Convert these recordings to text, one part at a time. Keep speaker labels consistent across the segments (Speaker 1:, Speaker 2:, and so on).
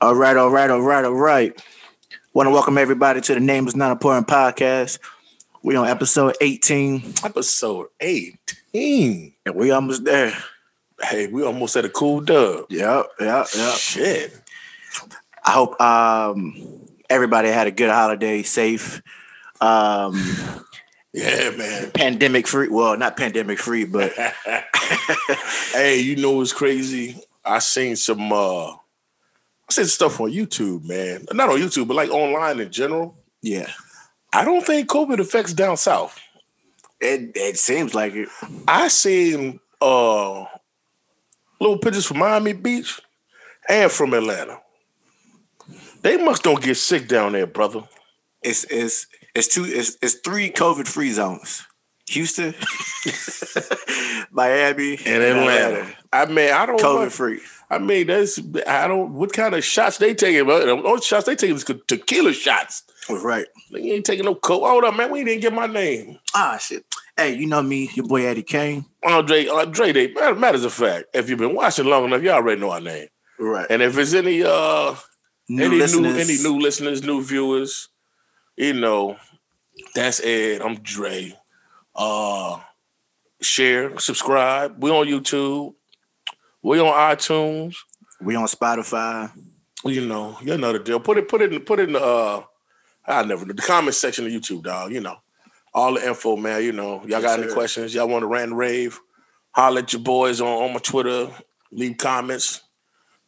Speaker 1: All right, all right, all right, all right. Want to welcome everybody to the Name Is Not Important podcast. We on episode eighteen,
Speaker 2: Episode 18.
Speaker 1: and we almost there.
Speaker 2: Hey, we almost at a cool dub.
Speaker 1: Yep, yep, yep.
Speaker 2: Shit.
Speaker 1: I hope um, everybody had a good holiday, safe, um,
Speaker 2: Yeah, man.
Speaker 1: pandemic free. Well, not pandemic free, but
Speaker 2: hey, you know what's crazy? I seen some uh I seen stuff on YouTube, man. Not on YouTube, but like online in general.
Speaker 1: yeah,
Speaker 2: I don't think COVID affects down south.
Speaker 1: it it seems like it.
Speaker 2: I seen uh little pictures from Miami Beach and from Atlanta. They must don't get sick down there, brother.
Speaker 1: It's it's it's two it's it's three COVID free zones: Houston, Miami,
Speaker 2: In I mean, I don't know.
Speaker 1: COVID free.
Speaker 2: I mean, that's I don't. What kind of shots they taking? bro? The only shots they taking is tequila shots.
Speaker 1: Right.
Speaker 2: They ain't taking no coke. Hold up, man. We didn't get my name.
Speaker 1: Ah, shit. Hey, you know me, your boy Eddie Kane.
Speaker 2: Andre, Andre. They matter, matters of fact. If you've been watching long enough, you already know our name.
Speaker 1: Right.
Speaker 2: And if it's any uh
Speaker 1: New
Speaker 2: any
Speaker 1: listeners.
Speaker 2: new any new listeners, new viewers, you know, that's Ed. I'm Dre. Uh, share, subscribe. We on YouTube. We on iTunes.
Speaker 1: We on Spotify.
Speaker 2: you know, you know the deal. Put it, put it, in, put it in the. Uh, I never the comment section of YouTube, dog. You know, all the info, man. You know, y'all
Speaker 1: Yes,
Speaker 2: got any
Speaker 1: sir.
Speaker 2: questions? Y'all want to rant and rave? Holler at your boys on, on my Twitter. Leave comments,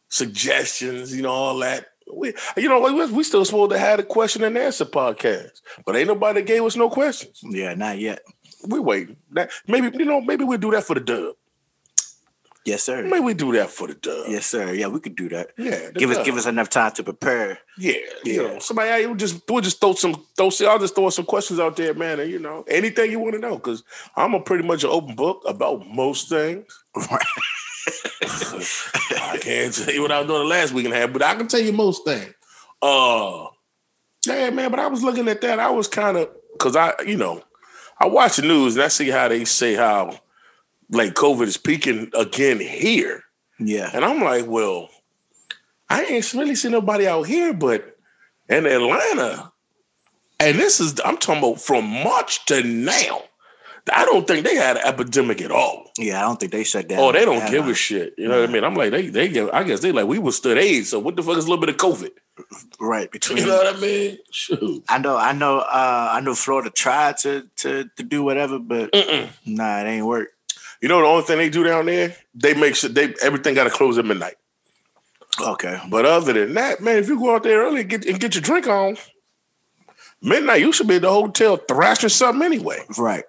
Speaker 2: suggestions. You know all that. We, you know, we, we still supposed to have a question and answer podcast, but ain't nobody gave us no questions.
Speaker 1: Yeah, not yet.
Speaker 2: We waiting. That maybe you know, maybe we do that for the dub.
Speaker 1: Yes, sir.
Speaker 2: Maybe we do that for the dub.
Speaker 1: Yes, sir. Yeah, we could do that.
Speaker 2: Yeah, the
Speaker 1: Give us
Speaker 2: dub.
Speaker 1: give us enough time to prepare.
Speaker 2: Yeah, you
Speaker 1: Yeah.
Speaker 2: know, somebody out here would just we'll just throw some throw. See, I'll just throw some questions out there, man. And you know, anything you want to know, because I'm a pretty much an open book about most things. I can't tell you what I was doing the last week and a half, but I can tell you most things. Uh, yeah, man. But I was looking at that. I was kind of because I, you know, I watch the news and I see how they say how like COVID is peaking again here.
Speaker 1: yeah.
Speaker 2: And I'm like, well, I ain't really seen nobody out here, but in Atlanta, and this is I'm talking about from March to now. I don't think they had an epidemic at all.
Speaker 1: Yeah, I don't think they shut down.
Speaker 2: Oh, they don't give
Speaker 1: Uh,
Speaker 2: a shit. You know what I mean? I'm like, they they give, I guess they like we were still AIDS, so what the fuck is a little bit of COVID?
Speaker 1: Right.
Speaker 2: You
Speaker 1: Between
Speaker 2: know what I mean? Shoot.
Speaker 1: I know I know uh I know Florida tried to to to do whatever, but
Speaker 2: Mm-mm.
Speaker 1: nah, it ain't work.
Speaker 2: You know the only thing they do down there, they make sure they everything gotta close at midnight.
Speaker 1: Okay.
Speaker 2: But other than that, man, if you go out there early and get, and get your drink on, midnight, you should be at the hotel thrashing something anyway.
Speaker 1: Right.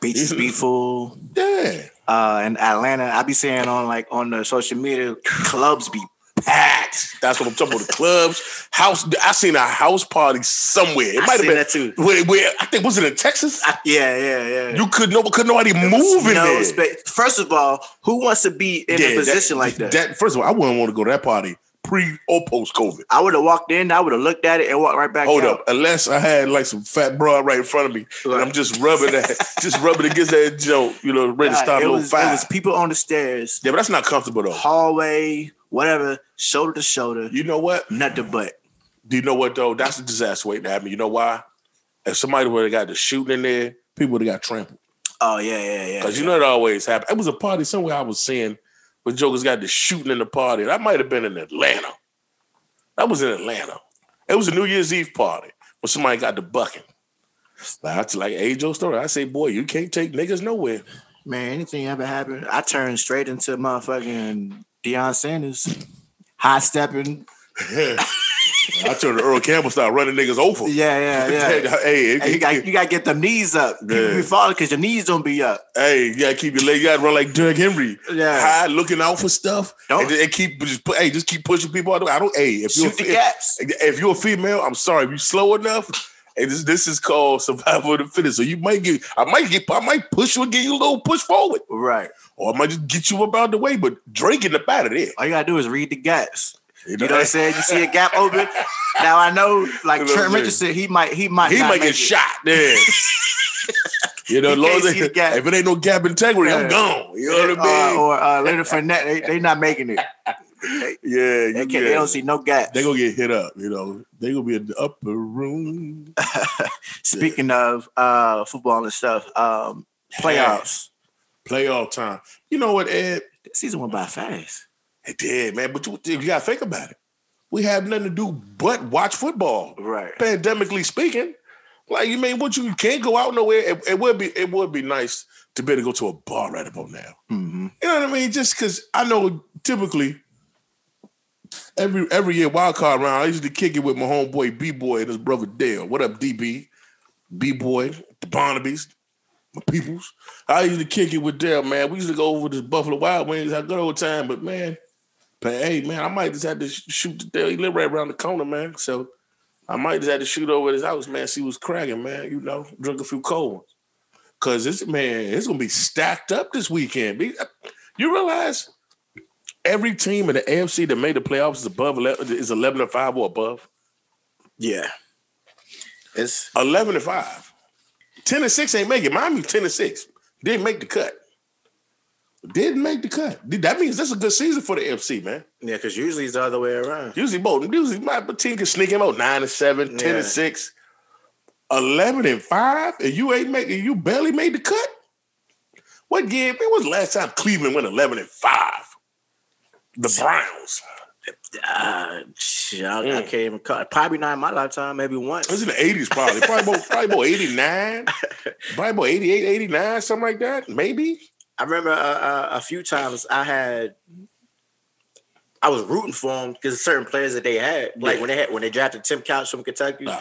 Speaker 1: Beaches be full.
Speaker 2: Yeah.
Speaker 1: Uh in Atlanta, I be seeing on like on the social media, clubs be packed.
Speaker 2: That's what I'm talking about. The clubs, house. I seen a house party somewhere. It
Speaker 1: I
Speaker 2: might have
Speaker 1: seen
Speaker 2: been
Speaker 1: that too.
Speaker 2: Where, where I think was it in Texas?
Speaker 1: Yeah, yeah, yeah.
Speaker 2: you could no, could nobody move in
Speaker 1: no
Speaker 2: there.
Speaker 1: space. First of all, who wants to be in
Speaker 2: Yeah,
Speaker 1: a position like that?
Speaker 2: First of all, I wouldn't want to go to that party pre or post COVID.
Speaker 1: I would have walked in, I would have looked at it, and walked right back
Speaker 2: Hold
Speaker 1: out.
Speaker 2: up, unless I had like some fat broad right in front of me, and I'm just rubbing that, just rubbing against that joke, you know, ready to
Speaker 1: God,
Speaker 2: start a
Speaker 1: it,
Speaker 2: little
Speaker 1: was, it
Speaker 2: five.
Speaker 1: was people on the stairs,
Speaker 2: yeah, but that's not comfortable though.
Speaker 1: hallway, whatever, shoulder to shoulder,
Speaker 2: You know what?
Speaker 1: nut to butt.
Speaker 2: Do you know what though? That's a disaster waiting to happen. You know why? If somebody would have got the shooting in there, people would have got trampled.
Speaker 1: Oh yeah, yeah, yeah.
Speaker 2: Because you know it always happens. It was a party somewhere I was seeing where jokers got the shooting in the party. That might have been in Atlanta. That was in Atlanta. It was a New Year's Eve party when somebody got the bucking. That's like Ajo story. I say, boy, you can't take niggas nowhere.
Speaker 1: man, anything ever happened, I turned straight into motherfucking Deion Sanders, high stepping.
Speaker 2: I turned to Earl Campbell, start running niggas over.
Speaker 1: Yeah, yeah, yeah.
Speaker 2: hey, it-
Speaker 1: And you got you got to get them knees up. You
Speaker 2: Yeah.
Speaker 1: be falling because your knees don't be up.
Speaker 2: Hey, you gotta keep your leg. You gotta run like Derrick Henry,
Speaker 1: Yeah.
Speaker 2: high, looking out for stuff,
Speaker 1: Don't-
Speaker 2: and, and keep just put, hey, just keep pushing people out. the way. I don't. Hey, if you're
Speaker 1: Shoot the gaps.
Speaker 2: if, if you're a female, I'm sorry, if you slow enough, and this this is called survival of the fittest. So you might get, I might get, I might push you and get you a little push forward,
Speaker 1: Right.
Speaker 2: or I might just get you up out the way. But drinking the out of there,
Speaker 1: All you gotta do is read the gaps.
Speaker 2: you
Speaker 1: You know what I'm saying? You see a gap open. Now I know, like
Speaker 2: You know what
Speaker 1: Trent
Speaker 2: I'm saying?
Speaker 1: Richardson, he might, he might,
Speaker 2: He
Speaker 1: not
Speaker 2: might
Speaker 1: make
Speaker 2: get
Speaker 1: it.
Speaker 2: shot. Yeah. You know,
Speaker 1: He
Speaker 2: as long
Speaker 1: can't
Speaker 2: as
Speaker 1: see the
Speaker 2: they,
Speaker 1: gap.
Speaker 2: if it ain't no gap integrity,
Speaker 1: Yeah. Uh,
Speaker 2: I'm gone. You know what I mean?
Speaker 1: Or, or uh, Leonard Fournette, they, they not making it.
Speaker 2: yeah,
Speaker 1: They,
Speaker 2: you
Speaker 1: can't,
Speaker 2: get,
Speaker 1: they don't see no gaps.
Speaker 2: they gonna get hit up. You know, they gonna be in the upper room.
Speaker 1: Speaking of uh, football and stuff, um, playoffs.
Speaker 2: playoff time. You know what, Ed?
Speaker 1: This season went by fast.
Speaker 2: It did, man. But you, you gotta think about it. We have nothing to do but watch football.
Speaker 1: Right.
Speaker 2: Pandemically speaking, like you mean what you can't go out nowhere. It, it would be it would be nice to be able to go to a bar right about now.
Speaker 1: hmm
Speaker 2: You know what I mean? Just because I know typically every every year wild card round, I used to kick it with my homeboy B boy and his brother Dale. What up, DB? B boy, the Barnabys, my peoples. I used to kick it with Dale, man. We used to go over to Buffalo Wild Wings, had a good old time. But man, but hey, man, I might just have to sh- shoot the Dale. He live right around the corner, man. So I might just have to shoot over at his house, man. See what's cracking, man. You know, drink a few cold ones. Cause it's man, it's gonna be stacked up this weekend. Be- you realize every team in the AFC that made the playoffs is above 11, is eleven and five or above.
Speaker 1: Yeah. It's
Speaker 2: Eleven and five. Ten and six ain't making. Mind you, ten and six didn't make the cut. Didn't make the cut. That means this is a good season for the AFC, man.
Speaker 1: yeah, because usually it's the other way around.
Speaker 2: Usually both. Usually my team can sneak him out nine and seven, ten
Speaker 1: Yeah.
Speaker 2: and six, eleven and five, and you ain't making. You barely made the cut. What game? When was the last time Cleveland went eleven and five? The Browns.
Speaker 1: Uh, shit, I, I
Speaker 2: Mm.
Speaker 1: can't even call. Probably not in my lifetime. Maybe once.
Speaker 2: It was in the eighties, probably. Probably about, probably about eighty nine, probably about 88, 89, something like that. Maybe.
Speaker 1: I remember uh, uh, a few times I had. I was rooting for them because certain players that they had, like
Speaker 2: Yeah.
Speaker 1: when they had when they drafted Tim Couch from Kentucky,
Speaker 2: Nah,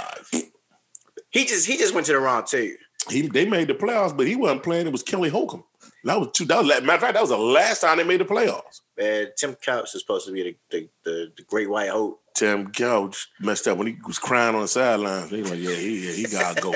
Speaker 1: he just he just went to the wrong team.
Speaker 2: he they made the playoffs, but he wasn't playing. It was Kelly Holcomb. That was two. That was, matter of fact, that was the last time they made the playoffs.
Speaker 1: Man, Tim Couch is supposed to be the the, the, the great white hope.
Speaker 2: Tim Couch messed up when he was crying on the sidelines. They like, yeah, he, yeah, he gotta go.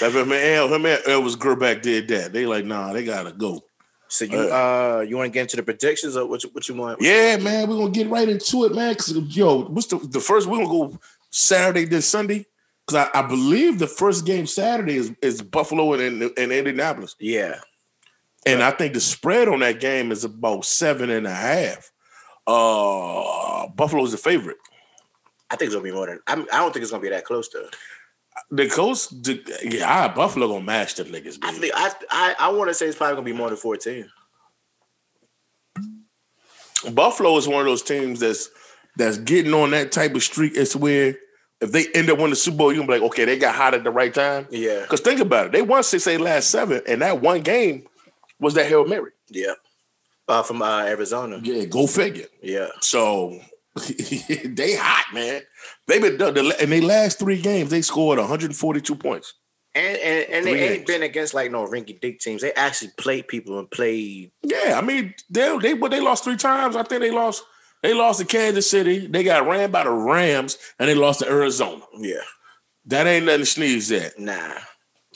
Speaker 2: That's him and El, him and Elvis Gerback did that. They like, nah, they gotta go.
Speaker 1: So you uh you want to get into the predictions or what you, what you want?
Speaker 2: Yeah, man, we're gonna get right into it, man. 'Cause, yo, what's the, the first? We're gonna go Saturday then Sunday because I, I believe the first game Saturday is, is Buffalo and, and, and Indianapolis,
Speaker 1: Yeah.
Speaker 2: and I think the spread on that game is about seven and a half. Uh, Buffalo's the favorite.
Speaker 1: I think it's gonna be more than. I'm, I don't think it's gonna be that close though.
Speaker 2: The coast, the, yeah, I, Buffalo gonna mash them niggas.
Speaker 1: I
Speaker 2: man.
Speaker 1: think I I, I want to say it's probably gonna be more than fourteen.
Speaker 2: Buffalo is one of those teams that's that's getting on that type of streak. It's where if they end up winning the Super Bowl, you're gonna be like, okay, they got hot at the right time.
Speaker 1: Yeah.
Speaker 2: Because think about it, they won six eight last seven, and that one game was that Hail Mary.
Speaker 1: Yeah. Uh, from uh, Arizona.
Speaker 2: Yeah, go figure.
Speaker 1: Yeah.
Speaker 2: So they hot, man. They've been done the- in their last three games. They scored 142 points.
Speaker 1: And and, and
Speaker 2: Three
Speaker 1: they ain't
Speaker 2: games.
Speaker 1: been against like no rinky dink teams. They actually played people and played.
Speaker 2: Yeah, I mean they they what they lost three times. I think they lost they lost to Kansas City. They got ran by the Rams, and they lost to Arizona.
Speaker 1: Yeah.
Speaker 2: That ain't nothing to sneeze at.
Speaker 1: Nah.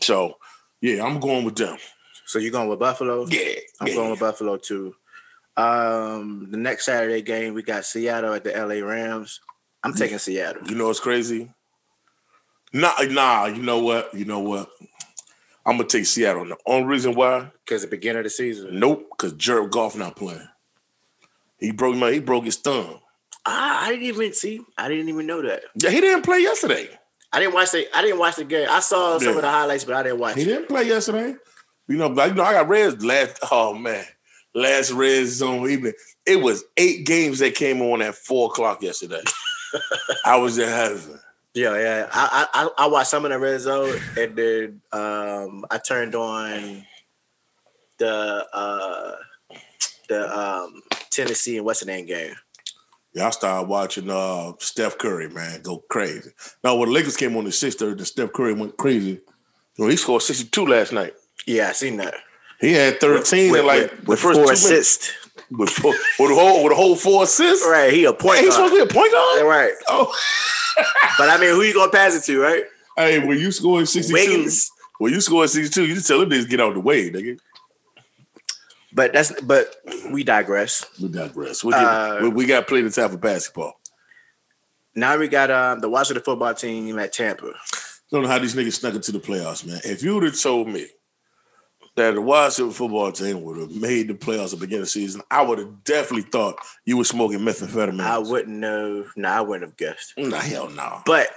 Speaker 2: So yeah, I'm going with them.
Speaker 1: So you're going with Buffalo?
Speaker 2: Yeah,
Speaker 1: I'm
Speaker 2: yeah.
Speaker 1: going with Buffalo too. Um, the next Saturday game we got Seattle at the LA Rams. I'm taking Seattle.
Speaker 2: You know what's crazy? Nah, nah. You know what? You know what? I'm gonna take Seattle. And the only reason why?
Speaker 1: Because the beginning of the season.
Speaker 2: Nope, because Jared Goff not playing. He broke my. He broke his thumb.
Speaker 1: I, I didn't even see. I didn't even know that.
Speaker 2: Yeah, he didn't play yesterday.
Speaker 1: I didn't watch the I didn't watch the game. I saw some
Speaker 2: Yeah.
Speaker 1: of the highlights, but I didn't watch
Speaker 2: He
Speaker 1: it.
Speaker 2: didn't play yesterday. You know, but you know, I got Reds last. Oh man, last Reds zone evening. It was eight games that came on at four o'clock yesterday. I was in heaven.
Speaker 1: Yeah, yeah. I I, I- I watched some of the red zone and then um I turned on the uh the um Tennessee and what's the name game.
Speaker 2: Yeah, I started watching uh, Steph Curry, man, go crazy. Now, when the Lakers came on the sixth, the Steph Curry went crazy. Well, he scored 62 last night.
Speaker 1: Yeah, I seen that.
Speaker 2: He had 13
Speaker 1: With-
Speaker 2: in like
Speaker 1: with-
Speaker 2: the
Speaker 1: with
Speaker 2: first
Speaker 1: four
Speaker 2: two minutes.
Speaker 1: assists.
Speaker 2: With, four, with, the whole, with the whole four assists.
Speaker 1: Right, he a
Speaker 2: Wait,
Speaker 1: point
Speaker 2: he's
Speaker 1: guard.
Speaker 2: supposed to be a point
Speaker 1: Yeah,
Speaker 2: guard?
Speaker 1: right.
Speaker 2: Oh,
Speaker 1: But I mean, who you gonna pass it to, right?
Speaker 2: hey, when you scoring 62,
Speaker 1: Wiggins.
Speaker 2: when you scoring 62, you just tell them niggas get out of the way, nigga.
Speaker 1: But that's but we digress.
Speaker 2: We digress. We, get-
Speaker 1: Uh,
Speaker 2: we, we got plenty of time for basketball.
Speaker 1: Now we got um the Washington football team at Tampa.
Speaker 2: don't know how these niggas snuck into the playoffs, man. If you would have told me that the Washington football team would have made the playoffs at the beginning of the season, I would have definitely thought you were smoking methamphetamine.
Speaker 1: I wouldn't know. No, I wouldn't have guessed.
Speaker 2: Nah, hell no.
Speaker 1: But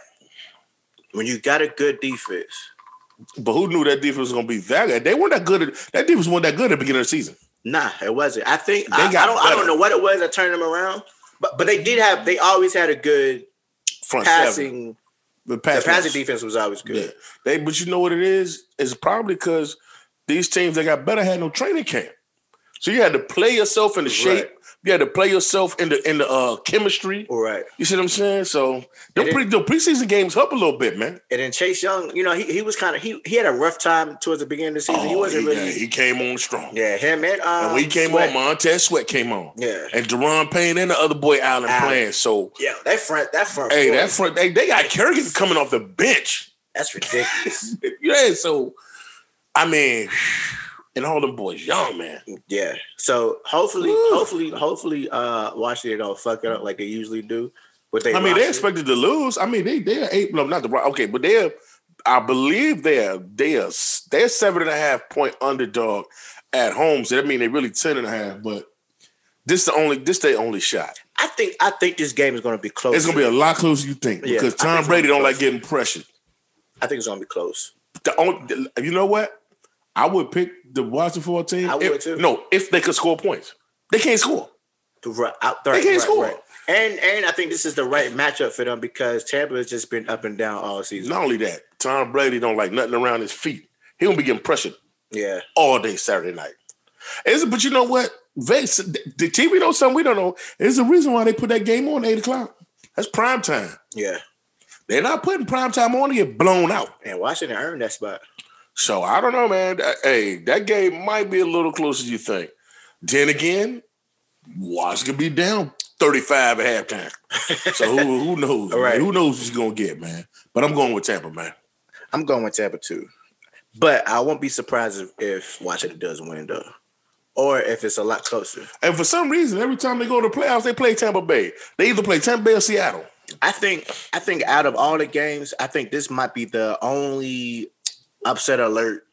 Speaker 1: when you got a good defense,
Speaker 2: But who knew that defense was going to be that good? They weren't that good. At, that defense wasn't that good at the beginning of the season.
Speaker 1: nah, it wasn't. I think
Speaker 2: They
Speaker 1: I, I
Speaker 2: got
Speaker 1: don't. I
Speaker 2: better.
Speaker 1: don't know what it was that turned them around. But but they did have. They always had a good
Speaker 2: Front Oh, seven.
Speaker 1: passing.
Speaker 2: The
Speaker 1: The
Speaker 2: pass
Speaker 1: passing
Speaker 2: rush.
Speaker 1: defense was always
Speaker 2: Yeah.
Speaker 1: good.
Speaker 2: They, but you know what it is? It's probably because these teams that got better had no training camp. So you had to play yourself into shape. You had to play yourself into in the uh, chemistry.
Speaker 1: All right.
Speaker 2: You see what I'm saying? So the,
Speaker 1: It
Speaker 2: pre, the preseason games help a little bit, man.
Speaker 1: And then Chase Young, you know, he, he was kind of he he had a rough time towards the beginning of the season. he wasn't
Speaker 2: Oh, yeah,
Speaker 1: really.
Speaker 2: he came on strong.
Speaker 1: Yeah, him and um,
Speaker 2: and when he came
Speaker 1: Sweat.
Speaker 2: on, Montez Sweat came on.
Speaker 1: Yeah.
Speaker 2: And Deron Payne and the other boy Allen
Speaker 1: Allen.
Speaker 2: playing. So
Speaker 1: Yeah, that front, that front,
Speaker 2: hey,
Speaker 1: four,
Speaker 2: that front they, they got Kerrigan coming off the bench.
Speaker 1: that's ridiculous.
Speaker 2: yeah, so I mean, and all them boys young, man.
Speaker 1: yeah. So hopefully,
Speaker 2: Woo.
Speaker 1: hopefully, hopefully, uh, Washington don't fuck it up like they usually do. But they,
Speaker 2: I mean, they
Speaker 1: roster.
Speaker 2: expected to lose. I mean, they they are eight. No, not the right. Okay, but they're. I believe they're they're s- they're seven and a half point underdog at home. So that means they're really ten and a half. But this the only this their only shot.
Speaker 1: I think, I think this game is going to be close.
Speaker 2: It's gonna be a lot closer than you think
Speaker 1: Oh, Yeah,
Speaker 2: because
Speaker 1: I think
Speaker 2: Tom
Speaker 1: it's gonna
Speaker 2: Brady
Speaker 1: be
Speaker 2: don't
Speaker 1: close.
Speaker 2: like getting pressured.
Speaker 1: I think it's going to be close.
Speaker 2: The only you know what? I would pick the Washington football team.
Speaker 1: I would
Speaker 2: if-
Speaker 1: too.
Speaker 2: No, if they could score points, they can't score.
Speaker 1: The right, out,
Speaker 2: They
Speaker 1: right,
Speaker 2: can't
Speaker 1: right,
Speaker 2: score.
Speaker 1: right. And and I think this is the right matchup for them because Tampa has just been up and down all season.
Speaker 2: Not only that, Tom Brady don't like nothing around his feet. He gonna be getting pressured
Speaker 1: Yeah,
Speaker 2: all day Saturday night. Is it? But you know what? Vegas, the TV knows something we don't know. It's the reason why they put that game on eight o'clock. That's prime time.
Speaker 1: yeah.
Speaker 2: They're not putting prime time on to get blown out.
Speaker 1: And Washington earned that spot.
Speaker 2: So I don't know, man. That- Hey, that game might be a little closer than you think. Then again, Washington be down 35 at halftime. So who, who knows?
Speaker 1: All right.
Speaker 2: man? Who knows what's gonna get, man? But I'm going with Tampa, man.
Speaker 1: I'm going with Tampa too, but I won't be surprised if, if Washington does win though, or if it's a lot closer.
Speaker 2: And for some reason, every time they go to the playoffs, they play Tampa Bay. They either play Tampa Bay or Seattle.
Speaker 1: I think I think out of all the games, I think this might be the only upset alert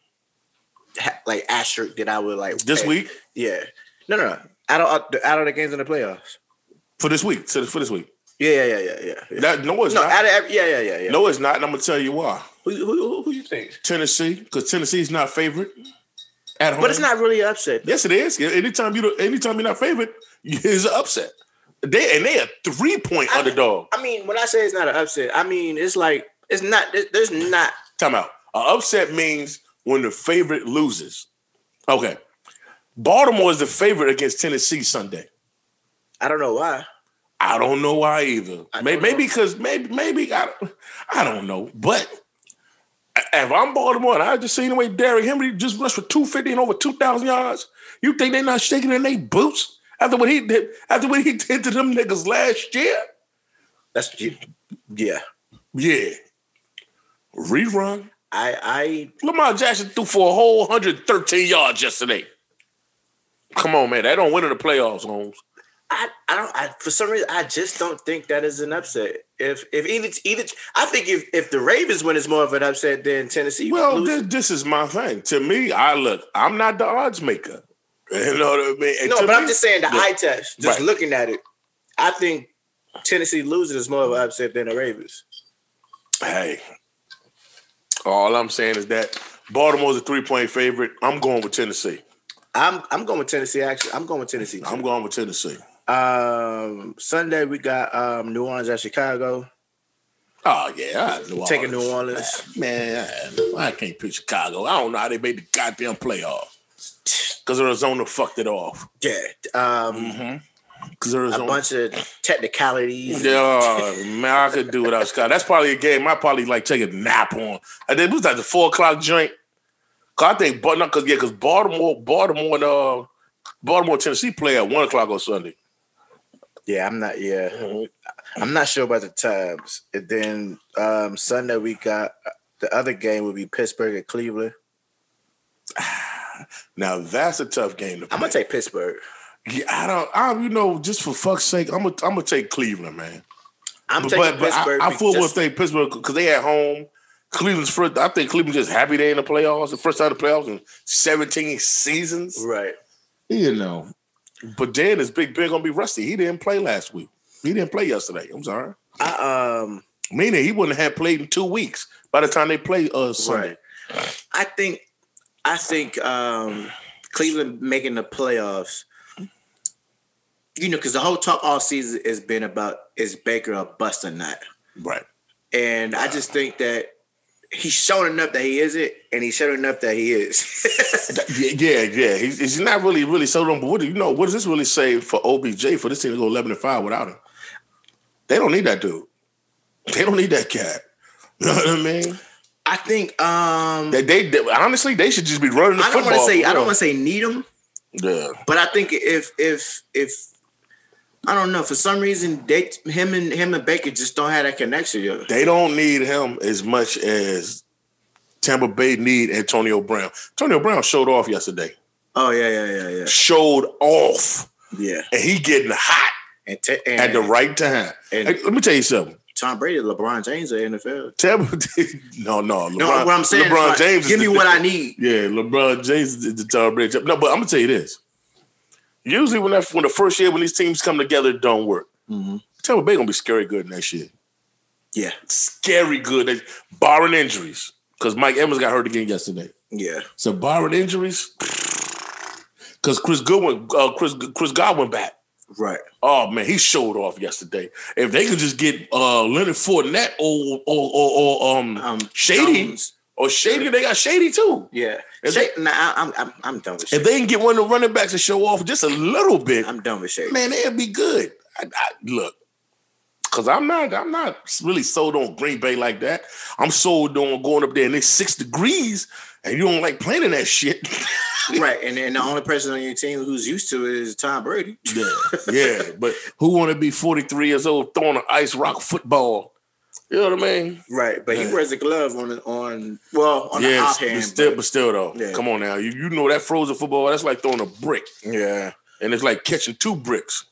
Speaker 1: ha- like asterisk that I would like
Speaker 2: This
Speaker 1: eh,
Speaker 2: week?
Speaker 1: Yeah, no, no, no. Out of out of the games in the playoffs.
Speaker 2: For this week. So for this week.
Speaker 1: Yeah, yeah, yeah, yeah, yeah.
Speaker 2: That, no, it's
Speaker 1: no,
Speaker 2: not.
Speaker 1: out of every, yeah, yeah, yeah, yeah.
Speaker 2: no, it's not. And I'm gonna tell you why.
Speaker 1: Who, who, who, who you think?
Speaker 2: Tennessee, because Tennessee's not favorite at home.
Speaker 1: But it's not really an upset.
Speaker 2: Yes, it is. Yeah, Anytime you don't- anytime you're not favorite, it's an upset. They and they a three point
Speaker 1: I-
Speaker 2: underdog.
Speaker 1: I mean, when I say it's not an upset, I mean it's like it's not. there- There's not.
Speaker 2: Time out. An upset means when the favorite loses. Okay. Baltimore is the favorite against Tennessee Sunday.
Speaker 1: I don't know why.
Speaker 2: I don't know why either.
Speaker 1: I don't
Speaker 2: Maybe
Speaker 1: know.
Speaker 2: maybe because maybe maybe I, don't- I don't know. But if I'm Baltimore and I just seen the way Derrick Henry just rushed for 250 and over 2,000 yards, you think they're not shaking in their boots after what he did after what he did to them niggas last year?
Speaker 1: That's you- yeah.
Speaker 2: Yeah. Rerun.
Speaker 1: I
Speaker 2: Lamar Jackson threw for a whole 113 yards yesterday. Come on, man. That don't win in the playoffs, Holmes.
Speaker 1: I I I don't. I, for some reason, I just don't think that is an upset. If if either either, I think if if the Ravens win, it's more of an upset than Tennessee.
Speaker 2: Well,
Speaker 1: loses.
Speaker 2: this, this is my thing. To me, I look, I'm not the odds maker. You know what I mean? And
Speaker 1: no,
Speaker 2: to
Speaker 1: but I'm
Speaker 2: me-
Speaker 1: just saying the
Speaker 2: look,
Speaker 1: eye test. Just
Speaker 2: right.
Speaker 1: looking at it, I think Tennessee losing is more of an upset than the Ravens.
Speaker 2: Hey, all I'm saying is that Baltimore's a three point favorite. I'm going with Tennessee.
Speaker 1: I'm I'm going with Tennessee. Actually, I'm going with Tennessee.
Speaker 2: I'm
Speaker 1: Too.
Speaker 2: going with Tennessee.
Speaker 1: Um, Sunday we got um New Orleans at Chicago.
Speaker 2: Oh yeah, I- New Orleans.
Speaker 1: Taking New Orleans.
Speaker 2: Man, I, I can't pick Chicago. I don't know how they made the goddamn playoff because Arizona fucked it off.
Speaker 1: Yeah. Um,
Speaker 2: Because
Speaker 1: a
Speaker 2: Arizona.
Speaker 1: bunch of technicalities.
Speaker 2: Yeah, man, I could do without Scott. That's probably a game I probably like take a nap on. I think it was like the four o'clock joint. Cause I think, but not cause yeah, cause Baltimore, Baltimore, and uh, Baltimore, Tennessee play at one o'clock on Sunday.
Speaker 1: Yeah, I'm not. Yeah, I'm not sure about the times. And then um, Sunday we got the other game would be Pittsburgh at Cleveland.
Speaker 2: Now that's a tough game to play.
Speaker 1: I'm gonna take Pittsburgh.
Speaker 2: Yeah, I don't. I you know just for fuck's sake, I'm gonna I'm gonna take Cleveland, man.
Speaker 1: I'm
Speaker 2: But
Speaker 1: taking
Speaker 2: but, but
Speaker 1: Pittsburgh.
Speaker 2: I, I
Speaker 1: be-
Speaker 2: full well
Speaker 1: just-
Speaker 2: think Pittsburgh because they at home. Cleveland's first. I think Cleveland's just happy they in the playoffs. The first time the playoffs in 17 seasons.
Speaker 1: Right.
Speaker 2: You know. But Dan is Big Ben gonna be rusty. He didn't play last week. He didn't play yesterday. I'm sorry.
Speaker 1: I um
Speaker 2: Meaning he wouldn't have played in two weeks by the time they play uh Sunday.
Speaker 1: right. I think I think um Cleveland making the playoffs. You know, because the whole talk all season has been about is Baker a bust or not,
Speaker 2: Right.
Speaker 1: and I just think that he's shown enough that he isn't, and he's shown enough that he is.
Speaker 2: Yeah, yeah, yeah. He's, he's not really, really so wrong. But what do you know? What does this really say for OBJ for this team to go eleven and five without him? They don't need that dude. They don't need that cat. You know what I mean?
Speaker 1: I think um
Speaker 2: They, they, they- honestly, they should just be running the
Speaker 1: I don't
Speaker 2: football.
Speaker 1: want to say I don't
Speaker 2: for
Speaker 1: want to say need him,
Speaker 2: real. Yeah,
Speaker 1: but I think if if if I don't know for some reason they him and him and Baker just don't have that connection. Yo.
Speaker 2: they don't need him as much as Tampa Bay need Antonio Brown. Antonio Brown showed off yesterday.
Speaker 1: Oh yeah yeah yeah yeah
Speaker 2: Showed off,
Speaker 1: yeah.
Speaker 2: and he getting hot
Speaker 1: And, te- and
Speaker 2: at the right time.
Speaker 1: and-
Speaker 2: Hey, let me tell you something.
Speaker 1: Tom Brady, LeBron James, of the NFL.
Speaker 2: Tampa. no, no. LeBron,
Speaker 1: No, what I'm saying,
Speaker 2: LeBron
Speaker 1: is like,
Speaker 2: James.
Speaker 1: give
Speaker 2: is
Speaker 1: me
Speaker 2: the-
Speaker 1: what I need.
Speaker 2: Yeah, LeBron James is the Tom Brady. No, but I'm gonna tell you this. Usually, when that when the first year when these teams come together, it don't work. Tampa Bay gonna be scary good next year.
Speaker 1: Yeah,
Speaker 2: Scary good, next, barring injuries, because Mike Evans got hurt again yesterday.
Speaker 1: yeah,
Speaker 2: So barring injuries, because Chris Goodwin, uh, Chris Chris Godwin back.
Speaker 1: right.
Speaker 2: Oh man, he showed off yesterday. If they could just get uh, Leonard Fournette or or, or, or um,
Speaker 1: Um,
Speaker 2: Shady
Speaker 1: Jones,
Speaker 2: or Shady, they got Shady too.
Speaker 1: yeah.
Speaker 2: If
Speaker 1: Shay, nah, I- I'm I'm I'm done with
Speaker 2: If
Speaker 1: Shady.
Speaker 2: they can get one of the running backs to show off just a little bit,
Speaker 1: I'm done with Shady.
Speaker 2: man, they'd be good. I, I, look, because I'm not, I'm not really sold on Green Bay like that. I'm sold on going up there and it's six degrees, and you don't like playing in that shit.
Speaker 1: right, and and the only person on your team who's used to it is Tom Brady.
Speaker 2: yeah, yeah. But who want to be 43 years old throwing an ice rock football? You know what I mean?
Speaker 1: Right, but he
Speaker 2: Yeah.
Speaker 1: wears a glove on the- on well on the
Speaker 2: Yes,
Speaker 1: off
Speaker 2: but
Speaker 1: hand.
Speaker 2: still,
Speaker 1: but-
Speaker 2: but still though,
Speaker 1: Yeah.
Speaker 2: come on now. You, you know that frozen football, that's like throwing a brick,
Speaker 1: yeah.
Speaker 2: and it's like catching two bricks.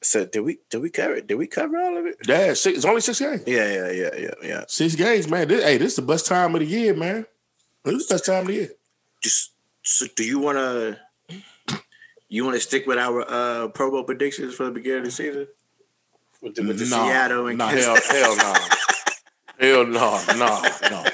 Speaker 1: So did we did we cover it? Did we cover all of it?
Speaker 2: Yeah, six, it's only six games.
Speaker 1: Yeah, yeah, yeah, yeah, yeah.
Speaker 2: Six games, man. This, hey, this is the best time of the year, man. This is the best time of the year.
Speaker 1: Just so do you want to you want to stick with our uh Pro Bowl predictions for the beginning of the season? With the, with the Seattle and
Speaker 2: nah,
Speaker 1: Kansas-
Speaker 2: hell, hell no, hell no, no, no.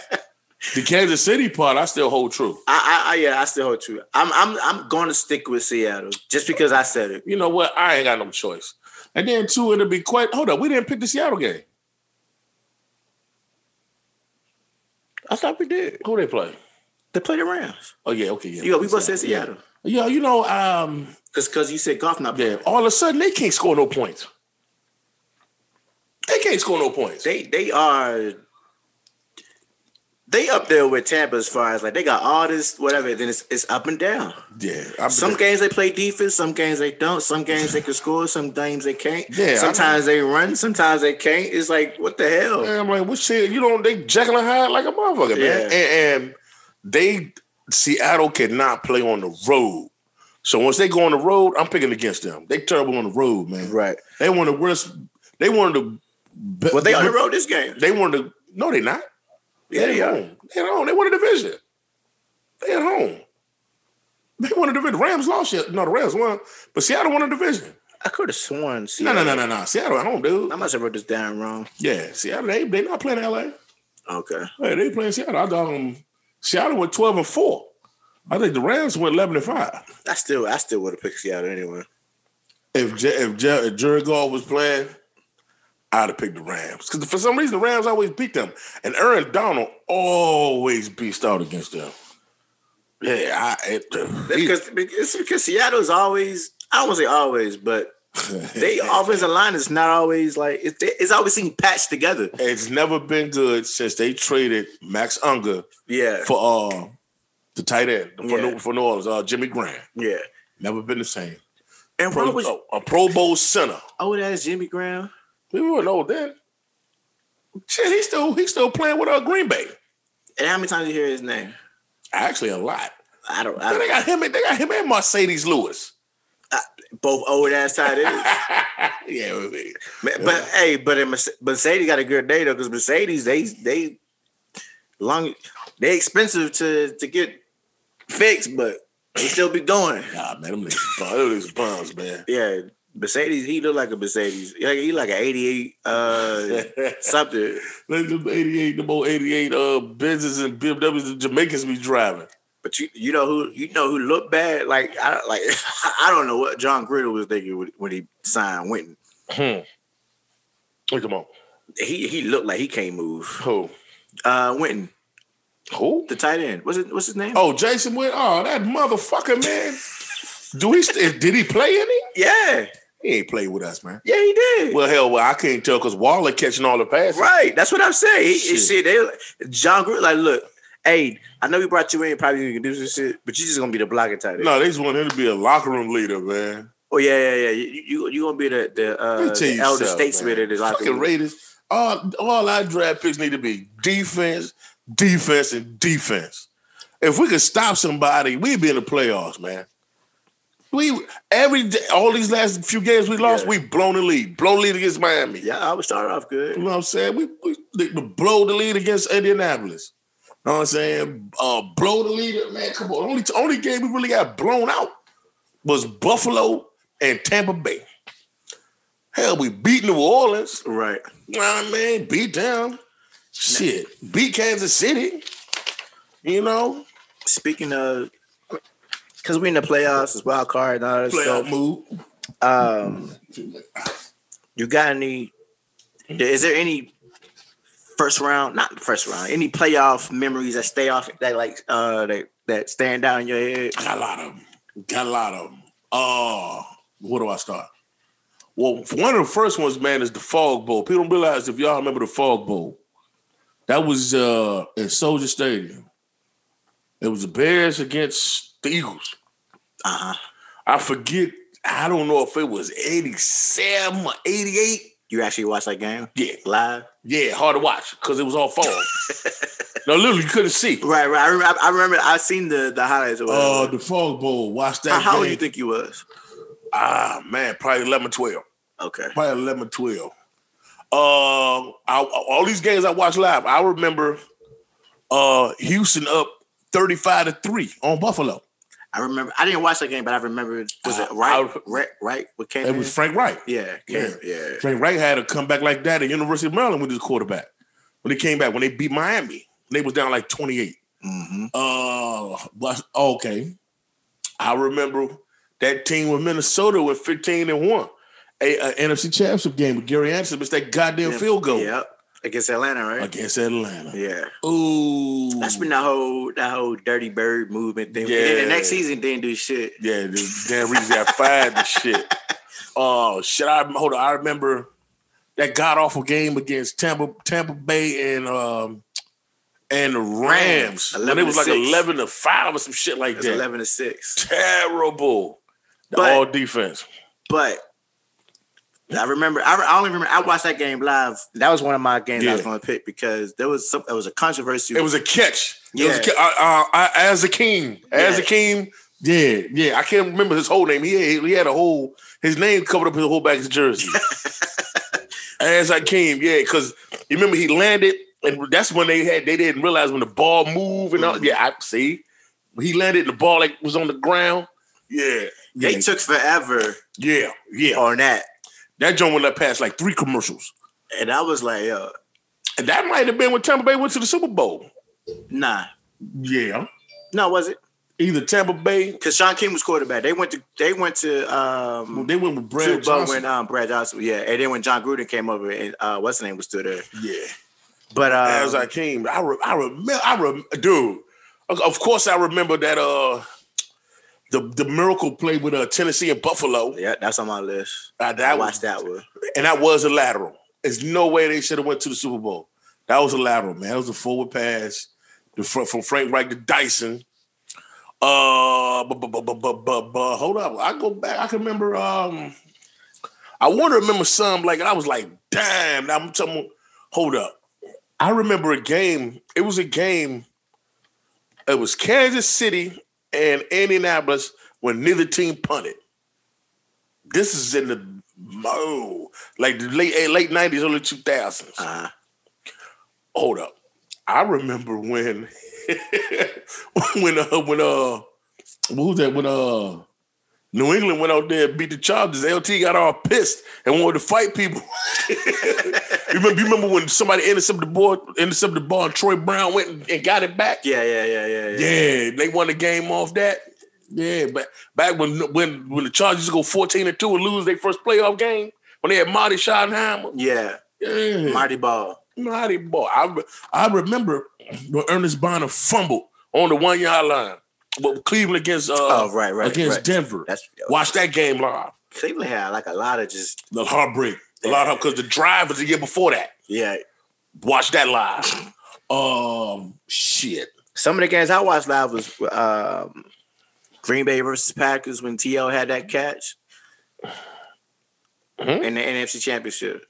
Speaker 2: The Kansas City part, I still hold true.
Speaker 1: I, I, I yeah, I still hold true. I'm I'm I'm going to stick with Seattle just because I said it.
Speaker 2: You know what? I ain't got no choice. And then two, it'll be quite. Hold up, we didn't pick the Seattle game.
Speaker 1: I thought we did.
Speaker 2: Who they play?
Speaker 1: They played the Rams.
Speaker 2: Oh yeah, okay, yeah.
Speaker 1: Yeah, we both said Seattle
Speaker 2: Yeah, you know, um,
Speaker 1: because because you said golf not.
Speaker 2: yeah. All of a sudden, they can't score no points. They can't score no points.
Speaker 1: They they are they up there with Tampa as far as like they got all this whatever. Then it's it's up and down.
Speaker 2: yeah, I'm
Speaker 1: Some games they play defense, some games they don't. Some games they can score, some games they can't.
Speaker 2: Yeah, I
Speaker 1: sometimes they run, sometimes they can't. It's like what the hell?
Speaker 2: And I'm like, what shit? You don't they Jekyll and Hyde like a motherfucker, man. And,
Speaker 1: Yeah.
Speaker 2: and they Seattle cannot play on the road. So once they go on the road, I'm picking against them. They terrible on the road, man.
Speaker 1: Right.
Speaker 2: They one of the worst. They one of the. be-
Speaker 1: Well, they on the road this game.
Speaker 2: They one of the. No, they not.
Speaker 1: Yeah,
Speaker 2: they
Speaker 1: they are.
Speaker 2: home. They at home. They won a division. They at home. They won a division. Rams lost yet. No, the Rams won, but Seattle won a division.
Speaker 1: I could have sworn.
Speaker 2: No,
Speaker 1: Seattle-
Speaker 2: no, no, no, no. Seattle at home, dude.
Speaker 1: I must have wrote this down wrong.
Speaker 2: Yeah, Seattle. They they not playing LA.
Speaker 1: Okay.
Speaker 2: Hey, they playing Seattle. I got um, Seattle went twelve and four. I think the Rams went eleven and five.
Speaker 1: I still, I still would have picked Seattle anyway.
Speaker 2: If J- if, J- if Jared Goff was playing, I'd have picked the Rams because for some reason the Rams always beat them, and Aaron Donald always beats out against them. Yeah, I it,
Speaker 1: Because it's because Seattle's always, I don't want to say always, but they offensive line is not always like it's, it's always seem patched together.
Speaker 2: it's never been good since they traded Max Unger
Speaker 1: Yeah,
Speaker 2: for uh the tight end for,
Speaker 1: Yeah.
Speaker 2: New, for New Orleans, uh, Jimmy Graham.
Speaker 1: yeah.
Speaker 2: Never been the same.
Speaker 1: And
Speaker 2: Pro,
Speaker 1: what was
Speaker 2: a- a Pro Bowl center.
Speaker 1: oh, that's Jimmy Graham.
Speaker 2: We weren't old then. Shit, he's still he's still playing with uh, Green Bay.
Speaker 1: And how many times you hear his name?
Speaker 2: Actually, a lot.
Speaker 1: I don't. I
Speaker 2: Then they
Speaker 1: don't
Speaker 2: got him. and They got him and Mercedes Lewis.
Speaker 1: both old ass tight ends.
Speaker 2: yeah, we-
Speaker 1: Ma- But hey, but in Merce- Mercedes got a good day though, because Mercedes they they Long they expensive to to get fixed, but they still be going.
Speaker 2: Nah, man, them niggas, bum- them niggas bums, man.
Speaker 1: Yeah, Mercedes. He look like a Mercedes. He like, he like an '88 uh something.
Speaker 2: Like them 88, them old 88 uh Benzes and BMWs the Jamaicans be driving.
Speaker 1: But you you know who you know who looked bad. Like I like I don't know what John Griddle was thinking when- when he signed Winton.
Speaker 2: Hmm. Look, come on.
Speaker 1: He he looked like he can't move.
Speaker 2: Who?
Speaker 1: Uh, Winton,
Speaker 2: Who?
Speaker 1: the tight end. What's it? What's his name?
Speaker 2: Oh, Jason Wynn. Oh, that motherfucker, man. Do he st- did he play any?
Speaker 1: yeah,
Speaker 2: He ain't played with us, man.
Speaker 1: yeah, he did.
Speaker 2: Well, hell, well, I can't tell because Waller catching all the passes.
Speaker 1: Right. That's what I'm saying. He, he-
Speaker 2: Shit.
Speaker 1: shit. they John Gruden, like, look, hey, I know we brought you in, probably you can do some shit, but you're just gonna be the blocking tight end.
Speaker 2: No, they just want him to be a locker room leader, man.
Speaker 1: Oh yeah, yeah, yeah. You you you gonna be the the,
Speaker 2: Let me
Speaker 1: uh,
Speaker 2: tell
Speaker 1: the
Speaker 2: you
Speaker 1: elder
Speaker 2: something,
Speaker 1: statesman
Speaker 2: man.
Speaker 1: of the locker
Speaker 2: Fucking
Speaker 1: room.
Speaker 2: Raiders. All, all our draft picks need to be defense, defense, and defense. If we could stop somebody, we'd be in the playoffs, man. We every day, all these last few games we lost,
Speaker 1: Yeah.
Speaker 2: we blown the lead, blown the lead against Miami.
Speaker 1: Yeah, I would start off
Speaker 2: You
Speaker 1: good.
Speaker 2: know what I'm saying? We, we they- they blow the lead against Indianapolis. You know what I'm saying? Uh, blow the lead, man. Come on. Only only game we really got blown out was Buffalo and Tampa Bay. Hell, we beat New Orleans.
Speaker 1: Right.
Speaker 2: You know what I mean? Beat them. Shit. Beat Kansas City. You know,
Speaker 1: Speaking of, because we in the playoffs, it's wild card and all that
Speaker 2: playoff
Speaker 1: stuff.
Speaker 2: move.
Speaker 1: Um, you got any? Is there any first round? Not first round. Any playoff memories that stay off that like uh that that stand out in your head?
Speaker 2: I got a lot of them. Got a lot of them. Oh, where do I start? Well, one of the first ones, man, is the Fog Bowl. People don't realize if y'all remember the Fog Bowl, that was uh at Soldier Stadium. It was the Bears against the Eagles.
Speaker 1: Uh
Speaker 2: Uh-uh.
Speaker 1: huh.
Speaker 2: I forget. I don't know if it was 87 or 88.
Speaker 1: You actually watched that game
Speaker 2: Yeah,
Speaker 1: live?
Speaker 2: yeah, hard to watch because it was all fog. no, literally, you couldn't see.
Speaker 1: Right, right. I remember. I remember. I seen the the highlights. Or
Speaker 2: Uh,
Speaker 1: whatever.
Speaker 2: the Fog Bowl. Watch
Speaker 1: how
Speaker 2: that.
Speaker 1: how old
Speaker 2: game.
Speaker 1: you think you was?
Speaker 2: Ah, man, probably 11, 12.
Speaker 1: Okay.
Speaker 2: probably 11 or 12. Um, I, all these games I watched live, I remember uh, Houston up 35 to 3 on Buffalo.
Speaker 1: I remember. I didn't watch that game, but I remember. Was it
Speaker 2: I-
Speaker 1: right?
Speaker 2: I-
Speaker 1: right? Right? With Cam?
Speaker 2: It was Frank Wright.
Speaker 1: yeah, Cam, yeah.
Speaker 2: Frank Wright had a comeback like that at University of Maryland with his quarterback. When they came back, when they beat Miami, they was down like 28.
Speaker 1: Mm-hmm.
Speaker 2: Uh, but, okay. I remember that team with Minnesota went 15 and 1. A, a NFC Championship game with Gary Anderson missed that goddamn field goal
Speaker 1: Yep. Against Atlanta, right?
Speaker 2: against Atlanta.
Speaker 1: Yeah.
Speaker 2: Ooh.
Speaker 1: That's been that whole that whole dirty bird movement thing. And then
Speaker 2: Yeah.
Speaker 1: the next season didn't do shit.
Speaker 2: Yeah, the damn reason got fired and shit. Oh shit! I hold on. I remember that god awful game against Tampa, Tampa Bay, and um and the Rams. When
Speaker 1: 11
Speaker 2: it
Speaker 1: to
Speaker 2: was like
Speaker 1: six.
Speaker 2: eleven to five or some shit like
Speaker 1: It's
Speaker 2: that.
Speaker 1: eleven to six.
Speaker 2: Terrible. The
Speaker 1: But-
Speaker 2: all defense.
Speaker 1: But I remember. I, I only remember. I watched that game live. That was one of my games I was
Speaker 2: Yeah.
Speaker 1: going to pick because there was some. It was a controversy.
Speaker 2: It was a catch. It was a
Speaker 1: Yeah.
Speaker 2: ca- I- I- I- as a king, as a
Speaker 1: Yeah.
Speaker 2: king. Yeah, yeah. I can't remember his whole name. He had, he had a whole his name covered up his whole back of his jersey. as I came, yeah, because you remember he landed, and that's when they had they didn't realize when the ball moved and all.
Speaker 1: Mhm.
Speaker 2: Yeah, I see. He landed, and the ball like was on the ground. Yeah,
Speaker 1: they
Speaker 2: yeah,
Speaker 1: took forever
Speaker 2: yeah, yeah.
Speaker 1: on that,
Speaker 2: That joint went up past like three commercials,
Speaker 1: and I was like, yo,
Speaker 2: and that might have been when Tampa Bay went to the Super Bowl.
Speaker 1: nah,
Speaker 2: Yeah,
Speaker 1: no, was it?
Speaker 2: either Tampa Bay
Speaker 1: Because Sean King was quarterback. They went to they went to um
Speaker 2: they went with Brad
Speaker 1: Super Bowl
Speaker 2: Johnson.
Speaker 1: when um Brad Johnson, yeah, and then when John Gruden came over and uh what's his name was still there.
Speaker 2: yeah.
Speaker 1: But um,
Speaker 2: as I came. I re- I remember. I rem- dude. Of- Of course, I remember that. Uh, the the miracle play with uh, Tennessee and Buffalo.
Speaker 1: yeah, that's on my list.
Speaker 2: Uh,
Speaker 1: I
Speaker 2: that
Speaker 1: watched
Speaker 2: was
Speaker 1: that one.
Speaker 2: and that was a lateral. There's no way they should have went to the Super Bowl. That was a lateral, man. That was a forward pass the front, from Frank Reich to Dyson. Uh, but, but, but, but, but, but, but hold up. I go back. I can remember. Um, I want to remember some like I was like, damn. Now I'm talking. Hold up. I remember a game. It was a game. It was Kansas City and Indianapolis when neither team punted. This is in the
Speaker 1: Uh-huh.
Speaker 2: oh, like the late eh, late nineties, early two thousands.
Speaker 1: Uh,
Speaker 2: Hold up. I remember when when uh when uh what was that when uh New England went out there and beat the Chargers. LT got all pissed and wanted to fight people. you, remember, you remember when somebody intercepted the ball, intercepted the ball, and Troy Brown went and, and got it back.
Speaker 1: Yeah, yeah, yeah, yeah, yeah.
Speaker 2: Yeah, they won the game off that. Yeah, but back when when when the Chargers go fourteen and two and lose their first playoff game when they had Marty Schottenheimer.
Speaker 1: Yeah,
Speaker 2: Yeah,
Speaker 1: Marty Ball.
Speaker 2: Marty boy. I re- I remember when Ernest Bonner fumbled on the one yard line. Well, Cleveland against uh
Speaker 1: Oh, right, right,
Speaker 2: against
Speaker 1: right.
Speaker 2: Denver.
Speaker 1: That's
Speaker 2: Watch that game live.
Speaker 1: Cleveland had like a lot of just
Speaker 2: The heartbreak. A lot of because the drive was the year before that.
Speaker 1: yeah.
Speaker 2: Watch that live. Um, shit.
Speaker 1: Some of the games I watched live was um, Green Bay versus Packers when TL had that catch
Speaker 2: Mhm.
Speaker 1: in the NFC Championship.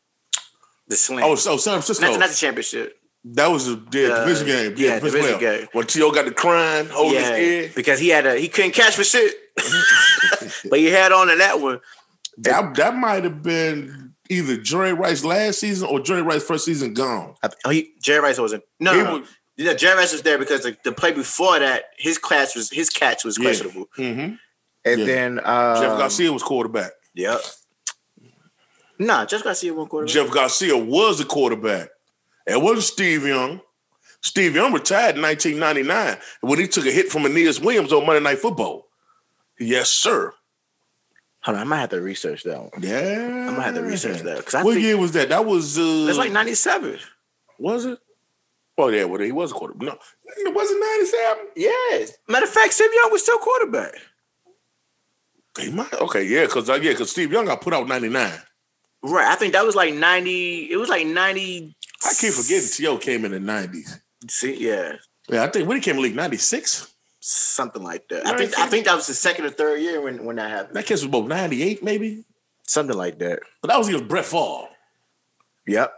Speaker 1: The slam.
Speaker 2: Oh, so San Francisco.
Speaker 1: not, not the championship.
Speaker 2: that was a yeah,
Speaker 1: Uh,
Speaker 2: division game. Yeah,
Speaker 1: yeah,
Speaker 2: division
Speaker 1: division
Speaker 2: playoff.
Speaker 1: game.
Speaker 2: When T.O. got the crying, holding
Speaker 1: yeah,
Speaker 2: his ear.
Speaker 1: because he had a he couldn't catch for shit, but he had on to that one.
Speaker 2: That, that might have been either Jerry Rice last season or Jerry Rice first season gone.
Speaker 1: I- oh, he Jerry Rice wasn't. No,
Speaker 2: He
Speaker 1: no, no.
Speaker 2: was-
Speaker 1: yeah, Jerry Rice was there because the, the play before that, his class was his catch was
Speaker 2: Yeah.
Speaker 1: questionable,
Speaker 2: Mm-hmm.
Speaker 1: and
Speaker 2: Yeah.
Speaker 1: then um,
Speaker 2: Jeff Garcia was quarterback.
Speaker 1: Yep. Nah, Jeff Garcia won't quarterback.
Speaker 2: Jeff Garcia was the quarterback. It wasn't Steve Young. Steve Young retired in 1999 when he took a hit from Aeneas Williams on Monday Night Football. Yes, sir.
Speaker 1: Hold on, I might have to research that one.
Speaker 2: Yeah.
Speaker 1: I'm gonna have to research that because I
Speaker 2: What
Speaker 1: think
Speaker 2: year was that? That was uh,
Speaker 1: it's like '97.
Speaker 2: was it? Oh yeah, well he was a quarterback. No, it wasn't 97.
Speaker 1: Yes. Matter of fact, Sim Young was still quarterback.
Speaker 2: He might. Okay, yeah, because yeah, because Steve Young got put out 99.
Speaker 1: Right. I think that was like '90. It was like '90.
Speaker 2: I keep forgetting T.O. came in the 90s.
Speaker 1: See, yeah,
Speaker 2: Yeah, I think when he came in the league, 96.
Speaker 1: something like that. I think I think that was the second or third year when when that happened.
Speaker 2: That kid was about 98, maybe.
Speaker 1: Something like that.
Speaker 2: But that was against Brett Favre.
Speaker 1: Yep.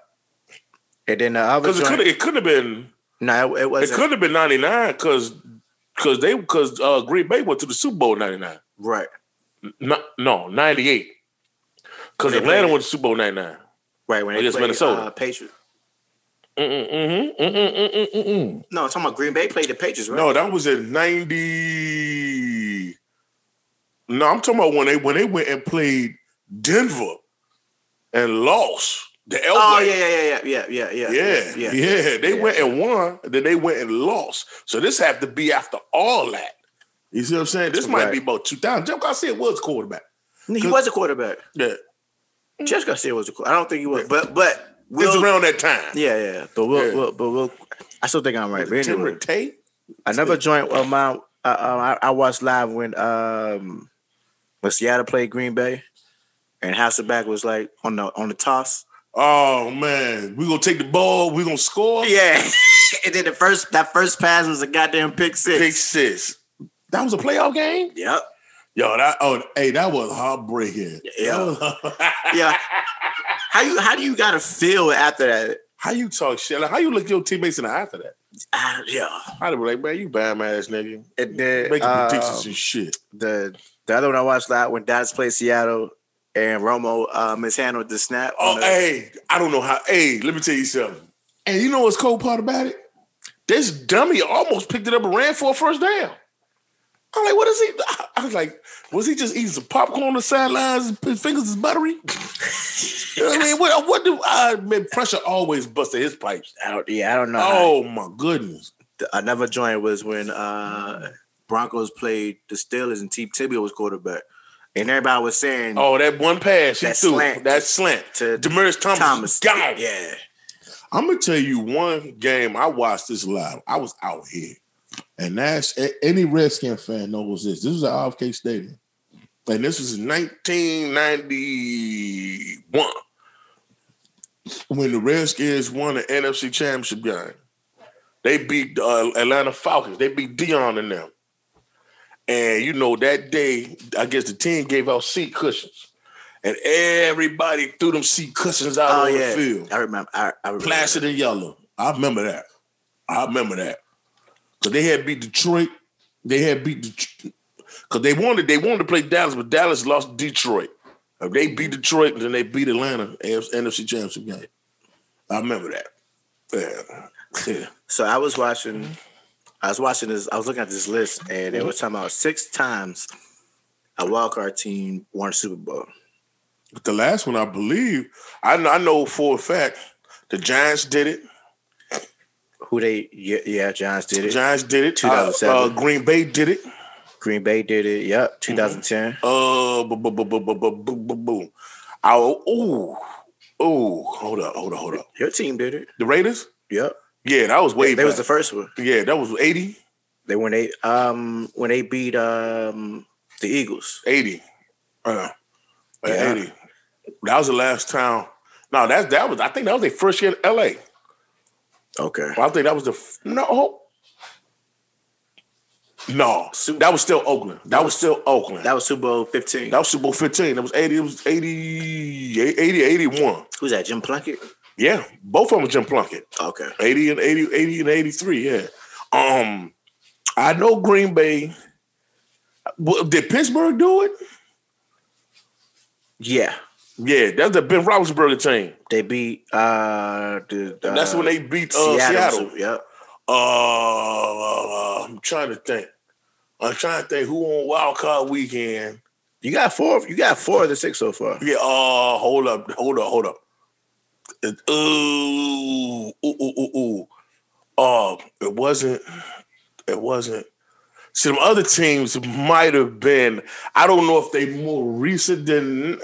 Speaker 1: And then the other
Speaker 2: Because it could
Speaker 1: joint,
Speaker 2: it could have been
Speaker 1: no, it, it
Speaker 2: it
Speaker 1: wasn't
Speaker 2: could have been 99 because because they because uh Green Bay went to the Super Bowl 99.
Speaker 1: right,
Speaker 2: No, no 98. Because
Speaker 1: They
Speaker 2: Atlanta
Speaker 1: played it.
Speaker 2: went to Super Bowl 99.
Speaker 1: right when they
Speaker 2: Against
Speaker 1: played
Speaker 2: Minnesota.
Speaker 1: uh, Patriots.
Speaker 2: Mm-mm, mm-mm, mm-mm, mm-mm, mm-mm.
Speaker 1: No, I'm talking about Green Bay played the Patriots, right?
Speaker 2: No, that was in 90. No, I'm talking about when they when they went and played Denver and lost the Elway.
Speaker 1: Oh yeah, yeah, yeah, yeah, yeah, yeah,
Speaker 2: Yeah, yeah, They
Speaker 1: yeah.
Speaker 2: went and won, then they went and lost. So this have to be after all that. You see what I'm saying? This might
Speaker 1: Right.
Speaker 2: be about 2000. Jeff Garcia was quarterback.
Speaker 1: He
Speaker 2: Good.
Speaker 1: was a quarterback.
Speaker 2: Yeah,
Speaker 1: Jeff Garcia was a quarterback. I don't think he was, but but
Speaker 2: it was
Speaker 1: we'll,
Speaker 2: around that time.
Speaker 1: yeah, yeah. But we'll,
Speaker 2: Yeah.
Speaker 1: we'll but we'll. I still think I'm right. But anyway,
Speaker 2: Timber Tate.
Speaker 1: another joint of mine. Uh, uh, I, I watched live when um when Seattle played Green Bay, and Hasselback was like on the on the toss.
Speaker 2: Oh man, we gonna take the ball. We gonna score.
Speaker 1: Yeah, and then the first that first pass was a goddamn pick six.
Speaker 2: Pick six. That was a playoff game.
Speaker 1: Yep.
Speaker 2: Yo, that oh hey, that was heartbreaking.
Speaker 1: Yeah.
Speaker 2: That was-
Speaker 1: Yeah. How you how do you gotta feel after that?
Speaker 2: how you talk shit? Like, how you look your teammates in the eye after that?
Speaker 1: Ah, yeah.
Speaker 2: I'd be like, man, you bad ass nigga.
Speaker 1: And then
Speaker 2: Making
Speaker 1: um,
Speaker 2: predictions and shit.
Speaker 1: the the other one I watched live when Dallas played Seattle and Romo uh, mishandled the snap.
Speaker 2: Oh,
Speaker 1: on the-
Speaker 2: hey, I don't know how. Hey, let me tell you something. And you know what's cold part about it? This dummy almost picked it up and ran for a first down. I'm like, what is he? I was like, was he just eating some popcorn on the sidelines? His fingers is buttery. You know what I mean, what, what do I man, pressure always busted his pipes?
Speaker 1: I don't, yeah, I don't know. how-
Speaker 2: Oh my goodness.
Speaker 1: Th- Another joint was when uh, Broncos played the Steelers and T. Tibio was quarterback, and everybody was saying
Speaker 2: Oh, that one pass he
Speaker 1: That
Speaker 2: threw.
Speaker 1: slant.
Speaker 2: That slant.
Speaker 1: to
Speaker 2: Demaris Thomas,
Speaker 1: Thomas,
Speaker 2: Thomas. gone.
Speaker 1: yeah,
Speaker 2: I'm gonna tell you one game I watched this live. I was out here, and that's a- any Redskin fan knows this. This was at RFK Stadium, and this was in 1991 when the Redskins won the NFC Championship game. They beat the uh, Atlanta Falcons. They beat Dion and them. And you know that day, I guess the team gave out seat cushions, and everybody threw them seat cushions out
Speaker 1: oh
Speaker 2: on
Speaker 1: yeah,
Speaker 2: the field
Speaker 1: I remember. I, I remember.
Speaker 2: placid and yellow. I remember that. I remember that. Cause they had beat Detroit. They had beat Detroit. Cause they wanted they wanted to play Dallas, but Dallas lost Detroit. If they beat Detroit, then they beat Atlanta AFC NFC Championship game. I remember that. Yeah. Yeah.
Speaker 1: So I was watching,
Speaker 2: Mm-hmm.
Speaker 1: I was watching this, I was looking at this list, and it was talking about six times a wild card team won a Super Bowl.
Speaker 2: But the last one, I believe, I know, I know for a fact, the Giants did it.
Speaker 1: Who they? Yeah, yeah Giants did
Speaker 2: The
Speaker 1: it.
Speaker 2: Giants did it. Uh,
Speaker 1: 2007.
Speaker 2: uh, Green Bay did it.
Speaker 1: Green Bay did it. Yep, 2010.
Speaker 2: Uh, boom, boom, boom, boom, boom, boom, boom, boom, boom. Oh, ooh, ooh. Hold up, hold up, hold up.
Speaker 1: Your team did it.
Speaker 2: The Raiders?
Speaker 1: Yep.
Speaker 2: Yeah, that was way
Speaker 1: They
Speaker 2: back.
Speaker 1: was the first one.
Speaker 2: yeah, that was 80,
Speaker 1: They when they um when they beat um the Eagles.
Speaker 2: 80. Uh,
Speaker 1: Yeah.
Speaker 2: 80. That was the last time. No, that that was. I think that was their first year in LA.
Speaker 1: Okay.
Speaker 2: I think that was the f- no. No, that was still Oakland. That, was, still Oakland.
Speaker 1: That was Super Bowl 15.
Speaker 2: That was Super Bowl 15. That was 80. It was 80, 80, 81.
Speaker 1: Who's that? Jim Plunkett?
Speaker 2: Yeah. Both of them Jim Plunkett.
Speaker 1: Okay.
Speaker 2: 80 and 80, 80 and 83. Yeah. Um, I know Green Bay. Well, Did Pittsburgh do it?
Speaker 1: Yeah.
Speaker 2: Yeah, that's the Ben Roethlisberger team.
Speaker 1: They beat uh the uh,
Speaker 2: That's when they beat uh, Seattle.
Speaker 1: Yep.
Speaker 2: Uh, I'm trying to think. I'm trying to think who on Wild Card Weekend.
Speaker 1: You got four you got four of the six so far.
Speaker 2: Yeah. Uh, hold up. Hold up. Hold up. It- Ooh. Ooh. Ooh. Ooh. ooh. Uh, it wasn't. It wasn't. Some other teams might have been. I don't know if they more recent than.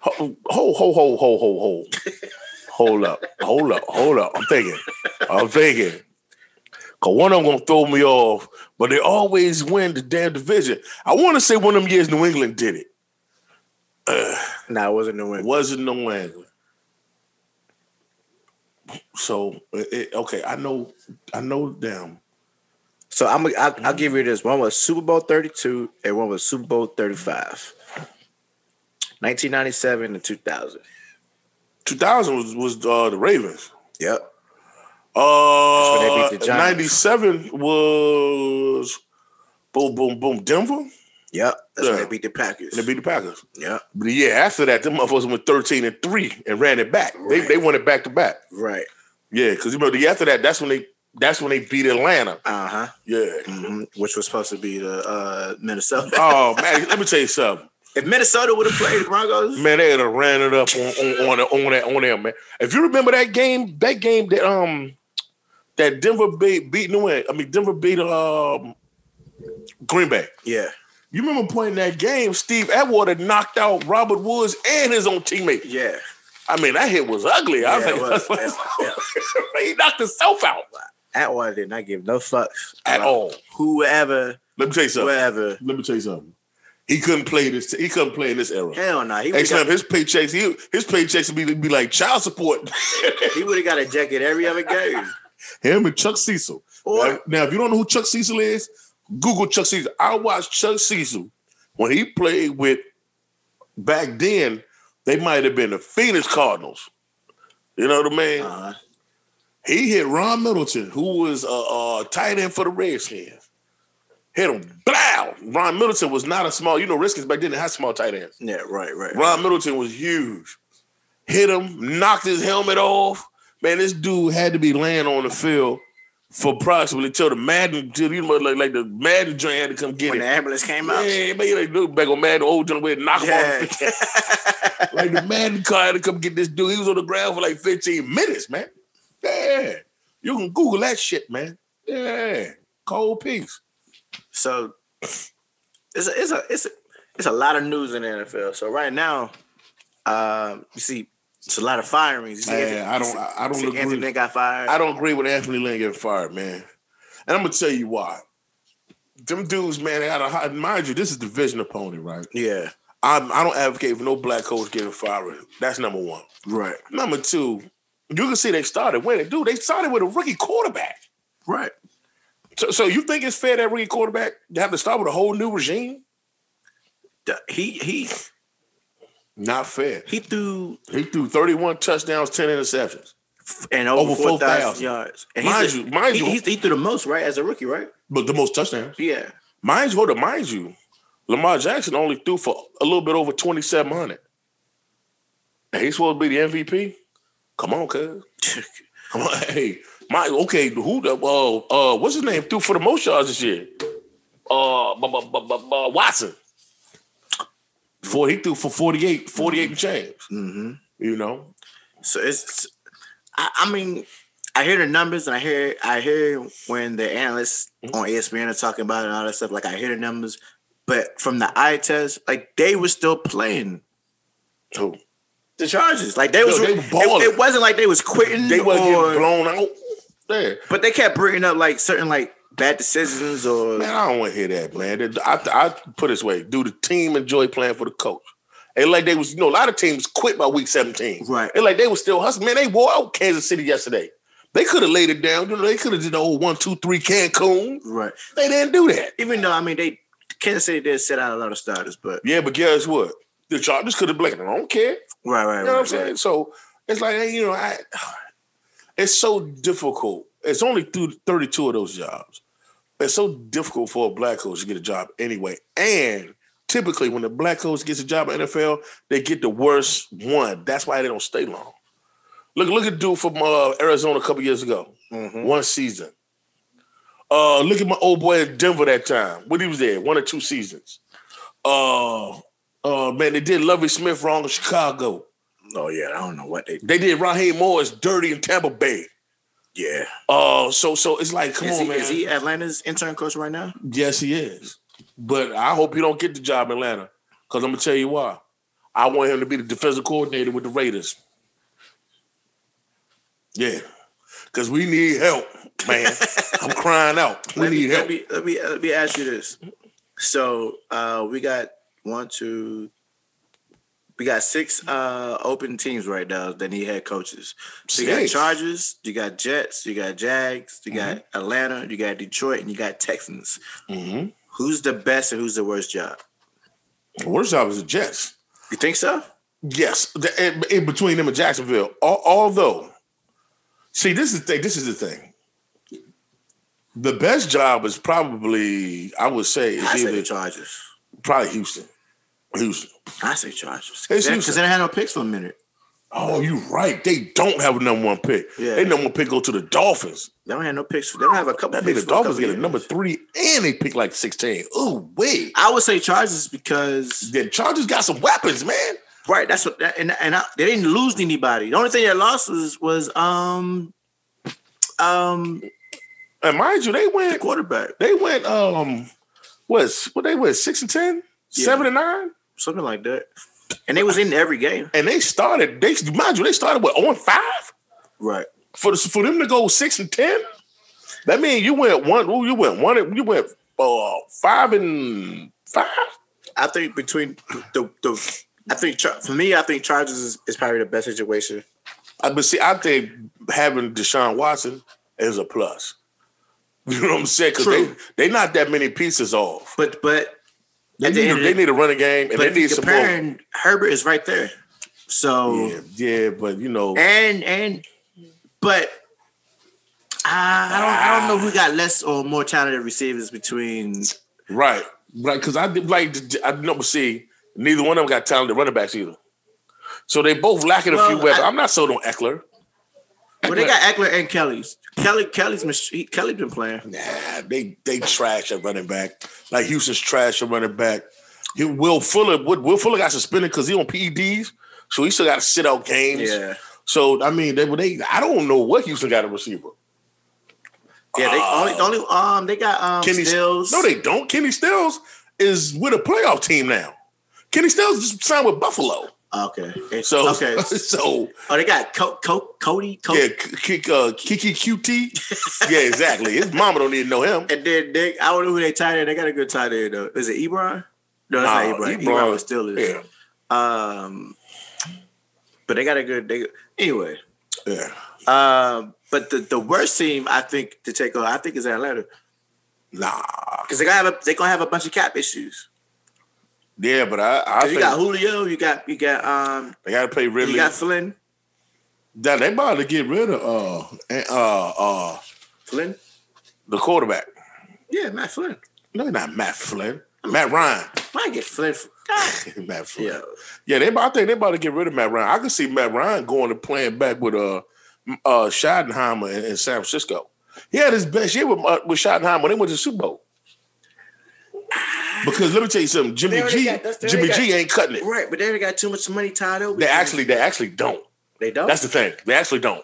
Speaker 2: Ho ho ho ho ho ho. ho. Hold up. Hold up. Hold up. I'm thinking. I'm thinking. Cause one of them gonna throw me off, but they always win the damn division. I want to say one of them years New England did it. Uh,
Speaker 1: Nah, it wasn't New
Speaker 2: It
Speaker 1: England.
Speaker 2: wasn't New England. So it, it- okay, I know, I know them.
Speaker 1: So I'm I'll, I'll give you this. One was Super Bowl 32 and one was Super Bowl 35. 1997 and 2000.
Speaker 2: 2000 was was uh, the Ravens.
Speaker 1: Yep. That's when
Speaker 2: Uh,
Speaker 1: they beat the Giants.
Speaker 2: 97 was boom, boom, boom, Denver.
Speaker 1: Yep. That's when
Speaker 2: Yeah.
Speaker 1: they beat the Packers.
Speaker 2: And they beat the Packers.
Speaker 1: yep.
Speaker 2: But yeah, after that, them motherfuckers went 13 and 3 and ran it back. They
Speaker 1: Right.
Speaker 2: they won it back to back.
Speaker 1: Right.
Speaker 2: Yeah, because you know the after that, that's when they that's when they beat Atlanta.
Speaker 1: Uh-huh.
Speaker 2: Yeah.
Speaker 1: hmm Which was supposed to be the uh Minnesota.
Speaker 2: Oh man, let me tell you something.
Speaker 1: If Minnesota would have played the Broncos,
Speaker 2: Man, they'd have ran it up on on on, on that on there, man. If you remember that game, that game that um that Denver beat beat New England. I mean Denver beat um Green Bay.
Speaker 1: yeah,
Speaker 2: You remember playing that game? Steve Atwater knocked out Robert Woods and his own teammate.
Speaker 1: yeah,
Speaker 2: I mean that hit was ugly. I
Speaker 1: Yeah, it
Speaker 2: was like,
Speaker 1: was. Yeah,
Speaker 2: he knocked himself out
Speaker 1: Atwater did not give no fucks
Speaker 2: at
Speaker 1: about
Speaker 2: all.
Speaker 1: Whoever,
Speaker 2: Let me tell you something.
Speaker 1: wherever,
Speaker 2: Let me tell you something. He couldn't play this. He couldn't play in this era.
Speaker 1: hell no, he
Speaker 2: Hey,
Speaker 1: would
Speaker 2: Slim,
Speaker 1: have
Speaker 2: his paychecks, he, his paychecks would be, be like child support.
Speaker 1: he would have got a jacket every other game.
Speaker 2: Him and Chuck Cecil. Now,
Speaker 1: Or
Speaker 2: now, if you don't know who Chuck Cecil is, Google Chuck Cecil. I watched Chuck Cecil when he played with back then, they might have been the Phoenix Cardinals. You know what I mean?
Speaker 1: uh,
Speaker 2: He hit Ron Middleton, who was a uh, uh, tight end for the Redskins. Hit him, blow. Ron Middleton was not a small, you know, Redskins back then they had small tight ends.
Speaker 1: yeah, right, right.
Speaker 2: Ron Middleton was huge. Hit him, knocked his helmet off. Man, this dude had to be laying on the field for approximately till the Madden, till you know, like, like the Madden joint had to come get
Speaker 1: When the
Speaker 2: him.
Speaker 1: ambulance came out,
Speaker 2: Yeah, man, like dude, back on Madden, old John Wade, knock him off.
Speaker 1: yeah,
Speaker 2: the field. like the Madden car had to come get this dude. He was on the ground for like 15 minutes, man. Yeah, you can Google that shit, man. Yeah, cold piece.
Speaker 1: so it's a, it's a it's a, it's a lot of news in the NFL. So right now, um, you see, it's a lot of firings. You see, Anthony- you
Speaker 2: I, I
Speaker 1: see- see Anthony Lynn got fired.
Speaker 2: I don't agree with Anthony Lynn getting fired, man. And I'm gonna tell you why. Them dudes, man, they got a hot. Mind you, this is division opponent, right?
Speaker 1: yeah,
Speaker 2: I'm, I don't advocate for no black coach getting fired. That's number one.
Speaker 1: right,
Speaker 2: Number two, you can see they started winning. Dude, they started with a rookie quarterback.
Speaker 1: right.
Speaker 2: So, so you think it's fair that rookie quarterback to have to start with a whole new regime?
Speaker 1: The- He he
Speaker 2: Not fair.
Speaker 1: he threw
Speaker 2: He threw 31 touchdowns, 10 interceptions.
Speaker 1: and over,
Speaker 2: Over
Speaker 1: four
Speaker 2: 4,000.
Speaker 1: thousand yards. And
Speaker 2: Mind
Speaker 1: he's a-
Speaker 2: you, mind
Speaker 1: he,
Speaker 2: you,
Speaker 1: he's, he threw the most right as a rookie, right?
Speaker 2: but the most touchdowns.
Speaker 1: Yeah,
Speaker 2: Mind you, hold up, mind you, Lamar Jackson only threw for a little bit over 2,700. And he's supposed to be the MVP? Come on, cuz. Come on, hey. My okay, who the uh, uh what's his name threw for the most yards this year? Uh, bu- bu- bu- bu- bu- Watson. For he threw for 48, 48 and change.
Speaker 1: Mm-hmm.
Speaker 2: You know,
Speaker 1: So it's, I, I mean, I hear the numbers and I hear I hear when the analysts
Speaker 2: Mm-hmm.
Speaker 1: on E ESPN are talking about it and all that stuff. Like I hear the numbers, but from the eye test, like they were still playing
Speaker 2: who
Speaker 1: the Chargers. Like they
Speaker 2: Yo,
Speaker 1: was,
Speaker 2: they
Speaker 1: it-
Speaker 2: balling.
Speaker 1: it, wasn't like they was quitting.
Speaker 2: they wasn't
Speaker 1: or-
Speaker 2: getting blown out. Yeah,
Speaker 1: but they kept bringing up like certain like bad decisions or
Speaker 2: man, I don't want to hear that, man. I, I put it this way: do the team enjoy playing for the coach? And like they was, you know, a lot of teams quit by week seventeen.
Speaker 1: right.
Speaker 2: And like they were still hustling. Man, they wore out Kansas City yesterday. They could have laid it down. You know, they could have did the old one, two, three Cancun.
Speaker 1: Right.
Speaker 2: They didn't do that.
Speaker 1: Even though I mean they Kansas City did set out a lot of starters, but
Speaker 2: Yeah, but guess what? The Chargers could have blanked. I don't care.
Speaker 1: right, right,
Speaker 2: You
Speaker 1: right.
Speaker 2: know what I'm
Speaker 1: right.
Speaker 2: saying? So it's like, hey, you know, I it's so difficult. It's only through 32 of those jobs. It's so difficult for a black coach to get a job anyway. And typically when the black coach gets a job at NFL, they get the worst one. That's why they don't stay long. Look, look at dude from uh, Arizona a couple years ago.
Speaker 1: Mhm.
Speaker 2: one season. Uh, look at my old boy in Denver that time. When he was there, one or two seasons. Uh, uh, man, they did Lovey Smith wrong in Chicago.
Speaker 1: Oh yeah, I don't know what they.
Speaker 2: They did Raheem Morris dirty in Tampa Bay.
Speaker 1: Yeah.
Speaker 2: Uh, so so it's like, come
Speaker 1: is,
Speaker 2: on,
Speaker 1: he,
Speaker 2: man.
Speaker 1: is he Atlanta's intern coach right now?
Speaker 2: Yes, he is. But I hope he don't get the job in Atlanta because I'm gonna tell you why. I want him to be the defensive coordinator with the Raiders. Yeah, because we need help, man. I'm crying out. We
Speaker 1: Let me,
Speaker 2: need
Speaker 1: let
Speaker 2: help.
Speaker 1: me let me let me ask you this. So uh, we got one, two, we got six uh, open teams right now that need head coaches. So you got
Speaker 2: Six.
Speaker 1: Chargers, you got Jets, you got Jags, you got
Speaker 2: Mm-hmm.
Speaker 1: Atlanta, you got Detroit, and you got Texans.
Speaker 2: Mhm.
Speaker 1: Who's the best and who's the worst job?
Speaker 2: The worst job is the Jets.
Speaker 1: You think so?
Speaker 2: Yes, the, in, in between them and Jacksonville. Al- although, see, this is the thing. This is the thing. The best job is probably, I would say,
Speaker 1: I
Speaker 2: is
Speaker 1: say the
Speaker 2: either
Speaker 1: Chargers.
Speaker 2: probably Houston. Houston.
Speaker 1: I say Chargers
Speaker 2: It's
Speaker 1: because
Speaker 2: Houston.
Speaker 1: they had no picks for a minute.
Speaker 2: Oh, you right. They don't have a number one pick.
Speaker 1: Yeah.
Speaker 2: They number one pick go to the Dolphins.
Speaker 1: They don't have no picks. They don't have a couple.
Speaker 2: That means
Speaker 1: picks
Speaker 2: the
Speaker 1: for a
Speaker 2: Dolphins
Speaker 1: couple
Speaker 2: get a
Speaker 1: years.
Speaker 2: number three and they pick like 16. Ooh, wait.
Speaker 1: I would say Chargers because
Speaker 2: The Chargers got some weapons, man.
Speaker 1: right. That's what that, and and I, they didn't lose anybody. The only thing they lost was was um um
Speaker 2: And mind you, they
Speaker 1: the
Speaker 2: went
Speaker 1: quarterback
Speaker 2: they went um what's what they went six and ten?
Speaker 1: Yeah.
Speaker 2: Seven and nine?
Speaker 1: something like that. And they was in every game.
Speaker 2: and they started. They mind you, they started with on five
Speaker 1: Right.
Speaker 2: for the, for them to go six and ten. That mean you went one. ooh, You went one. You went uh, five and five.
Speaker 1: I think between the the I think Char- for me I think Chargers is, is probably the best situation.
Speaker 2: Uh, But see, I think having Deshaun Watson is a plus. You know what I'm saying? Because they
Speaker 1: True.
Speaker 2: they not that many pieces off.
Speaker 1: But but
Speaker 2: They,
Speaker 1: At the
Speaker 2: need,
Speaker 1: end
Speaker 2: a-
Speaker 1: of
Speaker 2: they
Speaker 1: the-
Speaker 2: need a running game and
Speaker 1: but
Speaker 2: they need some more.
Speaker 1: comparing Herbert is right there. So
Speaker 2: Yeah, yeah, but you know,
Speaker 1: and and but I I don't I don't know who got less or more talented receivers between
Speaker 2: right, right? Because I did like I know. But see, neither one of them got talented running backs either. So they both lacking a few
Speaker 1: Well, I-
Speaker 2: weapons. I, am not sold on Eckler.
Speaker 1: Well, they got Eckler and Kelly's. Kelly, Kelly's mach- he, Kelly been playing.
Speaker 2: Nah, they they trash at running back. Like Houston's trash at running back. He, Will Fuller, Will, Will Fuller got suspended because he on PEDs, so he still got to sit out games. So I mean, they, they I don't know what Houston got a receiver.
Speaker 1: yeah. They
Speaker 2: Uh,
Speaker 1: only, only, um, they got um
Speaker 2: Kenny
Speaker 1: Stills.
Speaker 2: No, they don't. Kenny Stills is with a playoff team now. Kenny Stills just signed with Buffalo.
Speaker 1: Oh, okay. It's-
Speaker 2: So
Speaker 1: okay.
Speaker 2: so
Speaker 1: Oh, they got Co- Co- Cody. Cody.
Speaker 2: yeah, K- K- uh, Kiki QT. yeah, exactly. His mama don't need to know him.
Speaker 1: And then they, I don't know who they tied in. They got a good tight end though. Is it Ebron? No, that's
Speaker 2: Nah,
Speaker 1: not Ebron.
Speaker 2: Ebron-
Speaker 1: Ebron was Steelers.
Speaker 2: Yeah,
Speaker 1: Um, but they got a good. They anyway.
Speaker 2: yeah.
Speaker 1: Um, but the, the worst team I think to take on I think is Atlanta
Speaker 2: Nah.
Speaker 1: because they gonna have a, they gonna have a bunch of cap issues.
Speaker 2: Yeah, but I, I
Speaker 1: 'Cause
Speaker 2: think
Speaker 1: You got Julio. You got you got um.
Speaker 2: they gotta pay Ridley.
Speaker 1: You got Flynn.
Speaker 2: Now they about to get rid of uh uh uh
Speaker 1: Flynn.
Speaker 2: the quarterback.
Speaker 1: Yeah, Matt Flynn.
Speaker 2: No, not Matt Flynn. Matt Ryan.
Speaker 1: Might get Flynn. for- God.
Speaker 2: Matt Flynn.
Speaker 1: Yeah,
Speaker 2: Yeah, they about, I think they about to get rid of Matt Ryan. I can see Matt Ryan going to playing back with uh uh, Schottenheimer in, in San Francisco. He had his best year with uh, with Schottenheimer. when They went to the Super Bowl. Because let me tell you something,
Speaker 1: They
Speaker 2: Jimmy
Speaker 1: already
Speaker 2: G,
Speaker 1: got- that's- they
Speaker 2: Jimmy
Speaker 1: already
Speaker 2: G
Speaker 1: got-
Speaker 2: ain't cutting it.
Speaker 1: Right, but they already got too much money tied up.
Speaker 2: They actually, they actually don't.
Speaker 1: they don't.
Speaker 2: That's the thing. They actually don't.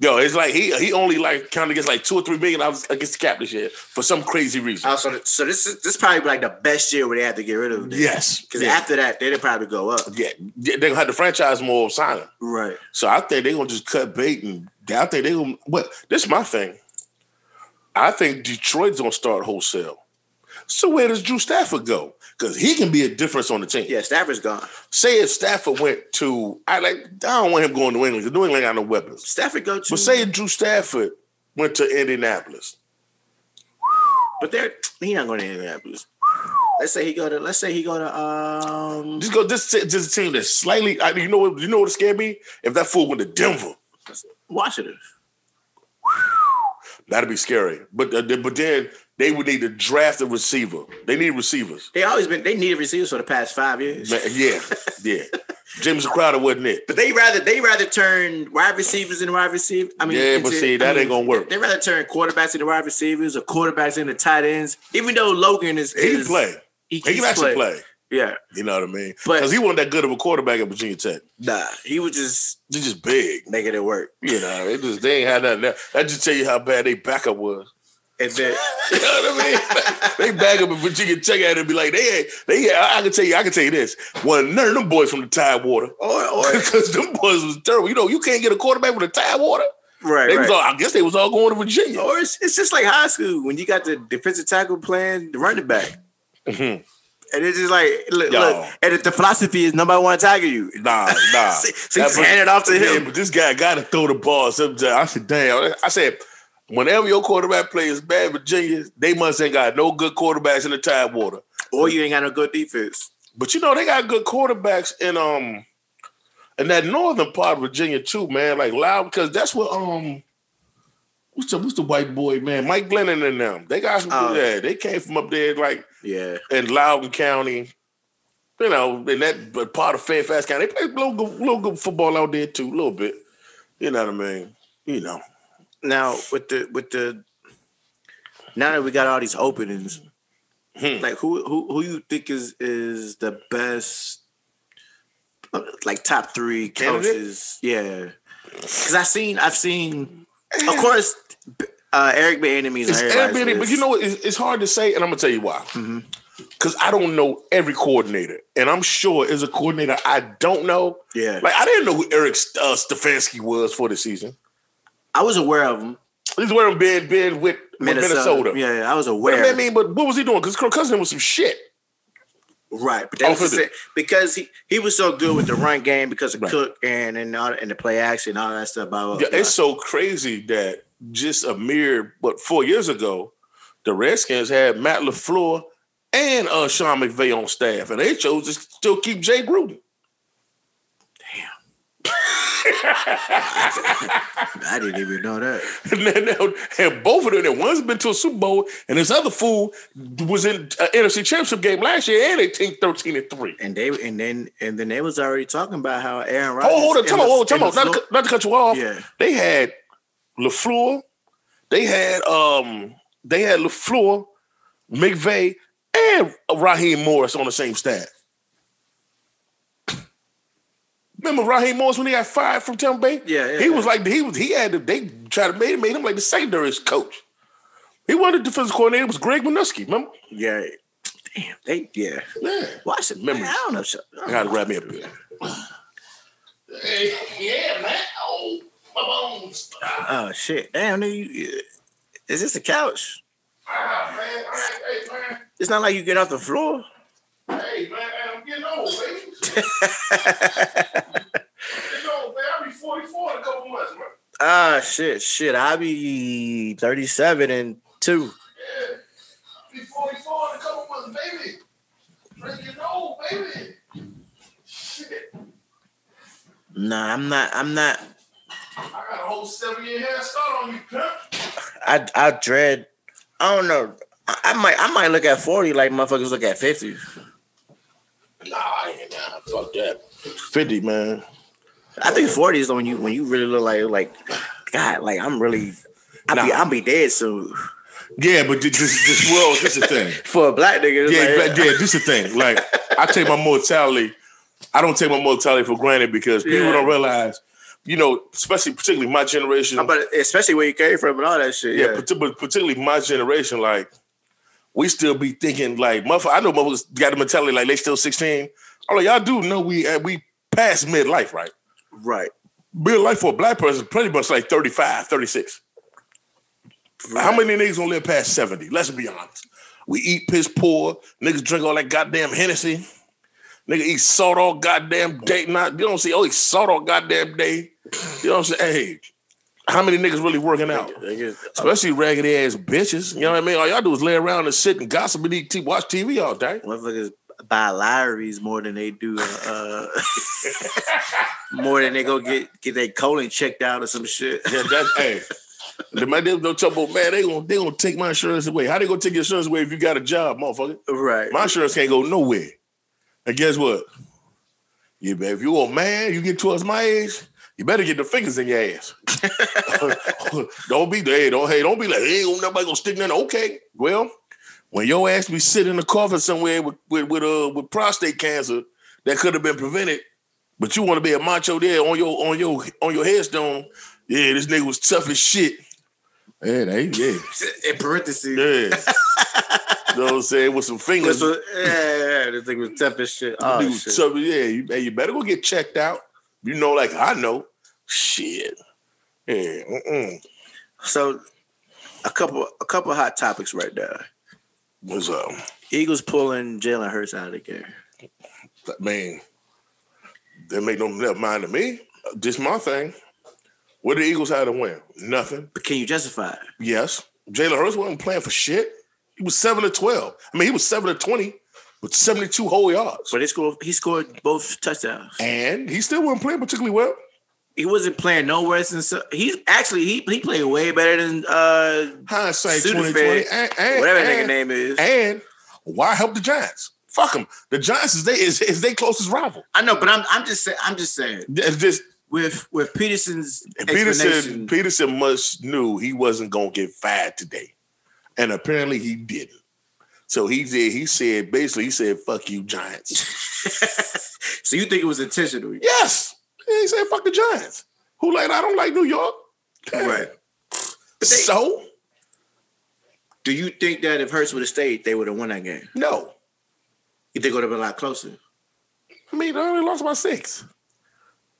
Speaker 2: Yo, it's like he he only like kind of gets like two or three million dollars against the cap this year for some crazy reason.
Speaker 1: Oh, so, so this is this probably like the best year where they had to get rid of them.
Speaker 2: yes,
Speaker 1: Because
Speaker 2: yeah,
Speaker 1: after that, they'd probably go up.
Speaker 2: yeah. they're gonna have the franchise more sign him.
Speaker 1: Right.
Speaker 2: So I think they're gonna just cut bait and I think they're gonna what this is my thing. I think Detroit's gonna start wholesale. So where does Drew Stafford go? Because he can be a difference on the team.
Speaker 1: Yeah, Stafford's gone.
Speaker 2: Say if Stafford went to I like I don't want him going to New England 'cause New England ain't got no weapons.
Speaker 1: Stafford go to.
Speaker 2: But say if Drew Stafford went to Indianapolis.
Speaker 1: but they're he not going to Indianapolis. Let's say he go to. Let's say he go to. Um.
Speaker 2: Just go just just a team that's slightly I mean, you know what you know what scared me? If that fool went to Denver,
Speaker 1: Washington.
Speaker 2: that'd be scary. But uh, but then they would need to draft a receiver. They need receivers.
Speaker 1: They always been. They needed receivers for the past five years.
Speaker 2: Man, yeah, yeah. James Crowder wasn't it.
Speaker 1: But they rather they rather turn wide receivers into wide receivers. I mean,
Speaker 2: yeah, but
Speaker 1: into-
Speaker 2: see,
Speaker 1: I
Speaker 2: that
Speaker 1: mean,
Speaker 2: ain't gonna work.
Speaker 1: They rather turn quarterbacks into wide receivers or quarterbacks into tight ends. Even though Logan is,
Speaker 2: He can
Speaker 1: is-
Speaker 2: play.
Speaker 1: He,
Speaker 2: He
Speaker 1: he's
Speaker 2: can actually play.
Speaker 1: Yeah,
Speaker 2: You know what I mean?
Speaker 1: But-
Speaker 2: Because he wasn't that good of a quarterback at Virginia Tech.
Speaker 1: nah, he was just
Speaker 2: They're just big.
Speaker 1: making it work.
Speaker 2: You know, they just they ain't had nothing. There. That just tell you how bad they backup was.
Speaker 1: And then
Speaker 2: You know what I mean? they back up at Virginia Tech had to be like, they ain't, they I, I can tell you, I can tell you this. One none of them boys from the Tidewater.
Speaker 1: or or
Speaker 2: Because them boys was terrible. You know, you can't get a quarterback from the Tidewater. They
Speaker 1: right,
Speaker 2: was
Speaker 1: right.
Speaker 2: all, I guess they was all going to Virginia.
Speaker 1: or it's, it's just like high school when you got the defensive tackle playing the running back.
Speaker 2: Mhm.
Speaker 1: And it's just like look,
Speaker 2: Yo.
Speaker 1: look and if the philosophy is nobody want to tackle you.
Speaker 2: Nah, nah.
Speaker 1: so, so you
Speaker 2: That
Speaker 1: just
Speaker 2: was-
Speaker 1: hand it off to
Speaker 2: Yeah,
Speaker 1: him.
Speaker 2: but this guy got to throw the ball sometimes. I said, damn. I said, whenever your quarterback plays bad, Virginia, they must ain't got no good quarterbacks in the Tidewater.
Speaker 1: Or you ain't got no good defense.
Speaker 2: But you know, they got good quarterbacks in um in that northern part of Virginia too, man. Like loud because that's what um what's the what's the white boy man, Mike Glennon and them. They got some
Speaker 1: Oh.
Speaker 2: yeah, they came from up there like
Speaker 1: Yeah.
Speaker 2: in Loudon County. You know, in that part of Fairfax County, they play a little good, little good football out there too, a little bit. You know what I mean? You know.
Speaker 1: now with the with the now that we got all these openings,
Speaker 2: Hmm.
Speaker 1: like who who who you think is is the best uh, like top three
Speaker 2: Candidate?
Speaker 1: coaches? Yeah, because I've seen I've seen of course b- uh, Eric B. Enemies.
Speaker 2: It's everybody, but you know what? It's, it's hard to say, and I'm gonna tell you why.
Speaker 1: Mm-hmm.
Speaker 2: Because I don't know every coordinator, and I'm sure is a coordinator I don't know.
Speaker 1: yeah,
Speaker 2: Like I didn't know who Eric uh, Stefanski was for the season.
Speaker 1: I was aware of him.
Speaker 2: He's wearing Ben Ben with with
Speaker 1: Minnesota.
Speaker 2: Minnesota.
Speaker 1: Yeah, yeah, I was
Speaker 2: But
Speaker 1: aware.
Speaker 2: I mean, but what was he doing? Because Kirk Cousins was some shit.
Speaker 1: Right, but that was
Speaker 2: Offensive.
Speaker 1: the same- because he, he was so good with the run game because of
Speaker 2: Right.
Speaker 1: Cook and and, all, and the play action and all that stuff. Blah, blah,
Speaker 2: Yeah,
Speaker 1: blah.
Speaker 2: it's so crazy that just a mere what four years ago, the Redskins had Matt Lafleur and uh, Sean McVay on staff, and they chose to still keep Jay Gruden.
Speaker 1: I didn't even know that.
Speaker 2: and, then- then- and both of them, and one's been to a Super Bowl, and this other fool was in uh, NFC Championship game last year, and they team 13 and 3.
Speaker 1: And they and then and then they was already talking about how Aaron Rodgers.
Speaker 2: Oh, hold on,
Speaker 1: and
Speaker 2: tell me,
Speaker 1: the-
Speaker 2: hold on,
Speaker 1: and
Speaker 2: tell
Speaker 1: the
Speaker 2: me, not, to,
Speaker 1: Flo-
Speaker 2: cut- not to cut you off.
Speaker 1: Yeah.
Speaker 2: They had LaFleur, they had um they had LaFleur, McVay, and Raheem Morris on the same staff. Remember Raheem Morris when he got fired from Tampa Bay?
Speaker 1: Yeah, yeah,
Speaker 2: He was
Speaker 1: yeah.
Speaker 2: like he was he had to, they tried to made, made him like the secondary coach. He wasn't the defensive coordinator, it was Greg Minuski, remember?
Speaker 1: Yeah. Damn, they yeah.
Speaker 2: Yeah.
Speaker 1: Washington
Speaker 2: Memories.
Speaker 1: memories. I don't know. shit. I
Speaker 2: I
Speaker 1: don't
Speaker 2: gotta
Speaker 1: know.
Speaker 2: grab me a beer. yeah, man. Oh, my bones.
Speaker 1: Oh shit! Damn, nigga, you, uh, is this a couch?
Speaker 2: Ah, man. All right, hey, man.
Speaker 1: It's not like you get off the floor.
Speaker 2: Hey man, I'm getting old, baby. getting old, man. I'll be 44 in a couple months, man.
Speaker 1: Ah shit, shit. I'll be thirty-seven and two.
Speaker 2: Yeah. I'll be 44 in a couple months, baby. Man, Getting old, baby. Shit.
Speaker 1: Nah, I'm not. I'm not.
Speaker 2: I got a whole seven year head start on you, pimp.
Speaker 1: I I dread. I don't know. I, I might. I might look at forty like motherfuckers look at fifty.
Speaker 2: Nah, I ain't nah, fuck that. 50, man.
Speaker 1: I think forty is when you when you really look like like God, like I'm really, I'll be,
Speaker 2: Nah.
Speaker 1: I'll be dead soon
Speaker 2: Yeah, but this this, this world, this is the thing.
Speaker 1: for a black nigga. it's
Speaker 2: Yeah,
Speaker 1: like,
Speaker 2: but- yeah, this is the thing. Like I take my mortality, I don't take my mortality for granted because people
Speaker 1: Yeah.
Speaker 2: don't realize, you know, especially particularly my generation.
Speaker 1: I'm about to- especially where you came from and all that shit.
Speaker 2: yeah,
Speaker 1: Yeah,
Speaker 2: parti- but particularly my generation, like we still be thinking like motherfucker. I know motherfuckers got the mentality like they still sixteen. I'm like, y'all do know we uh, we past midlife, right?
Speaker 1: right.
Speaker 2: Midlife for a black person is pretty much like 35, 36. How many niggas gonna live past 70? Let's be honest. We eat piss poor. Niggas drink all that goddamn Hennessy. Nigga eat salt all goddamn day. Not you don't see oh eat salt all goddamn day. You know what I'm saying? Hey, how many niggas really working out?
Speaker 1: Niggas-
Speaker 2: Especially raggedy ass bitches. You know what I mean? All y'all do is lay around and sit and gossip and eat tea, watch TV all day.
Speaker 1: motherfuckers buy lotteries more than they do uh more than they go get get their colon checked out or some shit.
Speaker 2: Yeah, that's hey. The man, there's no trouble, man. They gonna they gonna take my insurance away. How they gonna take your insurance away if you got a job, motherfucker?
Speaker 1: right.
Speaker 2: My insurance can't go nowhere. And guess what? You bet if you a man, you get towards my age, you better get the fingers in your ass. don't be hey, don't hey, don't be like, hey, ain't nobody gonna stick nothing. Okay, well, when your ass be sitting in a coffin somewhere with with with, uh, with prostate cancer that could have been prevented, but you want to be a macho there on your on your on your headstone. Yeah, this nigga was tough as shit. Yeah, they yeah
Speaker 1: In parentheses.
Speaker 2: yeah. you know what I'm saying with some
Speaker 1: This
Speaker 2: fingers.
Speaker 1: was, yeah, yeah, yeah, this thing was tough as shit. Oh,
Speaker 2: Dude,
Speaker 1: shit.
Speaker 2: so yeah, you, hey, you better go get checked out. You know, like I know, shit. Yeah, mm-mm.
Speaker 1: So a couple a couple hot topics right there.
Speaker 2: what's up,
Speaker 1: Eagles pulling Jalen Hurts out of the game.
Speaker 2: man? That make no never mind to me. Just my thing. What the Eagles had to win? Nothing.
Speaker 1: But can you justify it?
Speaker 2: Yes, Jalen Hurts wasn't playing for shit. He was seven to twelve. I mean, he was seven to twenty with seventy-two whole yards,
Speaker 1: But he scored he scored both touchdowns.
Speaker 2: and he still wasn't playing particularly well.
Speaker 1: He wasn't playing no worse than so he's actually he he played way better than uh
Speaker 2: Hindsight
Speaker 1: Sudafed,
Speaker 2: twenty twenty, and, and,
Speaker 1: whatever that
Speaker 2: and,
Speaker 1: nigga name is.
Speaker 2: And why help the Giants? Fuck them. The Giants is they is, is they closest rival.
Speaker 1: I know, but I'm I'm just saying I'm just saying
Speaker 2: It's just
Speaker 1: with with Peterson's
Speaker 2: Peterson.
Speaker 1: explanation.
Speaker 2: Peterson must knew he wasn't gonna get fired today, and apparently he didn't. So he did. He said basically he said fuck you Giants.
Speaker 1: so you think it was intentional?
Speaker 2: yes, he said fuck the Giants. Who like I don't like New York. Damn.
Speaker 1: Right. But they-
Speaker 2: So
Speaker 1: Do you think that if Hurts would have stayed, they would have won that game?
Speaker 2: no.
Speaker 1: You think it would have been a lot closer?
Speaker 2: I mean, I only lost by six.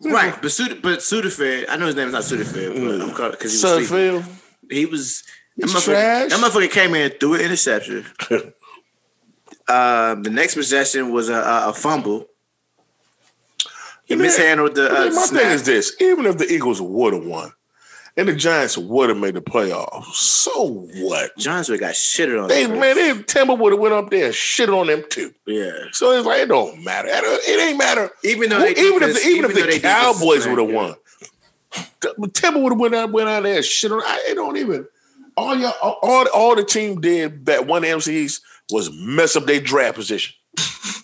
Speaker 1: Right, but Sud- but Sudafed, I know his name is not Sudafed, but I'm calling because he was sleeping.
Speaker 2: Sudfeld.
Speaker 1: he was that
Speaker 2: He's
Speaker 1: motherfucker,
Speaker 2: trash.
Speaker 1: that motherfucker came in threw an interception. um, the next possession was a, a, a fumble. He
Speaker 2: Yeah, man.
Speaker 1: mishandled the
Speaker 2: I
Speaker 1: uh,
Speaker 2: mean, my thing
Speaker 1: snap.
Speaker 2: is this: even if the Eagles would have won, and the Giants would have made the playoffs, so what?
Speaker 1: Johnswood got shitted on.
Speaker 2: They
Speaker 1: that.
Speaker 2: man, if Tampa would have went up there, and shit on them too.
Speaker 1: yeah.
Speaker 2: So it's like it don't matter. It don't- It ain't matter.
Speaker 1: Even though
Speaker 2: Who-
Speaker 1: they
Speaker 2: even if
Speaker 1: defense-
Speaker 2: the, even,
Speaker 1: though
Speaker 2: if
Speaker 1: they
Speaker 2: the
Speaker 1: defense
Speaker 2: Cowboys
Speaker 1: playing
Speaker 2: would have
Speaker 1: good.
Speaker 2: won, the- Tampa would have went out went out there and shit on. I, it don't even. All y'all, all, all all the team did that one MCs was mess up their draft position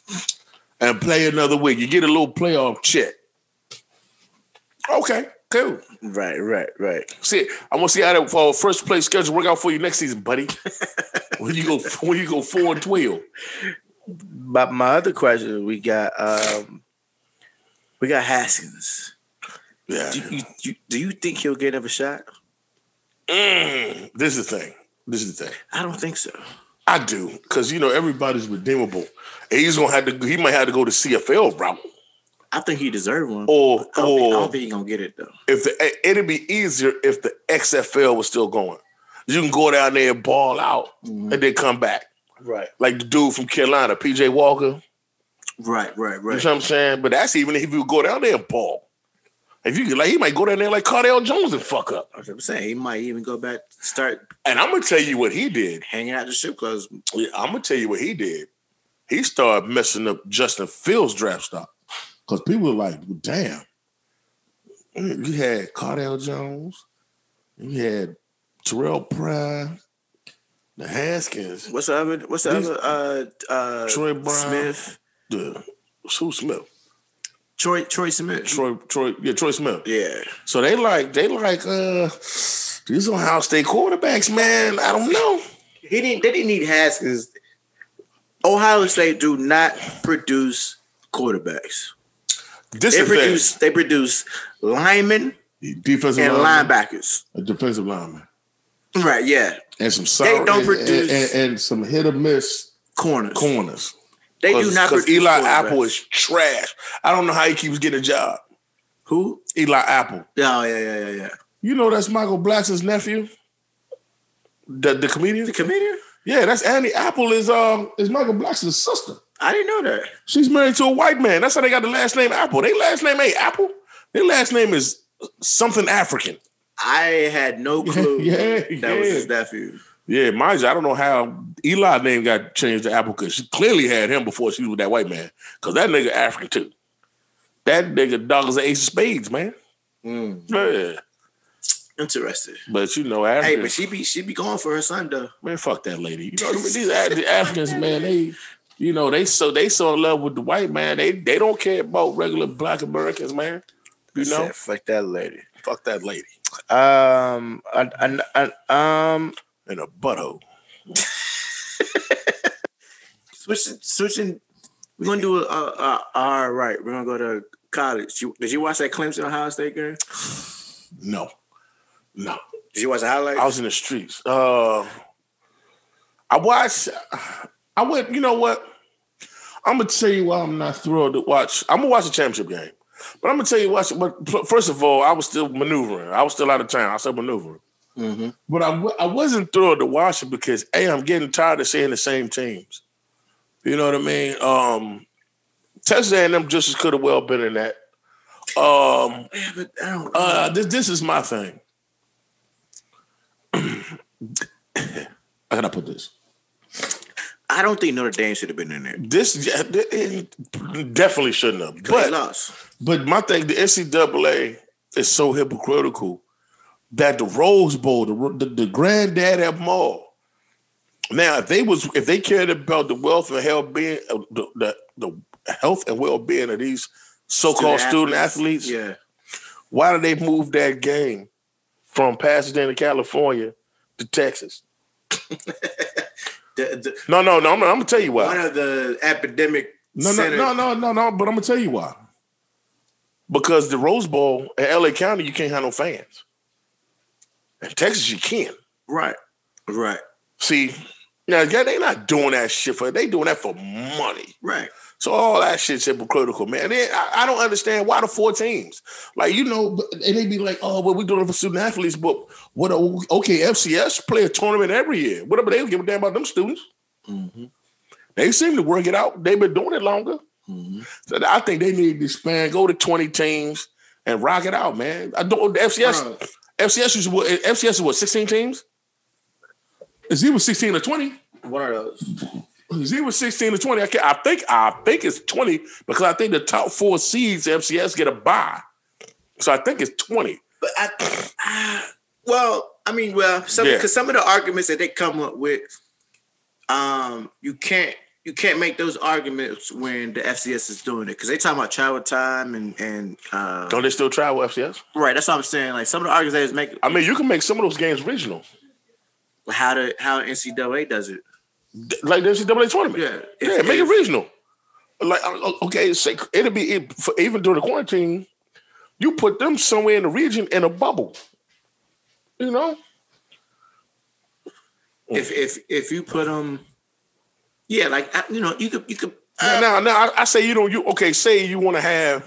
Speaker 2: and play another week. You get a little playoff check. Okay, cool.
Speaker 1: Right, right, right.
Speaker 2: See, I want to see how that uh, first place schedule work out for you next season, buddy. when you go, when you go four and twelve,
Speaker 1: But my other question, we got um we got Haskins.
Speaker 2: yeah.
Speaker 1: Do you, you do you think he'll get another shot?
Speaker 2: Mm, this is the thing. This is the thing.
Speaker 1: I don't think so.
Speaker 2: I do because you know everybody's redeemable. And he's gonna have to. He might have to go to CFL route,
Speaker 1: I think he deserved one.
Speaker 2: or
Speaker 1: I don't, think, I
Speaker 2: or
Speaker 1: don't think he's gonna get it though.
Speaker 2: if the, it'd be easier if the XFL was still going. You can go down there and ball out, and then come back.
Speaker 1: Right,
Speaker 2: Like the dude from Carolina, PJ Walker.
Speaker 1: right, right,
Speaker 2: You
Speaker 1: right.
Speaker 2: know what I'm saying? But that's even if you go down there and ball. If you could, like, he might go down there like Cardell Jones and fuck up.
Speaker 1: That's what I'm saying he might even go back, start
Speaker 2: And I'm gonna tell you what he did.
Speaker 1: hanging out the strip clubs.
Speaker 2: I'm gonna tell you what he did. He started messing up Justin Fields draft stock because people were like, "Damn, you had Cardell Jones, you had Terrell Pryor, the Haskins,
Speaker 1: What's the other? What's the
Speaker 2: These-
Speaker 1: other? Uh, uh,
Speaker 2: Troy Brown.
Speaker 1: Smith,
Speaker 2: the Sue Smith,
Speaker 1: Troy Troy Smith.
Speaker 2: Troy, Troy, yeah, Troy Smith.
Speaker 1: Yeah.
Speaker 2: So they like, they like, uh, these Ohio State quarterbacks, man. I don't know.
Speaker 1: He didn't they didn't need Haskins. Ohio State do not produce quarterbacks.
Speaker 2: This
Speaker 1: They
Speaker 2: is
Speaker 1: produce they produce linemen
Speaker 2: defensive
Speaker 1: and
Speaker 2: lineman,
Speaker 1: linebackers.
Speaker 2: a defensive lineman,
Speaker 1: Right, yeah.
Speaker 2: and some sour,
Speaker 1: don't
Speaker 2: and-
Speaker 1: produce-
Speaker 2: and, and, and some hit or miss
Speaker 1: Corners.
Speaker 2: corners.
Speaker 1: They do not
Speaker 2: because
Speaker 1: produce
Speaker 2: Eli
Speaker 1: quarterbacks.
Speaker 2: Apple is trash. I don't know how he keeps getting a job.
Speaker 1: who?
Speaker 2: Eli Apple.
Speaker 1: Oh yeah, yeah, yeah, yeah.
Speaker 2: You know that's Michael Blackson's nephew, the the comedian.
Speaker 1: The comedian?
Speaker 2: yeah, that's Annie Apple is um is Michael Blackson's sister.
Speaker 1: I didn't know that.
Speaker 2: She's married to a white man. That's how they got the last name Apple. Their last name ain't Apple. Their last name is something African.
Speaker 1: I had no clue
Speaker 2: Yeah,
Speaker 1: that
Speaker 2: yeah.
Speaker 1: was his nephew.
Speaker 2: Yeah, mind you, I don't know how Eli name got changed to Apple because she clearly had him before she was with that white man. Cause that nigga African too. That nigga dog is an ace of spades, man.
Speaker 1: Mm.
Speaker 2: Yeah.
Speaker 1: Interesting.
Speaker 2: But you know,
Speaker 1: Hey,
Speaker 2: African
Speaker 1: but she be she be going for her son though.
Speaker 2: man, fuck that lady. You know, what I mean? these Af- the Africans, man, they you know, they so they so in love with the white man. They they don't care about regular black Americans, man. You know,
Speaker 1: Said, fuck that lady.
Speaker 2: fuck that lady
Speaker 1: Um, I, I, I, um,
Speaker 2: in a butthole.
Speaker 1: switching, switching. We're gonna do a, a, a all right. We're gonna go to college. You, did you watch that Clemson Ohio State game?
Speaker 2: No. No.
Speaker 1: Did you watch the highlights?
Speaker 2: I was in the streets. Uh, I watched. I went. You know what? I'm gonna tell you why I'm not thrilled to watch. I'm gonna watch the championship game, but I'm gonna tell you what. But pl- first of all, I was still maneuvering. I was still out of town. I was still maneuvering,
Speaker 1: Mhm.
Speaker 2: but I w- I wasn't thrilled to watch it because a I'm getting tired of seeing the same teams. You know what I mean? Um, Texas A&M just as could have well been in that. Um,
Speaker 1: Yeah, but I don't.
Speaker 2: uh, this this is my thing. How can I put this?
Speaker 1: I don't think Notre Dame should have been in there.
Speaker 2: This yeah, it definitely shouldn't have.
Speaker 1: But
Speaker 2: But
Speaker 1: lost.
Speaker 2: but my thing, the NCAA is so hypocritical that the Rose Bowl, the the, the granddad of them all. Now, if they was if they cared about the wealth and health being uh, the, the the health and well being of these so called student athletes,
Speaker 1: Yeah,
Speaker 2: why did they move that game from Pasadena, California to Texas?
Speaker 1: the, the,
Speaker 2: No, no, no. I'm, I'm gonna tell you
Speaker 1: one
Speaker 2: why.
Speaker 1: of the epidemic.
Speaker 2: No, no,
Speaker 1: center-
Speaker 2: no, no, no, no. But I'm gonna tell you why. Because the Rose Bowl in LA County, you can't have no fans. In Texas, you can.
Speaker 1: Right, right,
Speaker 2: See, now yeah, they not doing that shit for. They doing that for money.
Speaker 1: right.
Speaker 2: So all that shit's hypocritical, man. They- I, I don't understand why the four teams. Like you know, but- and they be like, "Oh, well, we're doing it for student athletes." But what? A, okay, FCS play a tournament every year. Whatever they don't give a damn about them students.
Speaker 1: Mm-hmm.
Speaker 2: They seem to work it out. They've been doing it longer.
Speaker 1: Mm-hmm.
Speaker 2: So I think they need to expand, go to twenty teams, and rock it out, man. I don't. The FCS, FCS is what? FCS is what? Sixteen teams. Is he was sixteen or twenty?
Speaker 1: one of those.
Speaker 2: Is he was sixteen to twenty? I, can't, I think I think it's twenty because I think the top four seeds in FCS get a bye. So I think it's twenty.
Speaker 1: But I, ah, well, I mean, well, some
Speaker 2: Yeah.
Speaker 1: because some of the arguments that they come up with, um, you can't you can't make those arguments when the FCS is doing it because they talking about travel time and and uh,
Speaker 2: Don't they still travel FCS?
Speaker 1: right. That's what I'm saying. Like some of the arguments they just make
Speaker 2: I mean, you can make some of those games regional,
Speaker 1: how the how NCAA does it.
Speaker 2: like the NCAA tournament.
Speaker 1: Yeah,
Speaker 2: Yeah,
Speaker 1: If-
Speaker 2: make it
Speaker 1: if-
Speaker 2: regional. Like o- o- okay, say, it'll be it, for, even during the quarantine. You put them somewhere in the region in a bubble. You know,
Speaker 1: If if if you put them, yeah, like I- you know, you could you could.
Speaker 2: now
Speaker 1: uh,
Speaker 2: now, now, I, I say you don't. You okay? Say you want to have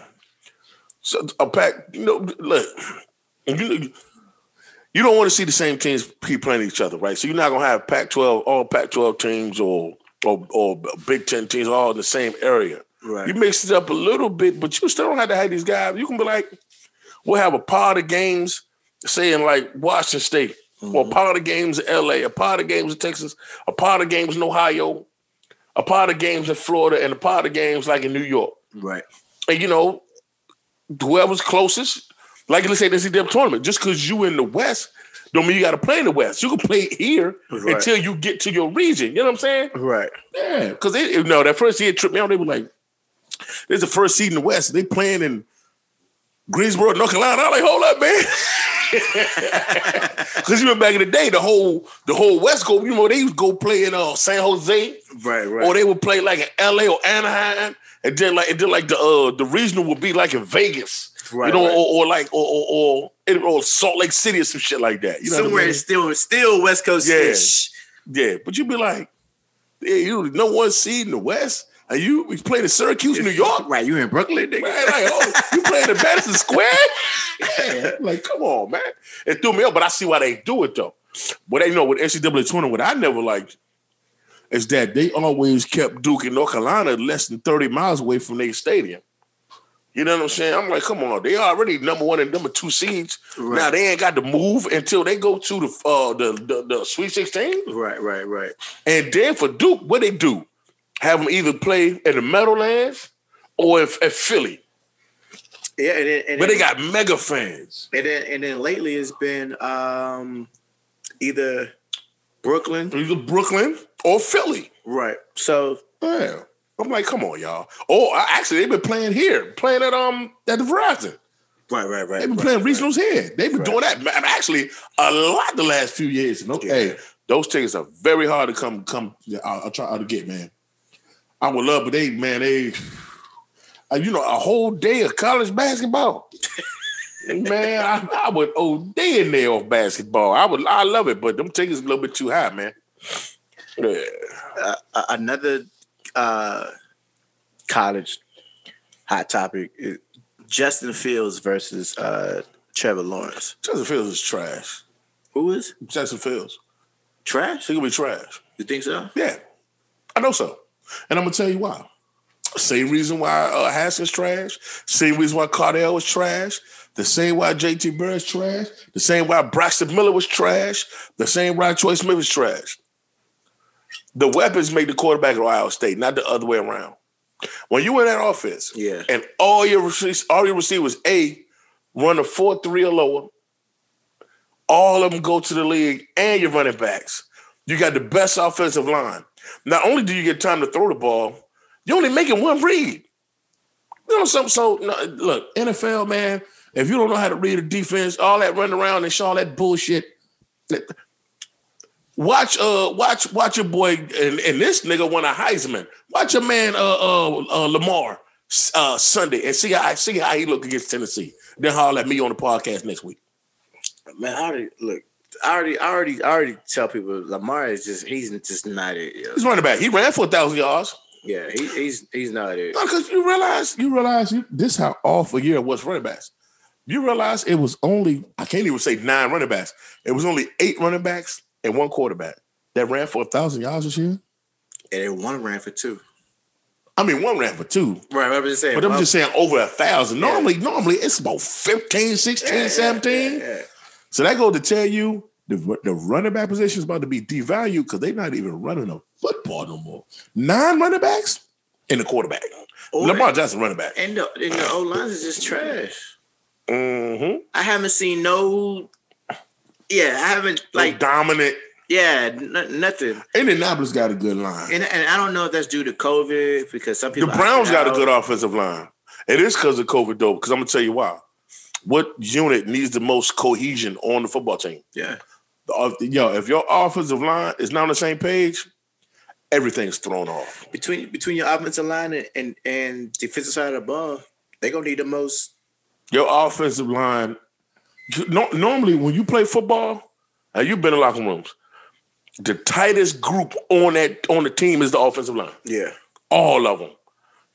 Speaker 2: so- a pack. You know, look, you, you don't want to see the same teams keep playing each other, right? So you're not gonna have Pac-12 all Pac-12 teams or or, or Big Ten teams all in the same area.
Speaker 1: right.
Speaker 2: You mix it up a little bit, but you still don't have to have these guys. You can be like, we'll have a pod of games, say in like Washington State, or a pod of games in LA, a pod of games in Texas, a pod of games in Ohio, a pod of games in Florida, and a pod of games like in New York.
Speaker 1: right.
Speaker 2: And you know, whoever's closest, like let's say the NCAA tournament, just because you in the West, don't mean you got to play in the West. You can play here
Speaker 1: Right.
Speaker 2: until you get to your region. You know what I'm saying?
Speaker 1: Right.
Speaker 2: Yeah, because they you know that first year it tripped me out. They were like, This is the first seed in the West. They playing in Greensboro, North Carolina. I'm like, hold up, man. Because you know, back in the day, the whole the whole West Coast, you know, they used to go play in uh, San Jose,
Speaker 1: Right, right.
Speaker 2: or they would play like in L.A. or Anaheim, and then like and then like the uh, the regional would be like in Vegas,
Speaker 1: Right,
Speaker 2: you know,
Speaker 1: right.
Speaker 2: or, or like or or, or or Salt Lake City or some shit like that. You know what I
Speaker 1: Somewhere
Speaker 2: mean?
Speaker 1: it's still still West Coast
Speaker 2: Yeah.
Speaker 1: ish.
Speaker 2: Yeah, but you'd be like, yeah, you no one seed in the West, and you we played in Syracuse, New York.
Speaker 1: Right, you in Brooklyn, nigga.
Speaker 2: Man, like, oh, you playing in Madison Square? like, come on, man. It threw me up, but I see why they do it though. What they you know with NCAA tournament, what I never liked is that they always kept Duke in North Carolina less than 30 miles away from their stadium. You know what I'm saying? I'm like, come on, they already number one and number two seeds.
Speaker 1: Right.
Speaker 2: Now they ain't got to move until they go to the uh, the, the the Sweet 16.
Speaker 1: Right, right, right.
Speaker 2: And then for Duke, what they do? Have them either play in the Meadowlands or if at Philly.
Speaker 1: Yeah, and then, and
Speaker 2: But
Speaker 1: then-
Speaker 2: they got mega fans.
Speaker 1: and then and then lately it's been um either Brooklyn,
Speaker 2: Either Brooklyn or Philly.
Speaker 1: right? So
Speaker 2: Yeah. I'm like, come on, y'all. Oh, I- actually, they've been playing here, playing at um at the Verizon.
Speaker 1: right, right, right.
Speaker 2: They've been
Speaker 1: right,
Speaker 2: playing
Speaker 1: right.
Speaker 2: regionals here. They've been
Speaker 1: Right.
Speaker 2: doing that ma- actually a lot the last few years. No,
Speaker 1: Yeah.
Speaker 2: Hey, those tickets are very hard to come come. yeah, I'll, I'll try I'll get, man. I would love, but they man they, uh, you know, a whole day of college basketball. man, I, I would OD in there off basketball. I would I love it, but them tickets a little bit too high, man. Yeah.
Speaker 1: Uh, uh, another uh college hot topic: is Justin Fields versus uh Trevor Lawrence.
Speaker 2: Justin Fields is trash.
Speaker 1: Who is
Speaker 2: Justin Fields,
Speaker 1: trash?
Speaker 2: he gonna be trash.
Speaker 1: You think so?
Speaker 2: Yeah, I know so, and I'm gonna tell you why. Same reason why uh, Haskins trash. Same reason why Cardell was trash. The same why J.T. Bird's trash. The same why Braxton Miller was trash. The same why Troy Smith was trash. The weapons make the quarterback at Ohio State, not the other way around. When you in that offense,
Speaker 1: Yeah,
Speaker 2: and all your rece- all your receivers a run a four three or lower. All of them go to the league, and your running backs. You got the best offensive line. Not only do you get time to throw the ball, you're only making one read. You know something? So no, look, NFL man, if you don't know how to read a defense, all that running around and all that bullshit. Watch, uh, watch, watch your boy, and, and this nigga won a Heisman. Watch your man, uh, uh, uh Lamar uh, Sunday and see how see how he look against Tennessee. Then holler at me on the podcast next week.
Speaker 1: man. I already look. I already, I already, I already tell people Lamar is just—he's just not it. yo.
Speaker 2: He's running back. He ran for a thousand yards.
Speaker 1: Yeah, he, he's he's not it.
Speaker 2: No, because you realize you realize you, this how awful year it was for running backs. You realize it was only I can't even say nine running backs. It was only eight running backs and one quarterback that ran for a thousand yards this year.
Speaker 1: And then one ran for two.
Speaker 2: I mean, one ran for two,
Speaker 1: Right, I'm just saying.
Speaker 2: but I'm just saying over a thousand.
Speaker 1: Yeah.
Speaker 2: Normally, normally it's about 15, 16, 17.
Speaker 1: Yeah, yeah,
Speaker 2: So that goes to tell you the, the running back position is about to be devalued because they're not even running a football no more. Nine running backs and a quarterback.
Speaker 1: Or-
Speaker 2: Lamar Johnson running back.
Speaker 1: And the and the O lines is just trash.
Speaker 2: Mm-hmm.
Speaker 1: I haven't seen no. Yeah, I haven't
Speaker 2: Like
Speaker 1: like
Speaker 2: dominant.
Speaker 1: yeah n- nothing.
Speaker 2: Indianapolis got a good line.
Speaker 1: And and I don't know if that's due to COVID because some
Speaker 2: The
Speaker 1: people
Speaker 2: Browns
Speaker 1: opted
Speaker 2: got a
Speaker 1: out.
Speaker 2: good offensive line. It is because of COVID though, because I'm gonna tell you why. What unit needs the most cohesion on the football team?
Speaker 1: yeah
Speaker 2: The, off- yo, if your offensive line is not on the same page, everything's thrown off.
Speaker 1: between between your offensive line and and, and defensive side of the ball. They gonna need the most.
Speaker 2: your offensive line. you- no- normally, when you play football, and you've been in locker rooms, the tightest group on that on the team is the offensive line.
Speaker 1: Yeah,
Speaker 2: All of them.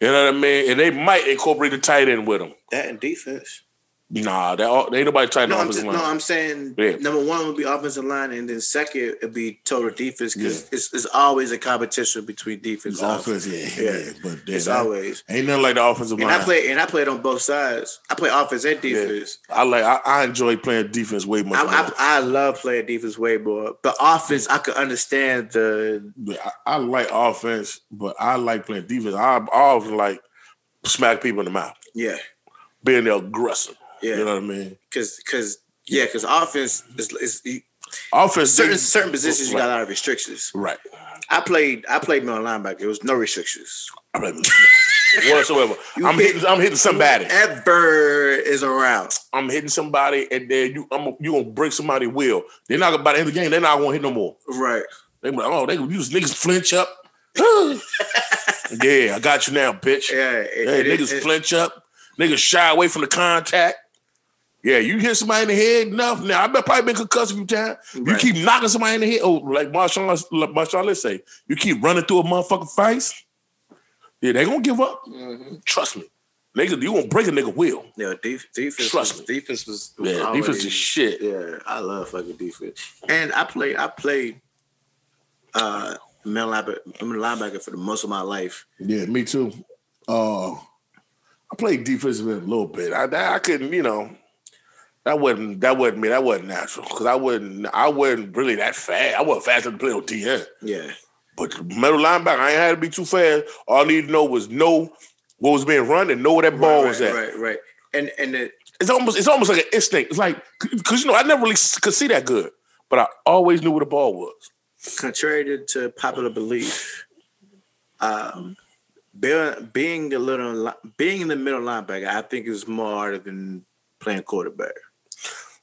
Speaker 2: You know what I mean? And they might incorporate the tight end with them.
Speaker 1: that and defense.
Speaker 2: Nah, they all, they ain't nobody tight end
Speaker 1: No, I'm
Speaker 2: offensive
Speaker 1: just,
Speaker 2: line.
Speaker 1: no, I'm saying
Speaker 2: Yeah.
Speaker 1: number one would be offensive line, and then second it'd be total defense because it's, it's always a competition between defense.
Speaker 2: it's
Speaker 1: and
Speaker 2: offense, yeah,
Speaker 1: Yeah.
Speaker 2: yeah, But
Speaker 1: It's
Speaker 2: that-
Speaker 1: always.
Speaker 2: ain't nothing like the offensive
Speaker 1: And
Speaker 2: line.
Speaker 1: I play and I played on both sides. I play offense and defense.
Speaker 2: I like I, I enjoy playing defense way much. more.
Speaker 1: I, I, I love playing defense way more, but offense I could understand the
Speaker 2: But I, I like offense, but I like playing defense. I, I often like smack people in the mouth,
Speaker 1: yeah
Speaker 2: being the aggressor. You
Speaker 1: yeah
Speaker 2: know what I mean?
Speaker 1: because because yeah because offense is, is you-
Speaker 2: Offense
Speaker 1: certain
Speaker 2: they-
Speaker 1: certain positions you got a lot of restrictions.
Speaker 2: right.
Speaker 1: I played I played middle linebacker. There was no restrictions.
Speaker 2: I play- whatsoever.
Speaker 1: You
Speaker 2: I'm
Speaker 1: hit-
Speaker 2: hitting, I'm hitting somebody.
Speaker 1: Ever is around.
Speaker 2: I'm hitting somebody, and then you, I'm, you gonna break somebody's will. They're not gonna by the end of the game. They're not gonna hit no more.
Speaker 1: Right.
Speaker 2: They be like, oh, they use niggas flinch up. yeah, I got you now, bitch.
Speaker 1: Yeah. it-
Speaker 2: Hey,
Speaker 1: it-
Speaker 2: niggas
Speaker 1: it-
Speaker 2: flinch up. Niggas shy away from the contact. Yeah, you hit somebody in the head enough. Now I've been- probably been concussed a few times. You
Speaker 1: Right.
Speaker 2: keep knocking somebody in the head. Oh, like Marshawn, like Marshawn, let's say you keep running through a motherfucking face. Yeah, they gonna give up.
Speaker 1: Mhm.
Speaker 2: Trust me, nigga. You gonna break a nigga will.
Speaker 1: Yeah, def- defense.
Speaker 2: Trust
Speaker 1: was, defense was. was
Speaker 2: Yeah, defense
Speaker 1: always-
Speaker 2: is shit.
Speaker 1: Yeah, I love fucking defense. And I played. I played. Uh, middle linebacker, middle linebacker for the most of my life.
Speaker 2: Yeah, me too. Uh, I played defensive end a little bit. I that- I couldn't, you know, that wasn't that wasn't me. That wasn't natural because I wasn't I wasn't really that fast. I wasn't fast enough to play on DN.
Speaker 1: Yeah.
Speaker 2: But middle linebacker, I ain't had to be too fast. All I needed to know was know what was being run and know where that ball
Speaker 1: right,
Speaker 2: was
Speaker 1: right,
Speaker 2: at.
Speaker 1: Right. Right. And and it,
Speaker 2: It's almost it's almost like an instinct. It's like because you know I never really s- could see that good, but I always knew where the ball was.
Speaker 1: contrary to, to popular belief, um, being, being a little li- being in the middle linebacker, I think is more harder than playing quarterback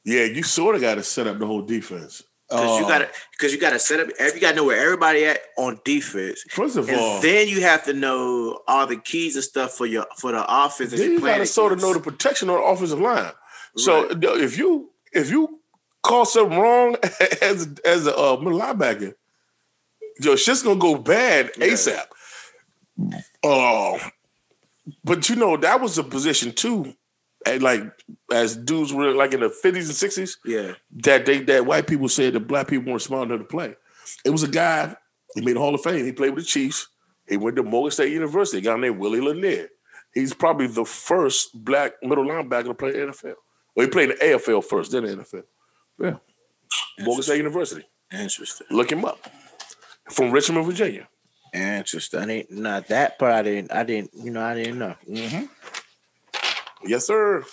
Speaker 2: Yeah, you sort of got to set up the whole defense.
Speaker 1: because you
Speaker 2: Uh,
Speaker 1: got to because you got to set up. You got to know where everybody at on defense,
Speaker 2: First of
Speaker 1: and
Speaker 2: all,
Speaker 1: then you have to know all the keys and stuff for your for the offense. that
Speaker 2: Then
Speaker 1: you're
Speaker 2: you gotta
Speaker 1: playing
Speaker 2: sort of know the
Speaker 1: against.
Speaker 2: protection on the offensive line. So th- if you if you call something wrong as as a uh, middle linebacker, your shit's gonna go bad
Speaker 1: Yeah.
Speaker 2: ASAP. Oh, but you know that was a position too, and like as dudes were like in the fifties and sixties
Speaker 1: yeah,
Speaker 2: that they that white people said that black people weren't smart enough to play. It was a guy, he made the Hall of Fame. He played with the Chiefs. He went to Morgan State University, a guy named Willie Lanier. He's probably the first black middle linebacker to play in the NFL. Well, he played in the AFL first, then the NFL. Yeah. Morgan State University.
Speaker 1: interesting,
Speaker 2: Look him up. From Richmond, Virginia.
Speaker 1: interesting. I didn't not that part. I didn't. I didn't. You know, I didn't know. Mm-hmm.
Speaker 2: Yes, sir.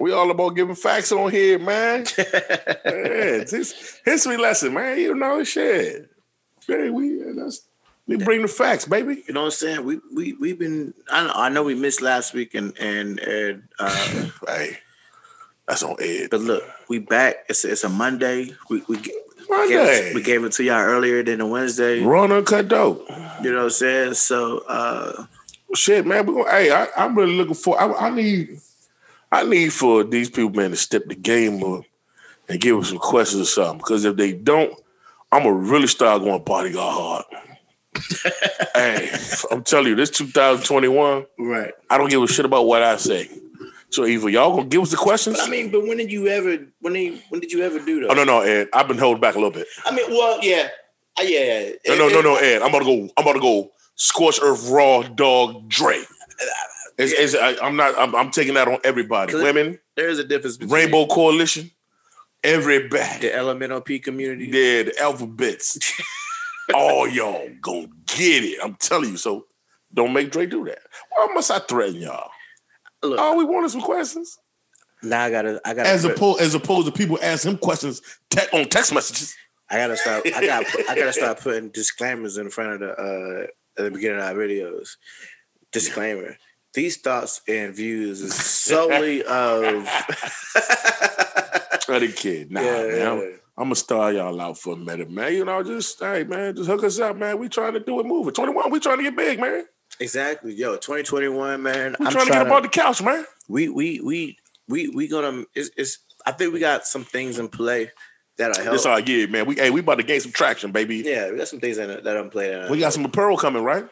Speaker 2: We all about giving facts on here, man. yeah, it's his- history lesson, man. You know shit. Yeah, we yeah, that's we bring the facts, baby.
Speaker 1: You know what I'm saying? We we we've been. I know, I know we missed last week and and and. Uh,
Speaker 2: Hey, that's on Ed.
Speaker 1: But look, we back. It's it's a Monday. We we g- gave
Speaker 2: Monday.
Speaker 1: it, we gave it to y'all earlier than a Wednesday. You
Speaker 2: Run uncut dope.
Speaker 1: know what I'm saying? So uh
Speaker 2: Shit, man. We gonna, hey, I, I'm really looking for. I, I need, I need for these people, man, to step the game up and give us some questions or something. Because if they don't, I'm gonna really start going bodyguard hard. hey, I'm telling you, this 2021.
Speaker 1: right.
Speaker 2: I don't give a shit about what I say. So either y'all gonna give us the questions.
Speaker 1: But I mean, but when did you ever when did when did you ever do that?
Speaker 2: oh no, no, Ed. I've been holding back a little bit.
Speaker 1: I mean, well, yeah. Uh, yeah, yeah.
Speaker 2: No, no, no, no, Ed. I'm about to go. I'm about to go. Scorch Earth Raw Dog Dre. It's, it's, I, I'm not. I'm, I'm taking that on everybody.
Speaker 1: Cause-
Speaker 2: Women,
Speaker 1: There is a difference between
Speaker 2: Rainbow Coalition, everybody.
Speaker 1: the elemental P community.
Speaker 2: Yeah, the alphabets. All y'all gonna get it. I'm telling you. So don't make Dre do that. Why must I threaten y'all?
Speaker 1: Look.
Speaker 2: All we want is some questions.
Speaker 1: Now I gotta I gotta
Speaker 2: As
Speaker 1: quit.
Speaker 2: opposed, as opposed to people ask him questions te- on text messages.
Speaker 1: I gotta start I gotta put- I gotta start putting disclaimers in front of the uh at the beginning of our videos. Disclaimer. These thoughts and views is solely of
Speaker 2: Other kid, nah, man. I'm, gonna star y'all out for a minute, man. You know, just hey, man, just hook us up, man. We trying to do it, move it. Twenty one, we trying to get big, man.
Speaker 1: Exactly. Yo, 2021, man.
Speaker 2: We
Speaker 1: I'm
Speaker 2: trying to get up
Speaker 1: tryna-
Speaker 2: on the couch, man.
Speaker 1: we we we we we gonna it's, it's I think we got some things in play that'll help.
Speaker 2: This all yeah, man. We hey, we about to gain some traction, baby.
Speaker 1: yeah, we got some things that that I'm playing.
Speaker 2: We got some apparel coming, right?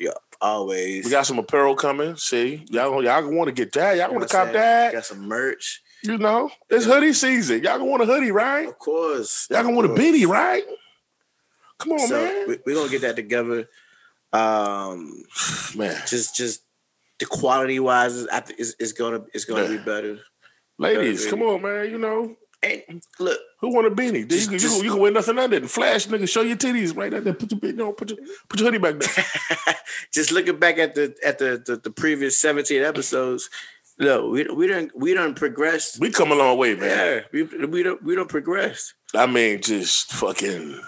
Speaker 1: yeah, always.
Speaker 2: We got some apparel coming. See, y'all, y'all want to get that. Y'all
Speaker 1: You know
Speaker 2: want to
Speaker 1: what I'm saying?
Speaker 2: cop that.
Speaker 1: Got some merch,
Speaker 2: You know, it's hoodie season. Y'all gonna want a hoodie, right?
Speaker 1: of course.
Speaker 2: Y'all gonna want a
Speaker 1: Of
Speaker 2: beanie, right? Come on,
Speaker 1: course. So
Speaker 2: Oh, man.
Speaker 1: we, we're gonna get that together. Um,
Speaker 2: Man,
Speaker 1: just just the quality wise, is I think it's, it's gonna it's gonna be
Speaker 2: Yeah.
Speaker 1: better.
Speaker 2: ladies, come on, man. You know,
Speaker 1: And look,
Speaker 2: Who want a beanie? Then
Speaker 1: Just-
Speaker 2: you, can, you,
Speaker 1: just-
Speaker 2: can, you can wear nothing under it. And Flash, nigga, show your titties right out there. Put your, you know, put your, put your hoodie back there.
Speaker 1: just looking back at the at the the, the previous 17 episodes, look, we we don't we don't progress
Speaker 2: we come a long way,
Speaker 1: Yeah,
Speaker 2: man.
Speaker 1: we we don't we don't progress.
Speaker 2: I mean, just fucking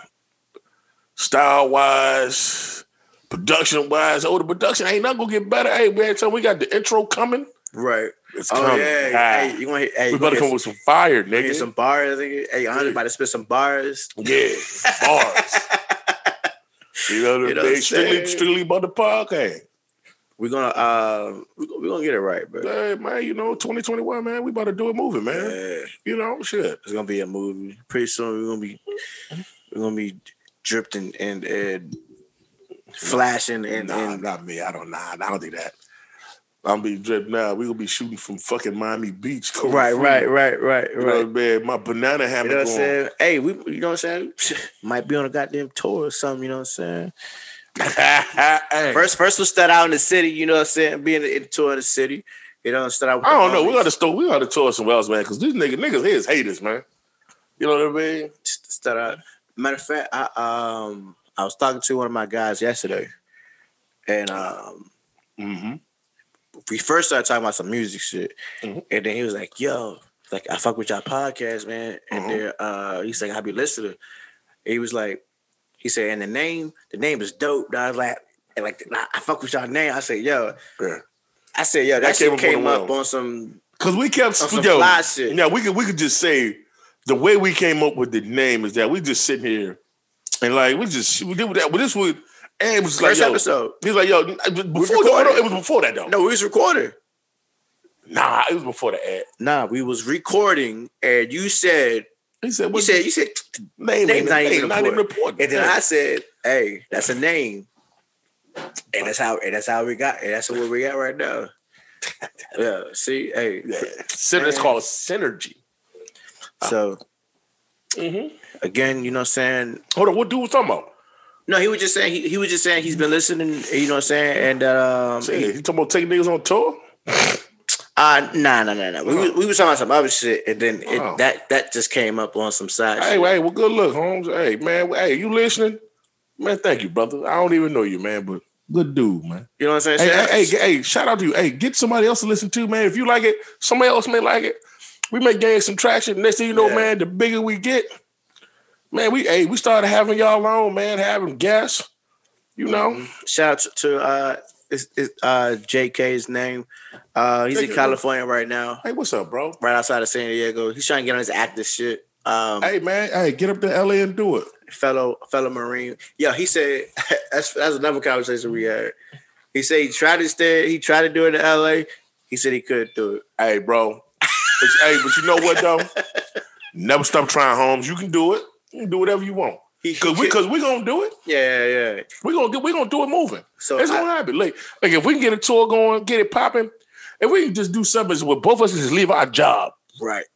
Speaker 2: style wise, Production wise, oh, the production ain't not gonna get better. Hey, man, so we got the intro coming.
Speaker 1: Right.
Speaker 2: It's
Speaker 1: Oh
Speaker 2: coming.
Speaker 1: yeah.
Speaker 2: Ah,
Speaker 1: Hey, you want to hey,
Speaker 2: we better come with some fire, nigga.
Speaker 1: get some bars? nigga. Hey, I'm about to spit some bars.
Speaker 2: yeah, bars. You know,
Speaker 1: You know what
Speaker 2: they
Speaker 1: I'm
Speaker 2: strictly,
Speaker 1: saying?
Speaker 2: strictly about the podcast.
Speaker 1: We're gonna um, we're gonna get it right, bro.
Speaker 2: Hey, man, you know, 2021, man, we about to do a movie, man.
Speaker 1: Yeah.
Speaker 2: You know, shit.
Speaker 1: It's gonna be a movie. Pretty soon we're gonna be we're gonna be dripped and and, and flashing and,
Speaker 2: nah,
Speaker 1: and
Speaker 2: not me. I don't. Nah, I don't do that. I'm be drip now. We gonna be shooting from fucking Miami Beach. Code
Speaker 1: right,
Speaker 2: Free.
Speaker 1: right, right, right,
Speaker 2: You know what
Speaker 1: right.
Speaker 2: I'm saying? My banana
Speaker 1: You
Speaker 2: hammock
Speaker 1: know what I'm
Speaker 2: on.
Speaker 1: saying? Hey, we you know what I'm saying? Might be on a goddamn tour or something, you know what I'm saying?
Speaker 2: Hey,
Speaker 1: First first we'll start out in the city, you know what I'm saying? Being in the tour of the city. You know, start out with
Speaker 2: I
Speaker 1: the
Speaker 2: don't know. We
Speaker 1: homies.
Speaker 2: gotta store. We gotta tour somewhere else, man. Because these niggas, niggas here is haters, man. You know what I mean?
Speaker 1: start out. Matter of fact, I um I was talking to one of my guys yesterday, and um
Speaker 2: Mm-hmm.
Speaker 1: we first started talking about some music shit,
Speaker 2: Mhm.
Speaker 1: and then he was like, "Yo, like I fuck with y'all podcast, man." And
Speaker 2: Mhm.
Speaker 1: then uh, he's like, "I be listening." he was like, he said, "And the name, the name is dope." And I was like, and like nah, I fuck with y'all name. I said, "Yo," I said, "Yo, that,
Speaker 2: That came
Speaker 1: shit
Speaker 2: up
Speaker 1: came
Speaker 2: on the
Speaker 1: up
Speaker 2: well.
Speaker 1: on some
Speaker 2: Because we kept
Speaker 1: on some
Speaker 2: yo,
Speaker 1: fly shit."
Speaker 2: Yeah, we could we could just say the way we came up with the name is that we just sitting here and like we just we did with that. But this was and it was like
Speaker 1: First
Speaker 2: yo,
Speaker 1: episode.
Speaker 2: he's like yo. uh, Before no, no,
Speaker 1: recorded.
Speaker 2: it was before that though.
Speaker 1: No, we was recording.
Speaker 2: Nah, it was before the ad.
Speaker 1: Nah, we was recording, and you said,
Speaker 2: He said,
Speaker 1: you
Speaker 2: "What
Speaker 1: said, you said, name's
Speaker 2: name? Name
Speaker 1: not
Speaker 2: not,
Speaker 1: even
Speaker 2: even, not even important."
Speaker 1: And then I said, "Hey, that's a name," and that's how and that's how we got. And that's where we at right now. Yeah. See, hey.
Speaker 2: Yeah. Syn- it's called synergy.
Speaker 1: So
Speaker 2: Mm-hmm.
Speaker 1: again, you know, what I'm saying
Speaker 2: Hold on, what dude was talking about?
Speaker 1: no. He was just saying he, he was just saying he's been listening. You know, what I'm saying and um,
Speaker 2: Say, he talking about taking niggas on tour?
Speaker 1: uh, nah, nah, nah, nah. We, was- we was talking about some other shit, and then it,
Speaker 2: Wow.
Speaker 1: that that just came up on some side.
Speaker 2: Hey,
Speaker 1: shit.
Speaker 2: hey, well, good luck, Holmes. Hey, man, hey, you listening? Man, thank you, brother. I don't even know you, man, but good dude, man.
Speaker 1: You know what I'm saying?
Speaker 2: Hey,
Speaker 1: So
Speaker 2: hey, hey, hey, shout out to you. Hey, get somebody else to listen to, man. If you like it, somebody else may like it. We may gain some traction. Next thing you know,
Speaker 1: Yeah.
Speaker 2: man, the bigger we get, man, we hey, we started having y'all on, man, having guests. You
Speaker 1: Mm-hmm.
Speaker 2: know,
Speaker 1: Shout out to, to uh, it's, it's, uh, JK's name. Uh, he's in
Speaker 2: JK.
Speaker 1: California right now.
Speaker 2: hey, what's up, bro?
Speaker 1: right outside of San Diego. He's trying to get on his active shit. Um,
Speaker 2: Hey, man, hey, get up to LA and do it.
Speaker 1: fellow fellow Marine. Yeah, he said that's that's another conversation we had. He said he tried to stay. He tried to do it in L.A. He said he couldn't do it.
Speaker 2: Hey, bro. But, hey, but you know what though? Never stop trying, Holmes. You can do it. You can do whatever you want.
Speaker 1: He,
Speaker 2: Cause we, cause we gonna do it.
Speaker 1: yeah, yeah. yeah.
Speaker 2: We gonna get, we gonna do it moving.
Speaker 1: So
Speaker 2: it's
Speaker 1: I-
Speaker 2: gonna happen. Like, like if we can get a tour going, get it popping, if we can just do something where both of us can just leave our job,
Speaker 1: right.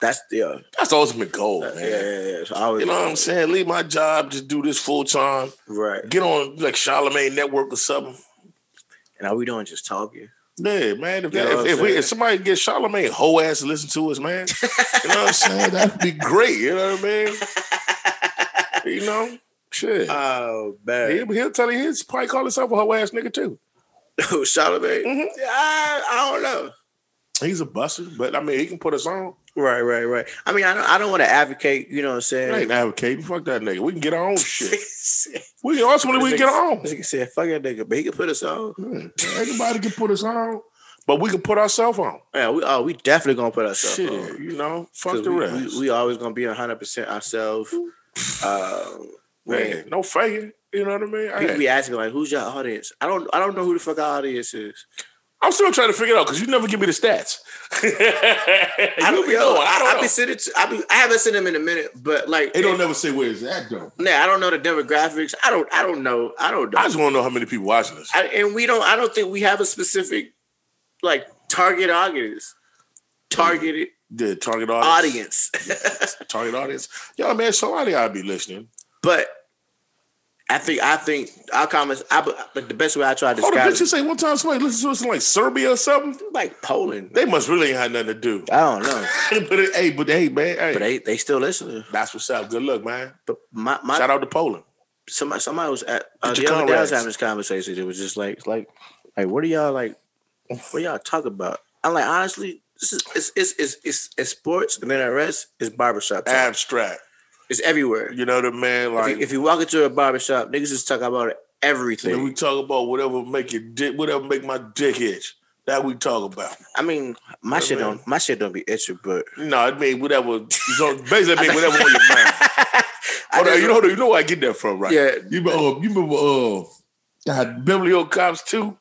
Speaker 1: That's yeah,
Speaker 2: that's the ultimate goal,
Speaker 1: yeah,
Speaker 2: man.
Speaker 1: Uh, yeah. yeah. So I was,
Speaker 2: You know what I'm saying? Leave my job, just do this full time.
Speaker 1: Right.
Speaker 2: Get on like Charlemagne Network or something.
Speaker 1: And are we doing just talking?
Speaker 2: Yeah, man. If,
Speaker 1: You know
Speaker 2: that,
Speaker 1: what I'm
Speaker 2: if, if, we,
Speaker 1: saying?
Speaker 2: if somebody gets Charlemagne whole ass to listen to us, man, you know what I'm saying? That'd be great. You know what I mean? You know, shit.
Speaker 1: Oh man,
Speaker 2: he'll, he'll tell you he's probably call himself a whole ass nigga too.
Speaker 1: Oh, Charlamagne.
Speaker 2: Mhm.
Speaker 1: I, I don't know.
Speaker 2: He's a buster, but I mean, he can put us on.
Speaker 1: Right, right, right. I mean, I don't, I don't want to advocate. You know what I'm
Speaker 2: I ain't
Speaker 1: saying?
Speaker 2: advocating. Fuck that nigga. We can get our own shit. We can ultimately we can
Speaker 1: This
Speaker 2: get
Speaker 1: nigga-
Speaker 2: our own.
Speaker 1: This nigga said, "Fuck that nigga," but he can put us on.
Speaker 2: Yeah, Everybody can put us on, but we can put ourselves on.
Speaker 1: Yeah, we oh, we definitely gonna put ourselves
Speaker 2: Shit,
Speaker 1: on.
Speaker 2: you know,
Speaker 1: 'Cause
Speaker 2: fuck the
Speaker 1: we,
Speaker 2: rest.
Speaker 1: We, we always gonna be hundred percent ourselves. Um,
Speaker 2: man,
Speaker 1: man,
Speaker 2: no faking. You know what I mean?
Speaker 1: people
Speaker 2: Hey,
Speaker 1: be asking like, "Who's your audience?" I don't, I don't know who the fuck our audience is.
Speaker 2: I'm still trying to figure it out because you never give me the stats. you
Speaker 1: I don't
Speaker 2: be
Speaker 1: know.
Speaker 2: knowing.
Speaker 1: I,
Speaker 2: I don't
Speaker 1: I
Speaker 2: know.
Speaker 1: be sending, to, I be, I haven't sent them in a minute, but like,
Speaker 2: They don't never say where it's at though.
Speaker 1: nah, I don't know the demographics. I don't, I don't know. I don't know.
Speaker 2: I just want to know how many people watching this.
Speaker 1: I, and we don't. I don't think we have a specific like target audience. Targeted
Speaker 2: The target audience.
Speaker 1: audience.
Speaker 2: Target audience. Y'all, man, somebody ought to be listening.
Speaker 1: But I think I think our comments. I but the best way I try to
Speaker 2: Hold on,
Speaker 1: describe
Speaker 2: bitch,
Speaker 1: it
Speaker 2: you
Speaker 1: is
Speaker 2: say one time somebody listened to us in like Serbia or something?
Speaker 1: like Poland.
Speaker 2: They must really ain't had nothing to do.
Speaker 1: I don't know,
Speaker 2: but it- hey, but hey, man, hey,
Speaker 1: but they they still listening.
Speaker 2: that's what's up. Good luck, man.
Speaker 1: But my
Speaker 2: Shout
Speaker 1: my
Speaker 2: out to Poland.
Speaker 1: somebody somebody was at uh, the
Speaker 2: Get your
Speaker 1: other day I was
Speaker 2: Conrads.
Speaker 1: having this conversation. It was just like it's like like what are y'all like? What y'all talk about? I'm like honestly. This is it's it's it's, it's, it's sports and then the rest is barbershop. talk.
Speaker 2: Abstract.
Speaker 1: It's everywhere.
Speaker 2: You know what I mean?
Speaker 1: If
Speaker 2: Like,
Speaker 1: you, if you walk into a barbershop, niggas is talking about
Speaker 2: And then
Speaker 1: everything.
Speaker 2: we talk about whatever make your dick, whatever make my dick itch. That we talk about.
Speaker 1: I mean, my
Speaker 2: Yeah,
Speaker 1: shit
Speaker 2: man.
Speaker 1: don't my shit don't be itchy, but
Speaker 2: No, I mean whatever. So basically, I mean whatever on your mind.
Speaker 1: I
Speaker 2: Hold on,
Speaker 1: just-
Speaker 2: you know, you know where I get that from, right?
Speaker 1: yeah,
Speaker 2: You remember, uh, you remember uh, God, Bibliocops too,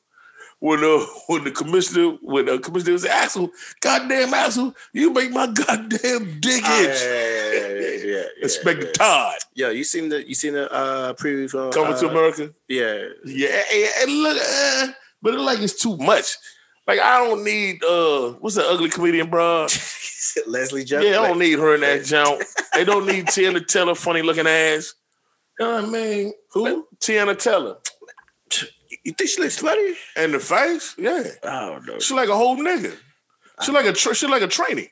Speaker 2: when uh, when the commissioner, when the commissioner was Axel, goddamn Axel, you make my goddamn dick itch.
Speaker 1: Ah, yeah, yeah, yeah, yeah, yeah, yeah,
Speaker 2: Inspector
Speaker 1: yeah.
Speaker 2: Todd
Speaker 1: Yo, you seen the you seen the uh preview for
Speaker 2: coming
Speaker 1: uh,
Speaker 2: to America.
Speaker 1: Yeah,
Speaker 2: Yeah, and, and look, uh, but it like it's too much. Like I don't need uh, what's that ugly comedian, bro?
Speaker 1: Leslie Jones.
Speaker 2: Yeah, I don't
Speaker 1: like,
Speaker 2: need her in that jump. They don't need Tiana Teller, funny looking ass. You know what I mean?
Speaker 1: who?
Speaker 2: Tiana Teller.
Speaker 1: You think she looks slutty?
Speaker 2: And the face, yeah.
Speaker 1: I don't know.
Speaker 2: She like a whole nigga. She like a tra- she like a trainee.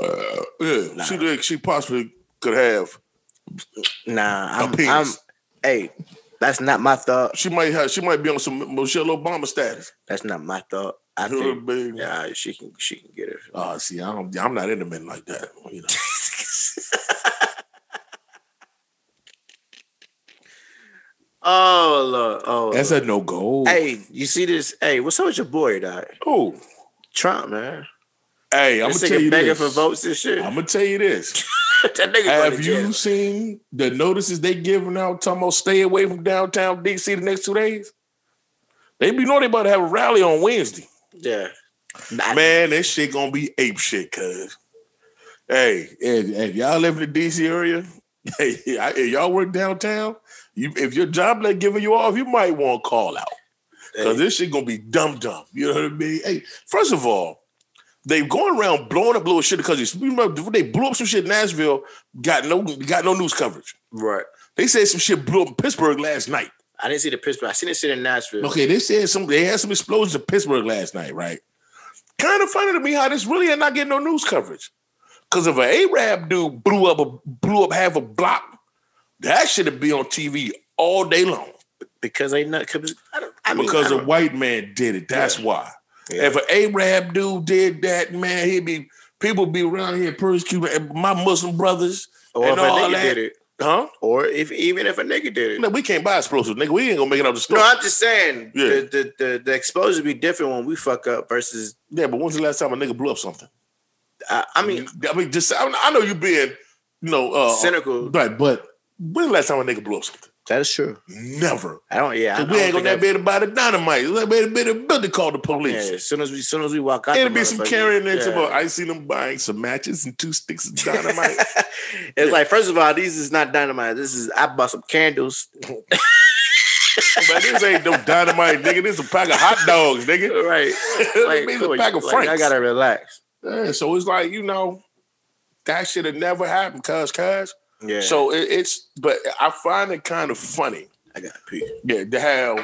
Speaker 2: Uh, yeah,
Speaker 1: Nah.
Speaker 2: she like- she possibly could have.
Speaker 1: Nah,
Speaker 2: A
Speaker 1: I'm,
Speaker 2: penis.
Speaker 1: I'm. Hey, that's not my thought.
Speaker 2: She might have. She might be on some Michelle Obama status.
Speaker 1: That's not my thought. I
Speaker 2: You know what I
Speaker 1: think.
Speaker 2: mean?
Speaker 1: Yeah, she can. She can get it.
Speaker 2: Oh, see, I don't, I'm not into men like that. You know.
Speaker 1: Oh lord. Oh.
Speaker 2: That's
Speaker 1: Lord.
Speaker 2: a no go.
Speaker 1: hey, you see this? Hey, what's up with your boy, dog?
Speaker 2: Oh,
Speaker 1: Trump, man.
Speaker 2: hey, I'm
Speaker 1: This
Speaker 2: gonna tell you
Speaker 1: nigga begging
Speaker 2: this.
Speaker 1: for votes and shit.
Speaker 2: I'm gonna tell you this.
Speaker 1: that nigga going
Speaker 2: Have
Speaker 1: to
Speaker 2: you
Speaker 1: jail.
Speaker 2: seen the notices they giving out talking about stay away from downtown DC the next two days? They be knowing they about to have a rally on Wednesday.
Speaker 1: Yeah. Nah,
Speaker 2: Man, this shit gonna be ape shit, cuz. Hey, if, if y'all live in the DC area, hey, I- if y'all work downtown, you, if your job not giving you off, you might want to call out. Cause
Speaker 1: hey,
Speaker 2: this shit gonna be dumb dumb. You know what I mean? Hey, first of all, they going around blowing up little shit because you remember they blew up some shit in Nashville, got no got no news coverage.
Speaker 1: right.
Speaker 2: They said some shit blew up in Pittsburgh last night.
Speaker 1: I didn't see the Pittsburgh. I seen this shit in Nashville.
Speaker 2: Okay, they said some they had some explosions in Pittsburgh last night, right? Kind of funny to me how this really not getting no news coverage. Cause if an Arab dude blew up a blew up half a block, that should be on TV all day long.
Speaker 1: Because ain't not. Cause I don't, I mean, I
Speaker 2: because a
Speaker 1: don't-
Speaker 2: white man did it. That's why.
Speaker 1: Yeah.
Speaker 2: If an Arab dude did that, man, he'd be people be around here persecuting and my Muslim brothers,
Speaker 1: or if
Speaker 2: and
Speaker 1: a
Speaker 2: all
Speaker 1: nigga
Speaker 2: that-
Speaker 1: did it,
Speaker 2: huh?
Speaker 1: or if even if a nigga did it.
Speaker 2: No, we can't buy explosives, nigga. We ain't gonna make it up the store.
Speaker 1: No, I'm just saying
Speaker 2: Yeah.
Speaker 1: the, the the the exposure be different when we fuck up versus.
Speaker 2: yeah, but when's the last time a nigga blew up something?
Speaker 1: I, I mean,
Speaker 2: Mm-hmm. I mean, just I, I know you being, you know, uh,
Speaker 1: cynical.
Speaker 2: right? But when's the last time a nigga blew up something?
Speaker 1: That is true.
Speaker 2: Never.
Speaker 1: I don't. Yeah, I,
Speaker 2: 'Cause
Speaker 1: I
Speaker 2: we ain't
Speaker 1: don't
Speaker 2: gonna
Speaker 1: think
Speaker 2: be able to buy the dynamite. We ain't gonna be able to build to call the
Speaker 1: I-
Speaker 2: police.
Speaker 1: yeah, as soon as we, as soon as we walk out,
Speaker 2: It'll
Speaker 1: the
Speaker 2: be some
Speaker 1: motherfucker-
Speaker 2: carrying that.
Speaker 1: yeah.
Speaker 2: I seen them buying some matches and two sticks of dynamite.
Speaker 1: it's like first of all, these is not dynamite. This is I bought some candles.
Speaker 2: Man, this ain't no dynamite, nigga. This a pack of hot dogs, nigga.
Speaker 1: right. Like,
Speaker 2: This
Speaker 1: come
Speaker 2: a
Speaker 1: on,
Speaker 2: pack of
Speaker 1: like, I
Speaker 2: Franks.
Speaker 1: gotta relax.
Speaker 2: Yeah, so it's like you know, that should have never happened, cuz, cuz.
Speaker 1: Yeah.
Speaker 2: So it, it's, but I find it kind of funny.
Speaker 1: I got pee.
Speaker 2: Yeah, to have,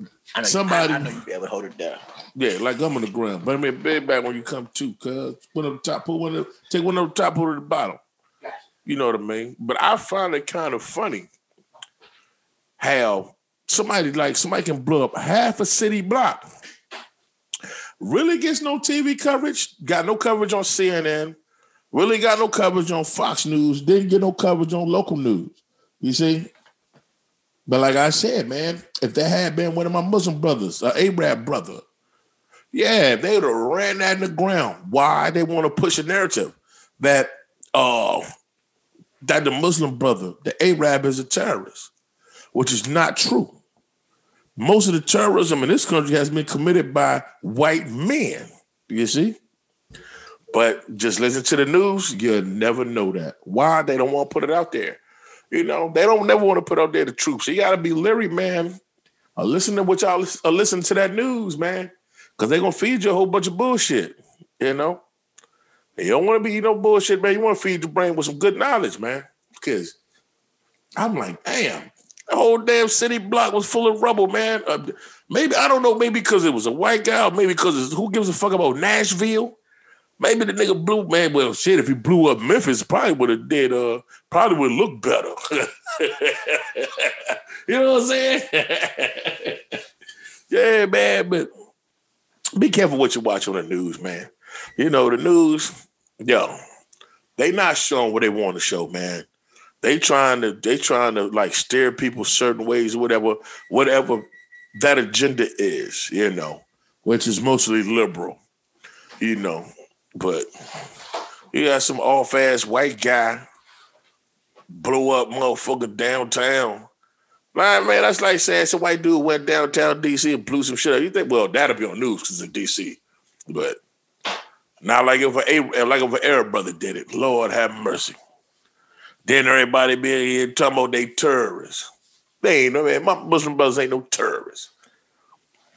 Speaker 1: I know you-
Speaker 2: Somebody-
Speaker 1: I, I know you be able to hold it down.
Speaker 2: yeah, like I'm on the ground. But I mean, bed back when you come to, cuz. One of the top, put one of, take one of the top, put it at the bottom. You know what I mean? But I find it kind of funny how somebody like somebody can blow up half a city block. Really gets no TV coverage. Got no coverage on CNN. Really got no coverage on Fox News. Didn't get no coverage on local news. You see. But like I said, man, if that had been one of my Muslim brothers, an Arab brother, yeah, they would have ran that in the ground. Why they want to push a narrative that uh that the Muslim brother, the Arab, is a terrorist, which is not true. Most of the terrorism in this country has been committed by white men, you see? But just listen to the news, you'll never know that. Why they don't want to put it out there. You know, they don't never want to put out there the truth. So you gotta be leery, man. Or listen to what y'all or listen to that news, man. Cause they're gonna feed you a whole bunch of bullshit, you know? And you don't want to be no bullshit, man. You want to feed your brain with some good knowledge, man. Because I'm like, damn, the whole damn city block was full of rubble, man. Uh, maybe I don't know. Maybe because it was a white guy. Or maybe because who gives a fuck about Nashville? Maybe the nigga blew man. Well, shit, if he blew up Memphis, probably would have did. Uh, probably would look better. you know what I'm saying? yeah, man. But be careful what you watch on the news, man you know the news yo they not showing what they want to show man They trying to they trying to like steer people certain ways, whatever, whatever that agenda is, you know, which is mostly liberal, you know. But you got some off ass white guy blew up motherfucker downtown. Man, man, that's like saying some white dude went downtown DC and blew some shit up. You think, well, that'll be on news because it's in DC. But not like if a eh, like if an Arab brother did it. Lord have mercy. Then everybody be here talking about they terrorists. They ain't no man. My Muslim brothers ain't no terrorists.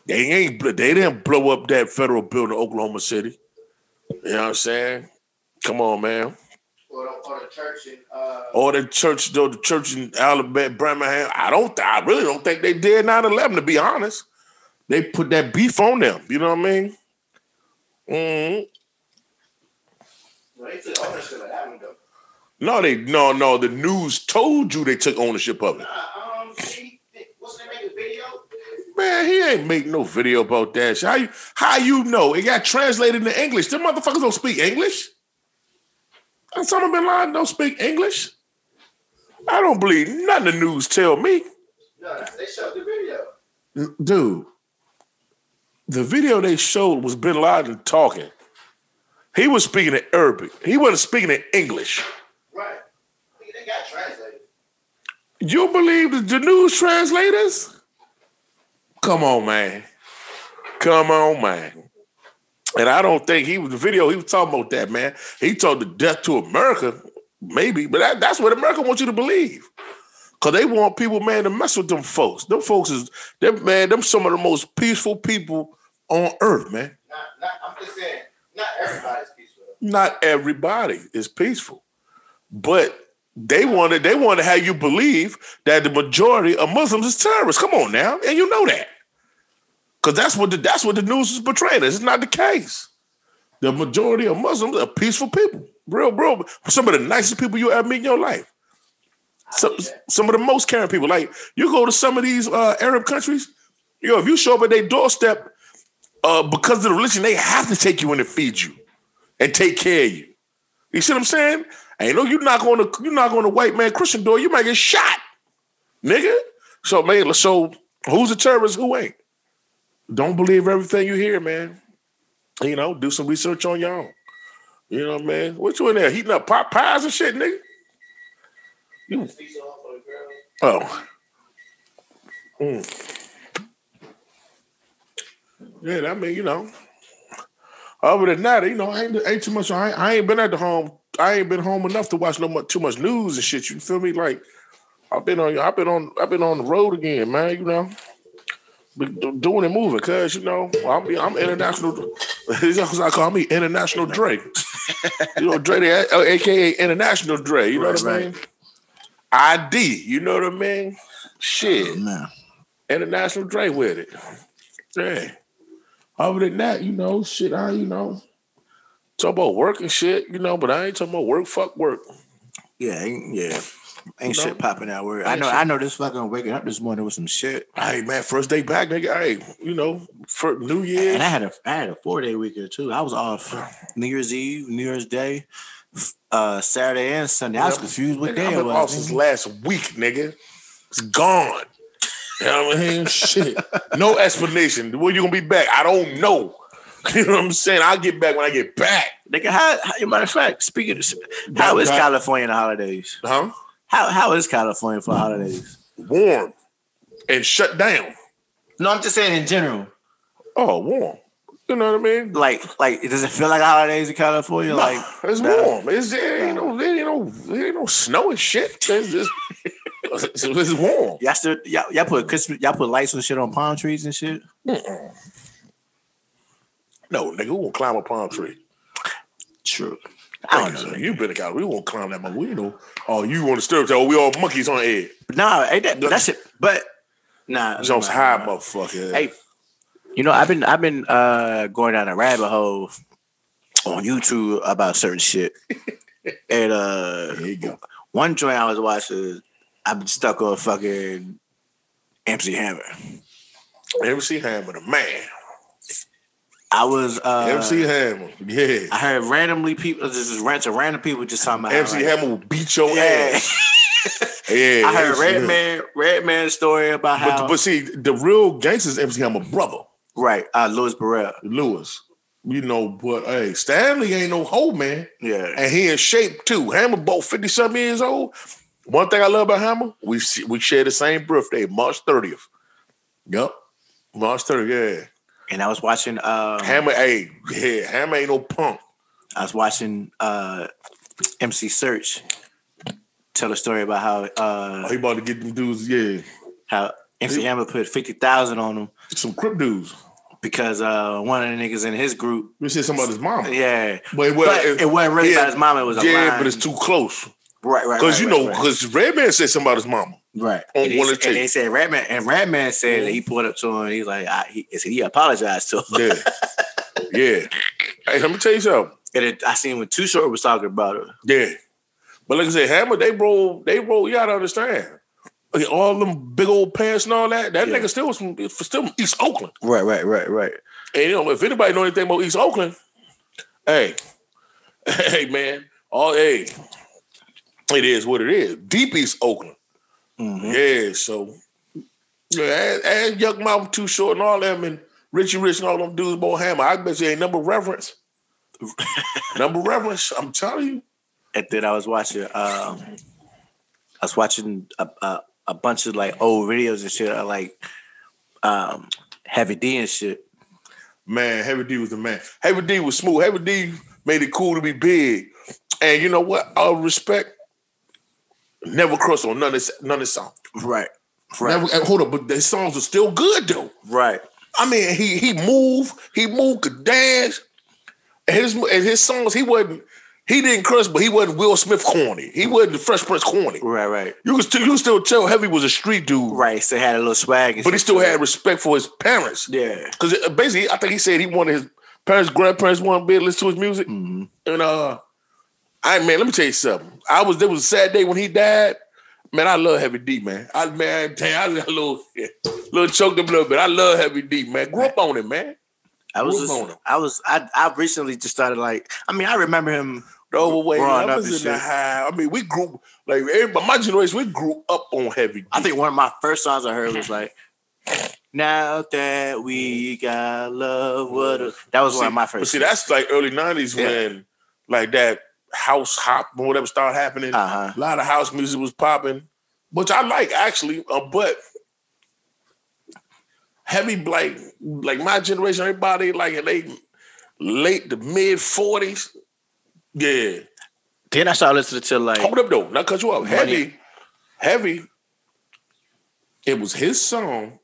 Speaker 2: They ain't they didn't blow up that federal building in Oklahoma City. You know what I'm saying? Come on, man.
Speaker 3: Or, or the church in uh,
Speaker 2: Or the church, though the church in Alabama, Birmingham. I don't I really don't think they did 9-11, to be honest. They put that beef on them. You know what I mean? hmm
Speaker 3: well, they took ownership of that one though.
Speaker 2: No, they no no. The news told you they took ownership of it.
Speaker 3: Nah, um, see, what's they make a video?
Speaker 2: Man, he ain't make no video about that. shit. How you how you know it got translated into English? Them motherfuckers don't speak English. Osama bin Laden don't speak English. I don't believe nothing the news tell me,
Speaker 3: No, they showed the video.
Speaker 2: dude. The video they showed was Bin Laden talking. He was speaking in Arabic. He wasn't speaking in English.
Speaker 3: Right. Nigga, they got translated.
Speaker 2: You believe the, the news translators? Come on, man. Come on, man. And I don't think he was the video he was talking about that, man. He told the death to America, maybe, but that, that's what America wants you to believe. Cause they want people, man, to mess with them folks. Them folks is them man, them some of the most peaceful people on earth, man.
Speaker 3: Not, not, I'm just saying, not everybody's peaceful.
Speaker 2: Not everybody is peaceful. But they wanted they want to have you believe that the majority of Muslims is terrorists. Come on now, and you know that because that's what the, that's what the news is portraying. It's not the case. The majority of Muslims are peaceful people, real bro. Some of the nicest people you ever meet in your life. Some some of the most caring people. Like you go to some of these uh, Arab countries, you know, if you show up at their doorstep uh, because of the religion, they have to take you in and feed you and take care of you. You see what I'm saying? Ain't no, you knock on the you knock on the white man Christian door, you might get shot, nigga. So man, so who's a terrorist? Who ain't? Don't believe everything you hear, man. You know, do some research on your own. You know what I mean? What you in there heating up pot pies and shit, nigga?
Speaker 3: It's peaceful for the girl.
Speaker 2: Oh. Mm. Yeah, I mean, you know. Other than that, you know, I ain't, ain't too much. I ain't, I ain't been at the home. I ain't been home enough to watch no much, too much news and shit. You feel me? Like I've been on. I've been on. I've been on the road again, man. You know, Been do- doing and moving, cause you know I'm I'm international. That's what I call me international Dre. you know, Dre, they- aka international Dre. You know what I
Speaker 1: Right,
Speaker 2: mean? ID. You know what I mean? Shit
Speaker 1: man.
Speaker 2: international Dre with it. Yeah. Other than that, you know, shit, I, you know, talk about work and shit, you know, but I ain't talking about work, fuck work.
Speaker 1: Yeah, ain't, yeah. Ain't
Speaker 2: No.
Speaker 1: shit popping out. Word. I
Speaker 2: Ain't
Speaker 1: know.
Speaker 2: shit.
Speaker 1: I know. This fucking waking up this morning with some shit.
Speaker 2: Hey, man, first day back, nigga. Hey, you know, for New
Speaker 1: And I
Speaker 2: Year.
Speaker 1: had a I had a four day weekend too. I was off New Year's Eve, New Year's Day, uh, Saturday and Sunday. I was
Speaker 2: Yeah.
Speaker 1: confused what
Speaker 2: Nigga,
Speaker 1: day
Speaker 2: I've
Speaker 1: it
Speaker 2: been off
Speaker 1: was.
Speaker 2: since
Speaker 1: nigga.
Speaker 2: last week, nigga. It's gone. You know what I mean? Shit. No explanation. When you gonna be back? I don't know. You know what I'm saying? I'll get back when I get back.
Speaker 1: Nigga, how, how matter of fact, speaking of how is
Speaker 2: God.
Speaker 1: California in the holidays?
Speaker 2: Huh?
Speaker 1: How how is California for holidays?
Speaker 2: Warm and shut down.
Speaker 1: No, I'm just saying in general.
Speaker 2: Oh, warm. You know what I mean?
Speaker 1: Like like does it feel like holidays in California?
Speaker 2: Nah,
Speaker 1: Like
Speaker 2: it's
Speaker 1: nah.
Speaker 2: warm. It's there ain't no there ain't no there ain't no snow and shit. It's just it's, it's warm.
Speaker 1: y'all still y'all, y'all put Christmas y'all put lights and shit on palm trees and shit.
Speaker 2: No, nigga, we won't climb a palm tree.
Speaker 1: True. I don't
Speaker 2: Nigga,
Speaker 1: know.
Speaker 2: You been a guy. We won't climb that mountain. We know. Oh, you want to stir up? Oh, we all monkeys on air.
Speaker 1: Nah, ain't that that shit. But nah,
Speaker 2: Jumps
Speaker 1: nah,
Speaker 2: high,
Speaker 1: nah.
Speaker 2: motherfucker.
Speaker 1: Hey, you know, I've been I've been uh going down a rabbit hole on YouTube about certain shit. and uh
Speaker 2: there you go.
Speaker 1: one joint I was watching, I've been stuck on fucking MC Hammer.
Speaker 2: MC Hammer, the man.
Speaker 1: I was uh
Speaker 2: MC Hammer, yeah.
Speaker 1: I heard randomly people just just rant to random people just talking about how,
Speaker 2: MC
Speaker 1: like,
Speaker 2: Hammer will beat your
Speaker 1: Yeah.
Speaker 2: ass. Yeah,
Speaker 1: I heard
Speaker 2: it's real.
Speaker 1: Redman Redman story about
Speaker 2: But,
Speaker 1: how
Speaker 2: but see, the real gangsters MC Hammer brother,
Speaker 1: right uh, Louis Burrell.
Speaker 2: Lewis. You know, but hey, Stanley ain't no hoe man,
Speaker 1: Yeah,
Speaker 2: and he in shape too. Hammer both fifty something years old. One thing I love about Hammer, we sh- we share the same birthday, March thirtieth. Yep, March thirtieth.
Speaker 1: and I was watching um,
Speaker 2: Yeah, Hammer. Hey, yeah, Hammer ain't no punk.
Speaker 1: I was watching uh, MC Search tell a story about how
Speaker 2: Oh,
Speaker 1: uh,
Speaker 2: he about to get them dudes. Yeah,
Speaker 1: how MC Hammer put fifty thousand on him
Speaker 2: some crip dudes.
Speaker 1: because uh, one of the niggas in his group.
Speaker 2: We said somebody's mama.
Speaker 1: Yeah,
Speaker 2: But, it, was-
Speaker 1: but it, wasn't really
Speaker 2: yeah,
Speaker 1: about his mama. It was a
Speaker 2: yeah,
Speaker 1: line.
Speaker 2: but it's too close.
Speaker 1: right, right.
Speaker 2: Cause
Speaker 1: right,
Speaker 2: you
Speaker 1: right,
Speaker 2: know,
Speaker 1: right.
Speaker 2: cause Redman said somebody's mama.
Speaker 1: Right.
Speaker 2: on
Speaker 1: and, he-
Speaker 2: one of
Speaker 1: and
Speaker 2: the tapes.
Speaker 1: they said Ratman and Ratman said that he pulled up to him. He's like, I, he, he said he apologized to him.
Speaker 2: Yeah, yeah. Hey, let me tell you something.
Speaker 1: And it, I seen when Too Short was talking about it.
Speaker 2: Yeah. But like I said, Hammer, they roll, they roll, you gotta understand. Okay, all them big old pants and all that, that
Speaker 1: Yeah.
Speaker 2: nigga still was from still from East Oakland.
Speaker 1: Right, right, right, right.
Speaker 2: And you know, if anybody know anything about East Oakland, hey, hey man, all hey, it is what it is. Deep East Oakland. Yeah, so yeah, and, and Yuck Mouth Too Short and all them and Richie Rich and all them dudes about Hammer. I bet you ain't number reference. number reference, I'm telling you.
Speaker 1: And then I was watching um I was watching a, a, a bunch of like old videos and shit of like um Heavy D and shit.
Speaker 2: Man, Heavy D was the man. Heavy D was smooth. Heavy D made it cool to be big. And you know what? All respect. Never cross on none of this, none of this song.
Speaker 1: Right. Right.
Speaker 2: Never, and hold up, but the songs are still good though.
Speaker 1: Right.
Speaker 2: I mean, he he moved, he moved, could dance. And his and his songs, he wasn't, he didn't crush, but he wasn't Will Smith corny. He wasn't the Fresh Prince corny.
Speaker 1: Right, right.
Speaker 2: You could still you could still tell Heavy was a street dude,
Speaker 1: Right. So it had a little swag and
Speaker 2: but he
Speaker 1: shit
Speaker 2: still
Speaker 1: to it.
Speaker 2: had respect for his parents.
Speaker 1: Yeah.
Speaker 2: Because uh, basically, I think he said he wanted his parents, grandparents wanted to be able to listen to his music.
Speaker 1: Mm-hmm.
Speaker 2: And uh, I man, let me tell you something. I was there was a sad day when he died. Man, I love Heavy D, man. I man, damn, I was a little, little choked up a little bit. I love Heavy D, man. Grew up on him, man.
Speaker 1: I was
Speaker 2: Move on
Speaker 1: just,
Speaker 2: him.
Speaker 1: I was I I recently just started like I mean I remember him
Speaker 2: The overweight
Speaker 1: Growing up
Speaker 2: numbers
Speaker 1: and
Speaker 2: in the
Speaker 1: shit.
Speaker 2: high. I mean, we grew like everybody. My generation, we grew up on Heavy D.
Speaker 1: I think one of my first songs I heard was like, "Now that we got love," what a... that was one of my
Speaker 2: But
Speaker 1: first.
Speaker 2: see, that's like early '90s
Speaker 1: Yeah.
Speaker 2: when like that house hop or whatever started happening.
Speaker 1: uh huh.
Speaker 2: A lot of house music was popping, which I like actually. Uh, but heavy like like my generation, everybody like in late late to mid forties. Yeah,
Speaker 1: Then I started listening to like,
Speaker 2: hold up though, not cut you off.
Speaker 1: Money.
Speaker 2: Heavy, heavy. It was his song.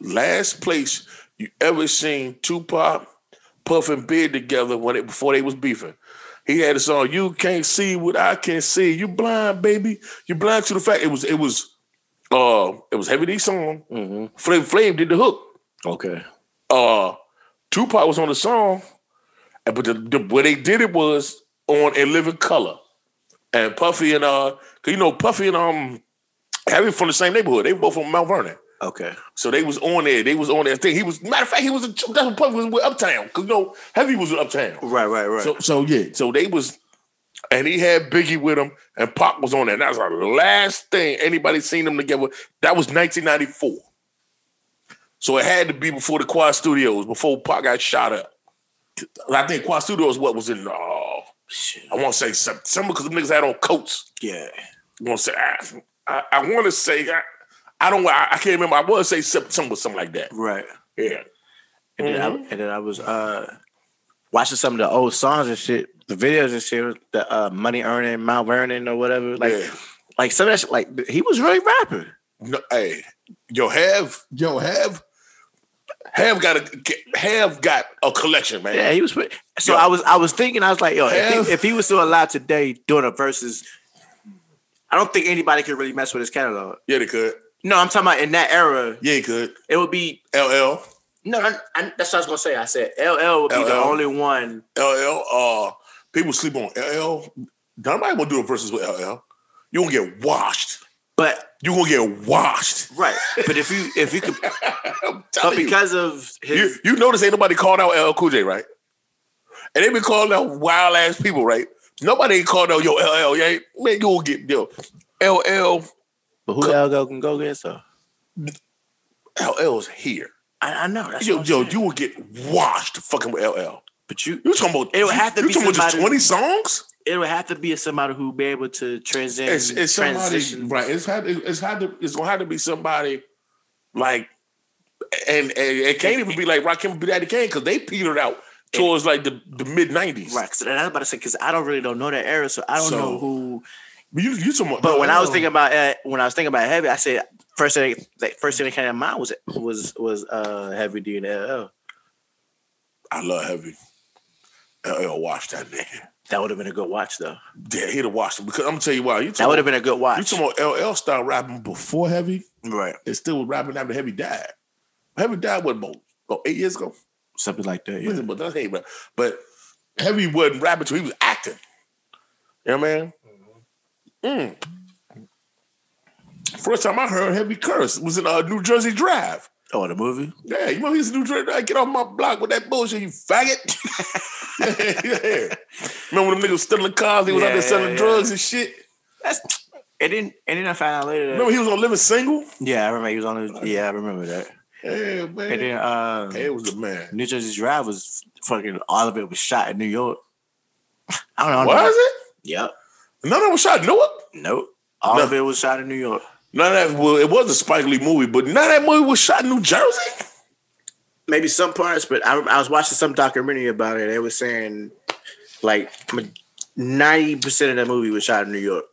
Speaker 2: Last place you ever seen Tupac, Puff and Big together when it, before they was beefing. He had a song. You can't see what I can see. You blind, baby. You blind to the fact. It was it was uh it was Heavy D song.
Speaker 1: Mhm.
Speaker 2: Flame Flame did the hook.
Speaker 1: okay,
Speaker 2: Uh Tupac was on the song, and- but the, the way they did it was on In Living Color. And Puffy and uh, 'cause you know Puffy and um Heavy from the same neighborhood. They both from Mount Vernon.
Speaker 1: okay,
Speaker 2: So they was on there. They was on there. Thing he was matter of fact, he was a, that's what Puffy was with Uptown. Cause you know Heavy was with Uptown.
Speaker 1: right, right, right.
Speaker 2: So, so yeah, so they was, and he had Biggie with him, and Pop was on there. And that was the last thing anybody seen them together. That was 1994. So it had to be before the Quad Studios, before Pop got shot up. I think Quad Studios what was in. Oh,
Speaker 1: Shit.
Speaker 2: I want to say September because them niggas had on coats.
Speaker 1: Yeah,
Speaker 2: I want to say I, I, I want to say I, I don't. I, I can't remember. I want to say September, something like that.
Speaker 1: right.
Speaker 2: Yeah.
Speaker 1: And then I
Speaker 2: Mhm.
Speaker 1: and then I was uh watching some of the old songs and shit, the videos and shit, the uh, money earning, Mount Vernon or whatever. Like,
Speaker 2: yeah.
Speaker 1: like some of that shit. Like he was really rapping.
Speaker 2: No, hey, yo, have yo have have got a have got a collection, man.
Speaker 1: Yeah, he was. Pretty, so
Speaker 2: Yo.
Speaker 1: I was, I was thinking, I was like, yo, if
Speaker 2: Hell.
Speaker 1: he, if he was still alive today doing a versus, I don't think anybody could really mess with his catalog.
Speaker 2: Yeah, they could.
Speaker 1: No, I'm talking about in that era,
Speaker 2: Yeah, they could.
Speaker 1: it would be
Speaker 2: LL,
Speaker 1: no. I, I, that's what I was gonna say. I said LL would be the
Speaker 2: LL.
Speaker 1: only one.
Speaker 2: LL. Uh, people sleep on LL. Nobody gonna do a versus with LL. You gonna get washed.
Speaker 1: But
Speaker 2: You gonna get washed.
Speaker 1: right, but if you if you could,
Speaker 2: I'm
Speaker 1: but
Speaker 2: telling you.
Speaker 1: because of
Speaker 2: You,
Speaker 1: his
Speaker 2: you notice ain't nobody called out LL Cool J, right? And they been calling out wild ass people, right? Nobody ain't called out yo LL. Yeah, man, you will get yo LL.
Speaker 1: But who y'all go can go against though?
Speaker 2: LL's here.
Speaker 1: I, I know. That's
Speaker 2: Yo,
Speaker 1: what I'm
Speaker 2: yo,
Speaker 1: saying.
Speaker 2: you will get washed fucking with LL.
Speaker 1: But you,
Speaker 2: You talking about?
Speaker 1: It would have to
Speaker 2: you
Speaker 1: be
Speaker 2: talking about just
Speaker 1: somebody-
Speaker 2: twenty songs?
Speaker 1: it would have to be somebody who be able to transcend.
Speaker 2: It's, it's somebody,
Speaker 1: transition.
Speaker 2: right? It's had. It's had to. It's gonna have to be somebody like, and, and it can't even be like Rakim Daddy Kane because they petered out towards like the, the mid nineties.
Speaker 1: Right, 'cause I was about to say because I don't really don't know that era, so I don't
Speaker 2: So-
Speaker 1: know who.
Speaker 2: You you talking about?
Speaker 1: But when I was
Speaker 2: LL.
Speaker 1: thinking about uh, when I was thinking about heavy, I said first thing that first thing that came to mind was was was uh heavy D and LL.
Speaker 2: I love heavy. LL watched that nigga.
Speaker 1: That would have been a good watch though.
Speaker 2: Yeah, he'd have watched him because I'm gonna tell you why. You
Speaker 1: That would
Speaker 2: talking?
Speaker 1: have been a good
Speaker 2: You
Speaker 1: watch.
Speaker 2: talking about LL started rapping before Heavy?
Speaker 1: Right,
Speaker 2: and still was rapping after Heavy died. Heavy died what about, about eight years ago?
Speaker 1: something like that.
Speaker 2: Yeah.
Speaker 1: Yeah.
Speaker 2: But that's hey, but, but Heavy wasn't rapping till he was acting. You know what I mean?
Speaker 1: Mm-hmm.
Speaker 2: Mm. First time I heard Heavy curse was in uh, New Jersey Drive.
Speaker 1: Oh, the movie.
Speaker 2: Yeah, you know he's New Jersey Drive. Get off my block with that bullshit, you faggot. yeah. Remember when them niggas stealing cars? They was out
Speaker 1: Yeah,
Speaker 2: there selling
Speaker 1: yeah,
Speaker 2: drugs and shit.
Speaker 1: That's and then and then I found out later. That,
Speaker 2: Remember he was on Living Single?
Speaker 1: yeah, I remember he was on. The, yeah, I remember that.
Speaker 2: Yeah, man.
Speaker 1: And then uh,
Speaker 2: Hey, it was a man.
Speaker 1: New Jersey Drive was fucking all of it was shot in New York. I don't know.
Speaker 2: Was it?
Speaker 1: Yep.
Speaker 2: None of them shot Newark.
Speaker 1: Nope. All
Speaker 2: No.
Speaker 1: of it was shot in New York.
Speaker 2: None of that. Well, it was a Spike Lee movie, but none of that movie was shot in New Jersey.
Speaker 1: maybe some parts, but I, I was watching some documentary about it. They were saying like ninety percent of that movie was shot in New York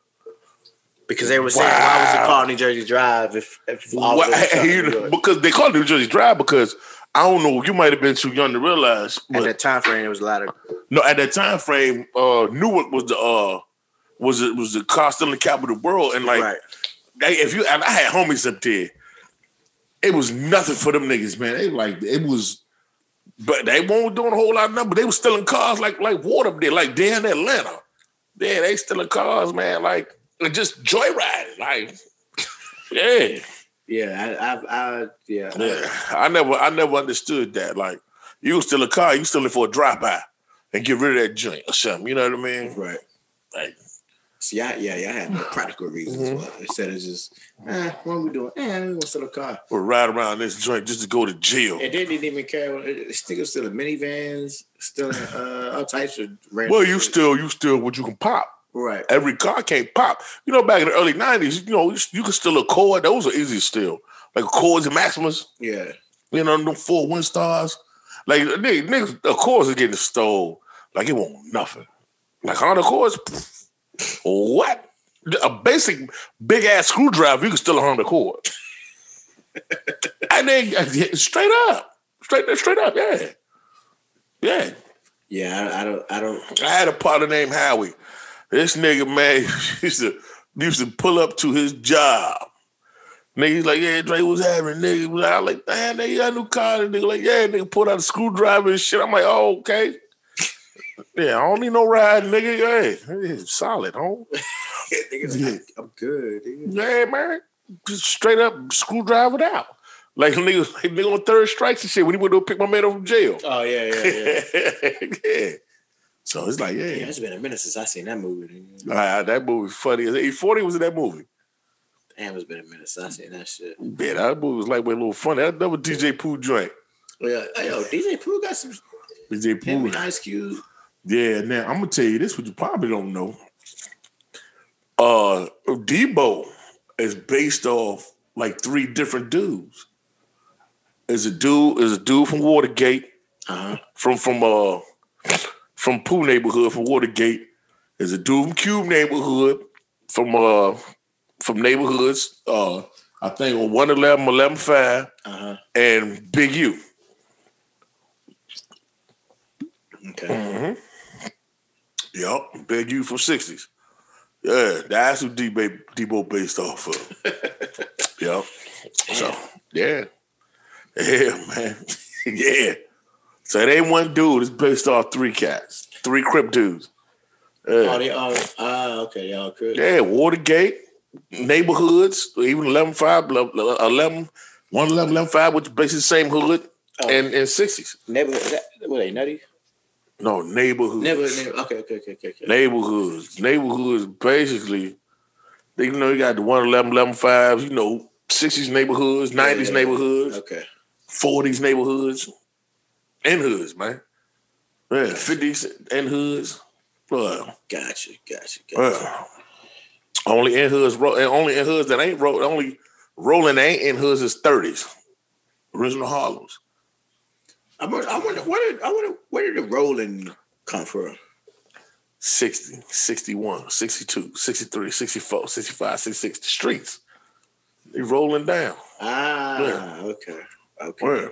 Speaker 1: because they were saying why was it
Speaker 2: Wow.
Speaker 1: called New Jersey Drive if if all
Speaker 2: Why-
Speaker 1: of it was shot in New York?
Speaker 2: because they called it New Jersey Drive because I don't know. You might have been too young to realize, but
Speaker 1: At that time frame, there was a lot of
Speaker 2: no, at that time frame, uh, Newark was the uh, was it was the car stealing capital of the world, and like
Speaker 1: right.
Speaker 2: they- if you and I had homies up there, it was nothing for them niggas, man. They like it was. But they weren't doing a whole lot of nothing. But they were stealing cars like like water up there, like down in Atlanta. Yeah, they stealing cars, man. Like and just joyriding, like yeah.
Speaker 1: Yeah, I, I, I yeah.
Speaker 2: Yeah, I never, I never understood that. Like, you steal a car, you steal it for a drive by, and get rid of that joint or something. You know what I mean?
Speaker 1: Right.
Speaker 2: Like, Mm-hmm.
Speaker 1: So yeah, yeah, yeah. I had practical reasons for it. instead of just, eh, what are we doing? Eh, we gonna sell a car.
Speaker 2: we'll ride around this joint just to go to jail.
Speaker 1: And they didn't even care. what- This nigga was still in minivans, still in uh, all types of random.
Speaker 2: Well, you
Speaker 1: shit.
Speaker 2: still, you still what you can pop.
Speaker 1: right?
Speaker 2: Every car can't pop. You know, back in the early '90s, you know, you- you could steal a Cord. Those are easy to steal, like Cords and Maximas.
Speaker 1: Yeah,
Speaker 2: You know, them four one stars. Like niggas, niggas of course are getting stole. Like it won't nothing. Like on the course, what? A basic big ass screwdriver, you can steal a Honda Accord. and then straight up, straight straight up, yeah, yeah.
Speaker 1: yeah. I, I don't, I don't.
Speaker 2: I had a partner named Howie. This nigga man used to used to pull up to his job. Nigga, he's like, yeah, Dre, what's happening, nigga? Was I like, damn, nigga, you got a new car. The nigga like, yeah, nigga pulled out a screwdriver and shit. I'm like, oh, okay. Yeah, I don't need no ride, nigga. Yeah, it's solid, home.
Speaker 1: Niggas, I'm good. nigga.
Speaker 2: Yeah, man. Just straight up screwdriver it out. Like nigga, like nigga on third strikes and shit when he went to pick my man up from jail.
Speaker 1: Oh yeah, yeah, yeah.
Speaker 2: yeah. So it's like,
Speaker 1: Yeah,
Speaker 2: yeah.
Speaker 1: it's been a minute since I seen that movie. nigga.
Speaker 2: Ah, that movie funny. as- 840 was in that movie.
Speaker 1: Damn, it's been a minute since I seen that shit.
Speaker 2: Yeah, that movie was like way a little funny. That that was DJ Pooh joint.
Speaker 1: Yeah, hey, yo, DJ Pooh got some
Speaker 2: DJ
Speaker 1: him
Speaker 2: Pooh.
Speaker 1: and Ice Cube.
Speaker 2: Yeah, now I'm gonna tell you this, what you probably don't know. Uh Debo is based off like three different dudes. Is a dude is a dude from Watergate, uh-huh,
Speaker 1: Uh huh.
Speaker 2: from from uh from Pooh neighborhood from Watergate. There's a dude from Cube neighborhood from uh from neighborhoods uh I think on 111, 11, 5,
Speaker 1: Uh huh.
Speaker 2: and Big U.
Speaker 1: Okay.
Speaker 2: Yup, Big U from 60s. Yeah, that's who D-Ba- Debo based off of. yup. So, yeah. Yeah, man. yeah. So it ain't one dude, it's based off three cats, three Crip dudes.
Speaker 1: Oh,
Speaker 2: Yeah,
Speaker 1: they all. Ah, okay, y'all good.
Speaker 2: yeah Watergate, neighborhoods, even 11 5, 11, 11 111, 11 5, which is basically the same hood,
Speaker 1: Oh.
Speaker 2: and, and 60s.
Speaker 1: Neighborhood. That, what they nutty?
Speaker 2: No, neighborhoods.
Speaker 1: Never, never. Okay, okay, okay, okay. okay.
Speaker 2: Neighborhoods. Neighborhoods basically they you know you got the 111, 11 fives, you know, 60s neighborhoods, 90s
Speaker 1: Yeah.
Speaker 2: neighborhoods,
Speaker 1: Okay.
Speaker 2: 40s neighborhoods, and hoods, man. Yeah, 50s and hoods. Well,
Speaker 1: Gotcha, gotcha, gotcha.
Speaker 2: well. Only in hoods, ro- and only in hoods that ain't ro- only rolling that ain't in hoods is 30s. Original Harlem's.
Speaker 1: I wonder, I wonder, where did, I wonder, where did the rolling come from?
Speaker 2: 60, 61, 62, 63, 64, 65, 66, the streets. They rolling down.
Speaker 1: Ah, okay, okay.
Speaker 2: Where?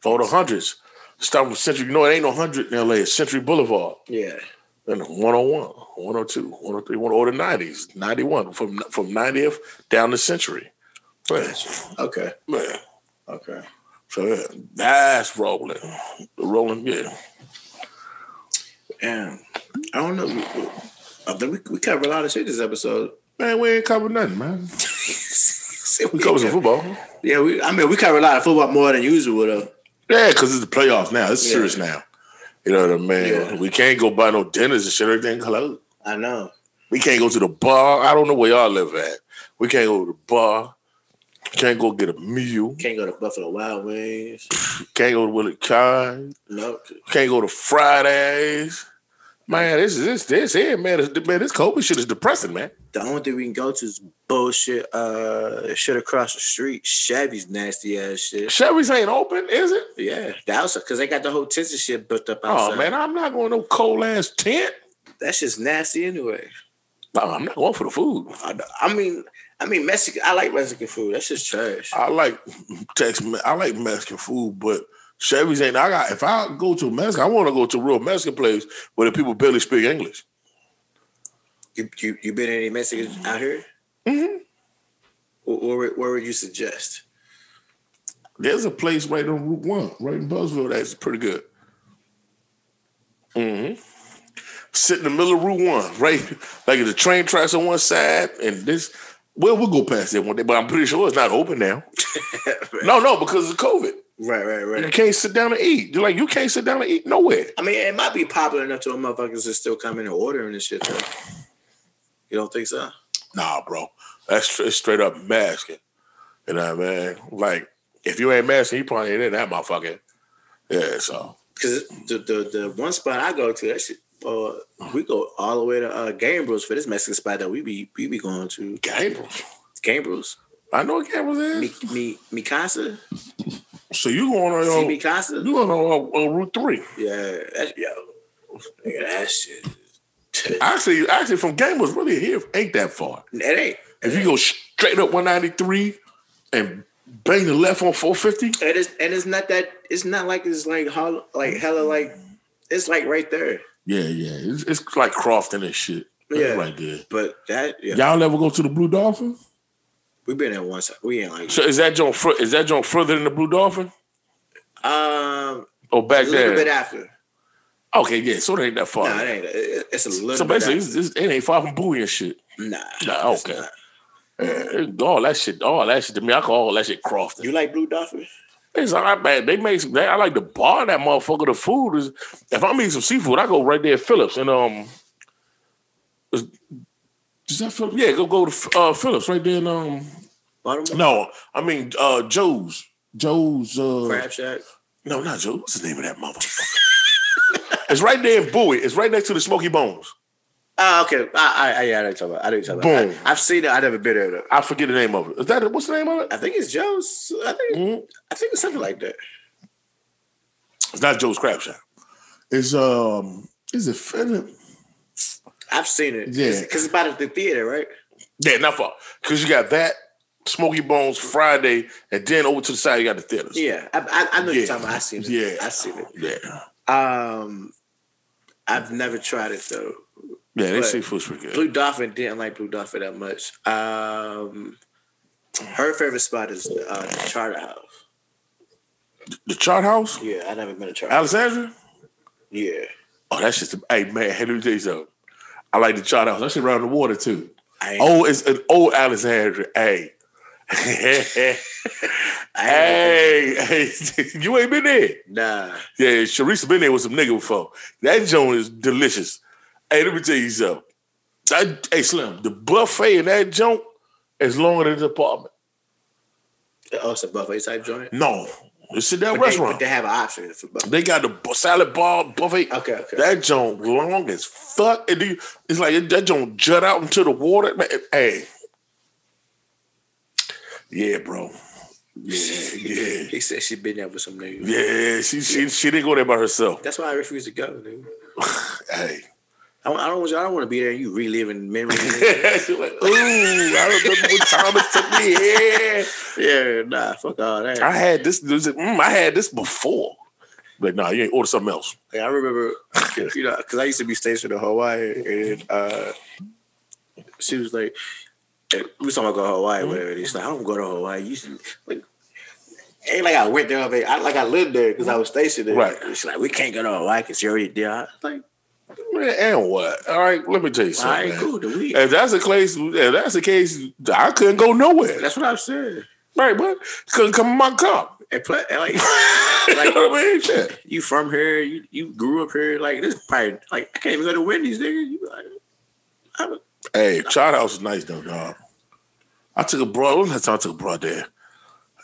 Speaker 2: For the hundreds. Start from Century. You know, it ain't no hundred in LA. It's Century Boulevard.
Speaker 1: Yeah,
Speaker 2: And 101, 102, 103, 1 oh, or the 90s, 91, from from 90th down to Century. Man,
Speaker 1: okay,
Speaker 2: man.
Speaker 1: okay.
Speaker 2: So yeah, that's rolling. The rolling, yeah.
Speaker 1: And I don't know. we- we- I think we, we covered a lot of shit this episode.
Speaker 2: Man, we ain't covered nothing, man.
Speaker 1: See,
Speaker 2: We covered some football.
Speaker 1: Yeah, we, I mean, we cover a lot of football more than usual, though.
Speaker 2: Yeah, because it's the playoffs now. It's
Speaker 1: Yeah.
Speaker 2: serious now. You know what I mean?
Speaker 1: Yeah.
Speaker 2: We can't go buy no dinners and shit. Everything closed.
Speaker 1: I know.
Speaker 2: We can't go to the bar. I don't know where y'all live at. We can't go to the bar. Can't go get a meal.
Speaker 1: Can't go to Buffalo Wild Wings.
Speaker 2: Can't go to Willie Kind.
Speaker 1: Nope.
Speaker 2: Can't go to Fridays. Man, this is this this here, man. This, man, this COVID shit is depressing, man.
Speaker 1: The only thing we can go to is bullshit. Uh, shit across the street. Chevy's nasty ass shit.
Speaker 2: Chevy's ain't open, is it?
Speaker 1: Yeah, that was because they got the whole tent and shit booked up outside.
Speaker 2: Oh man, I'm not going to no cold ass tent.
Speaker 1: that shit's nasty anyway.
Speaker 2: No, I'm not going for the food.
Speaker 1: I, I mean, I mean Mexican. I like Mexican food. That's just trash.
Speaker 2: I like Tex. I like Mexican food, but Chevy's ain't. I got if I go to a Mexican, I want to go to a real Mexican place where the people barely speak English.
Speaker 1: You you, you been any Mexicans out here?
Speaker 2: Mhm.
Speaker 1: Wh- Where, would- where would you suggest?
Speaker 2: There's a place right on Route One, right in Buzzville, that's pretty good. Mm-hmm. Sit in the middle of Route One, right, like the train tracks on one side, and this. Well, we'll go past that one day, but I'm pretty sure it's not open now. no, no, because of COVID,
Speaker 1: Right, right,
Speaker 2: you
Speaker 1: right.
Speaker 2: can't sit down and eat. You're like you can't sit down and eat nowhere.
Speaker 1: I mean, it might be popular enough to where motherfuckers is still coming and ordering and shit. Though. You don't think so?
Speaker 2: Nah, bro, that's stra- it's straight up masking. You know what I mean? Like if you ain't masking, you probably ain't in that motherfucker. Yeah, so
Speaker 1: Because the, the the one spot I go to, that shit, uh, we go all the way to uh, Gambrels for this Mexican spot that we be we be going to.
Speaker 2: Gabriel,
Speaker 1: Gambrels,
Speaker 2: I know what Gabriel is.
Speaker 1: mi mi mi casa,
Speaker 2: So you going on
Speaker 1: see
Speaker 2: your
Speaker 1: mi casa.
Speaker 2: you going on, on, uh, Route Three?
Speaker 1: Yeah, that's yo. Nigga, that shit.
Speaker 2: Actually, actually, from Gamblers really here ain't that far.
Speaker 1: It ain't.
Speaker 2: If you go straight up 193 and bang the left on 450,
Speaker 1: It is, and it's not that. It's not like it's like hol- like hella like. It's like right there.
Speaker 2: yeah, yeah, it's, it's like Crofton and shit. That's
Speaker 1: Yeah.
Speaker 2: right there.
Speaker 1: But that yeah,
Speaker 2: Y'all ever go to the Blue Dolphin?
Speaker 1: we've been there once. We ain't like
Speaker 2: So is that joint fur- is that joint further than the Blue Dolphin
Speaker 1: um a
Speaker 2: or back
Speaker 1: little
Speaker 2: there?
Speaker 1: bit after.
Speaker 2: okay, yeah, so it ain't that far.
Speaker 1: No, it ain't. It- It's a little.
Speaker 2: so basically,
Speaker 1: bit
Speaker 2: it's, it's, it ain't far from Bowie and shit.
Speaker 1: after. nah.
Speaker 2: Nah,
Speaker 1: it's
Speaker 2: okay.
Speaker 1: not.
Speaker 2: Eh, All that shit, all that shit to me, I call all that shit Crofton.
Speaker 1: You like Blue Dolphin?
Speaker 2: It's all right, man. They make some, they, I like the bar of that motherfucker. The food is if I'm eating some seafood, I go right there at Phillips and um. Is, is that Phillips? Yeah, go go to uh, Phillips right there. And, um,
Speaker 1: Baltimore
Speaker 2: no, I mean uh, Joe's. Joe's. Uh,
Speaker 1: Crab Shack.
Speaker 2: No, not Joe. What's the name of that motherfucker? it's right there in Bowie. It's right next to the Smoky Bones.
Speaker 1: Oh, okay. I I, I yeah, I know what you're talking about. I know what you're talking
Speaker 2: Boom.
Speaker 1: about. I, have seen it. I never been there though.
Speaker 2: I forget the name of it. Is that it? what's the name of it?
Speaker 1: I think it's Joe's. I think
Speaker 2: Mhm.
Speaker 1: I think it's something like that.
Speaker 2: It's not Joe's Crab Shack. It's um. Is it Phillips?
Speaker 1: I've seen it.
Speaker 2: Yeah.
Speaker 1: because it's, 'cause it's about the theater, right?
Speaker 2: Yeah, not far. Because you got that, Smoky Bones Friday, and then over to the side, you got the theaters.
Speaker 1: Yeah, I, I, I know
Speaker 2: Yeah.
Speaker 1: you're talking about. I seen it.
Speaker 2: Yeah.
Speaker 1: I seen it.
Speaker 2: Yeah.
Speaker 1: Um, I've never tried it though.
Speaker 2: Yeah, they
Speaker 1: But-
Speaker 2: see food's pretty good.
Speaker 1: Blue Dolphin didn't like Blue Dolphin that much. Um, her favorite spot is uh, the Charter House.
Speaker 2: The Chart House,
Speaker 1: Yeah, I never been to Charter. House.
Speaker 2: Alexandria.
Speaker 1: Yeah,
Speaker 2: Oh, that's just, hey, man, hey, let me tell you something. I like the Chart House. That shit around the water, too.
Speaker 1: I ain't,
Speaker 2: Oh, it's an old Alexandria. Hey.
Speaker 1: I ain't-
Speaker 2: Hey, hey, you ain't been there.
Speaker 1: Nah.
Speaker 2: Yeah, Sharice been there with some nigga before. That joint is delicious. Hey, let me tell you something. That, hey, Slim, the buffet in that joint is longer than the apartment.
Speaker 1: Oh, it's a buffet type joint.
Speaker 2: No, it's at
Speaker 1: But
Speaker 2: that
Speaker 1: they-
Speaker 2: restaurant.
Speaker 1: but they have an option for buffet.
Speaker 2: They got the bu- salad bar buffet.
Speaker 1: Okay, okay.
Speaker 2: That joint long as fuck. It do- It's like it- that joint jut out into the water. Man, it- hey, yeah, bro. Yeah, yeah,
Speaker 1: he said she been there with some niggas.
Speaker 2: yeah. She she she didn't go there by herself.
Speaker 1: That's why I refuse to go, dude.
Speaker 2: Hey,
Speaker 1: I, don't- I don't want. I don't want to be there. and You reliving memories.
Speaker 2: She like, ooh, I remember when Thomas took me here.
Speaker 1: yeah, nah, fuck all that.
Speaker 2: I had this. this mm, I had this before. Like, nah, you ain't order something else.
Speaker 1: Like, I remember, you know, because I used to be stationed in Hawaii, and uh, she was like, eh, "We was talking about going to
Speaker 2: Mm-hmm.
Speaker 1: Hawaii, whatever." And she's like, "I don't go to Hawaii." You should, like, ain't like I went there, but I like I lived there because I was stationed there.
Speaker 2: Right.
Speaker 1: And She's like, "We can't go to Hawaii because you're already there." I was like,
Speaker 2: Man, and what? All right, let me tell you
Speaker 1: "All
Speaker 2: something.
Speaker 1: right,
Speaker 2: man.
Speaker 1: cool. Then we."
Speaker 2: If that's the case, if that's the case, I couldn't go nowhere.
Speaker 1: That's what I'm saying.
Speaker 2: Right, but couldn't come in my car.
Speaker 1: And, pla- and like,
Speaker 2: you know what I mean? Shit.
Speaker 1: you from here, you you grew up here. Like this, probably like I can't even go to Wendy's, nigga. You be like,
Speaker 2: Hey, Child House is nice though, dog. I took a broad. When was the last time I took a broad there?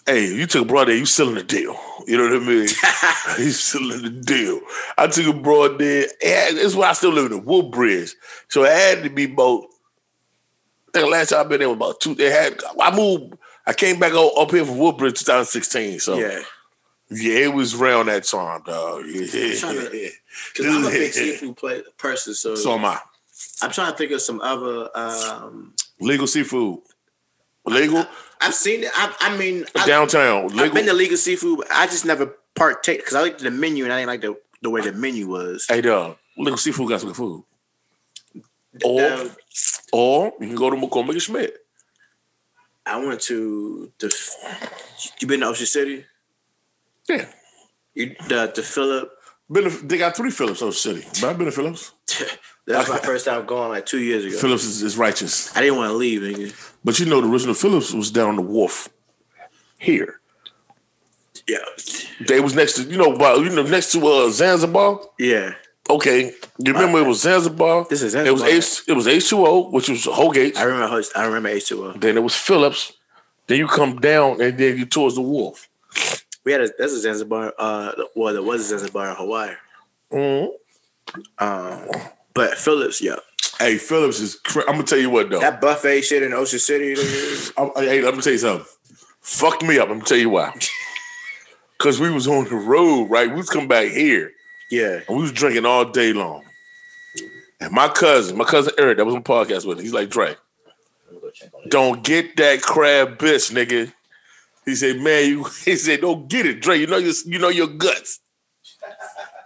Speaker 2: Hey, you took a broad there, you selling the deal. You know what I mean? you selling the deal. I took a broad there. And this is why I still live in Woodbridge. So it had to be about, I think the last time I've been there was about two. They had, I moved, I came back o- up here from Woodbridge 2016. So yeah,
Speaker 1: yeah.
Speaker 2: it was around that time, dog.
Speaker 1: trying
Speaker 2: Yeah.
Speaker 1: to- Because I'm a big seafood play- person, so,
Speaker 2: so am I.
Speaker 1: I'm trying to think of some other. Um,
Speaker 2: Legal seafood. Legal
Speaker 1: I've seen it. I, I mean, I,
Speaker 2: downtown.
Speaker 1: I've been to
Speaker 2: Legal.
Speaker 1: legal seafood. but I just never partake because I liked the menu and I didn't like the, the way the menu was.
Speaker 2: Hey, dog. Legal seafood got some good food.
Speaker 1: The-
Speaker 2: Or, or you can go to McCormick and Schmidt.
Speaker 1: I went to the. You been to Ocean City?
Speaker 2: Yeah.
Speaker 1: You the the Philip.
Speaker 2: Been to, they got three Phillips on city. But I've been to Phillips.
Speaker 1: That's my first time going like two years ago.
Speaker 2: Phillips is, is righteous,
Speaker 1: I didn't want to leave, nigga.
Speaker 2: but you know the original Phillips was down the wharf here.
Speaker 1: Yeah,
Speaker 2: They was next to you know, by, you know, next to uh, Zanzibar.
Speaker 1: yeah.
Speaker 2: Okay, you remember it was Zanzibar.
Speaker 1: This is
Speaker 2: It was
Speaker 1: Zanzibar.
Speaker 2: H. It was H two O, which was Holgate.
Speaker 1: I remember. host- I remember H two O.
Speaker 2: Then it was Phillips. Then you come down and then you towards the wharf.
Speaker 1: We had a that's a Zanzibar. Uh, well, there was a Zanzibar in Hawaii.
Speaker 2: Mhm.
Speaker 1: Mm-hmm. Um, but Phillips, yeah,
Speaker 2: Hey, Phillips is. Cra- I'm gonna tell you what though.
Speaker 1: that buffet shit in Ocean City. nigga.
Speaker 2: I'm, hey, let me tell you something. Fucked me up. I'm gonna tell you why. Cause we was on the road, right? We was coming back here,
Speaker 1: yeah,
Speaker 2: and we was drinking all day long. And my cousin, my cousin Eric, that was on the podcast with. Him, he's like, Dre, don't get that crab bitch, nigga. He said, man, you. He said, don't get it, Dre. You know your, you know your guts.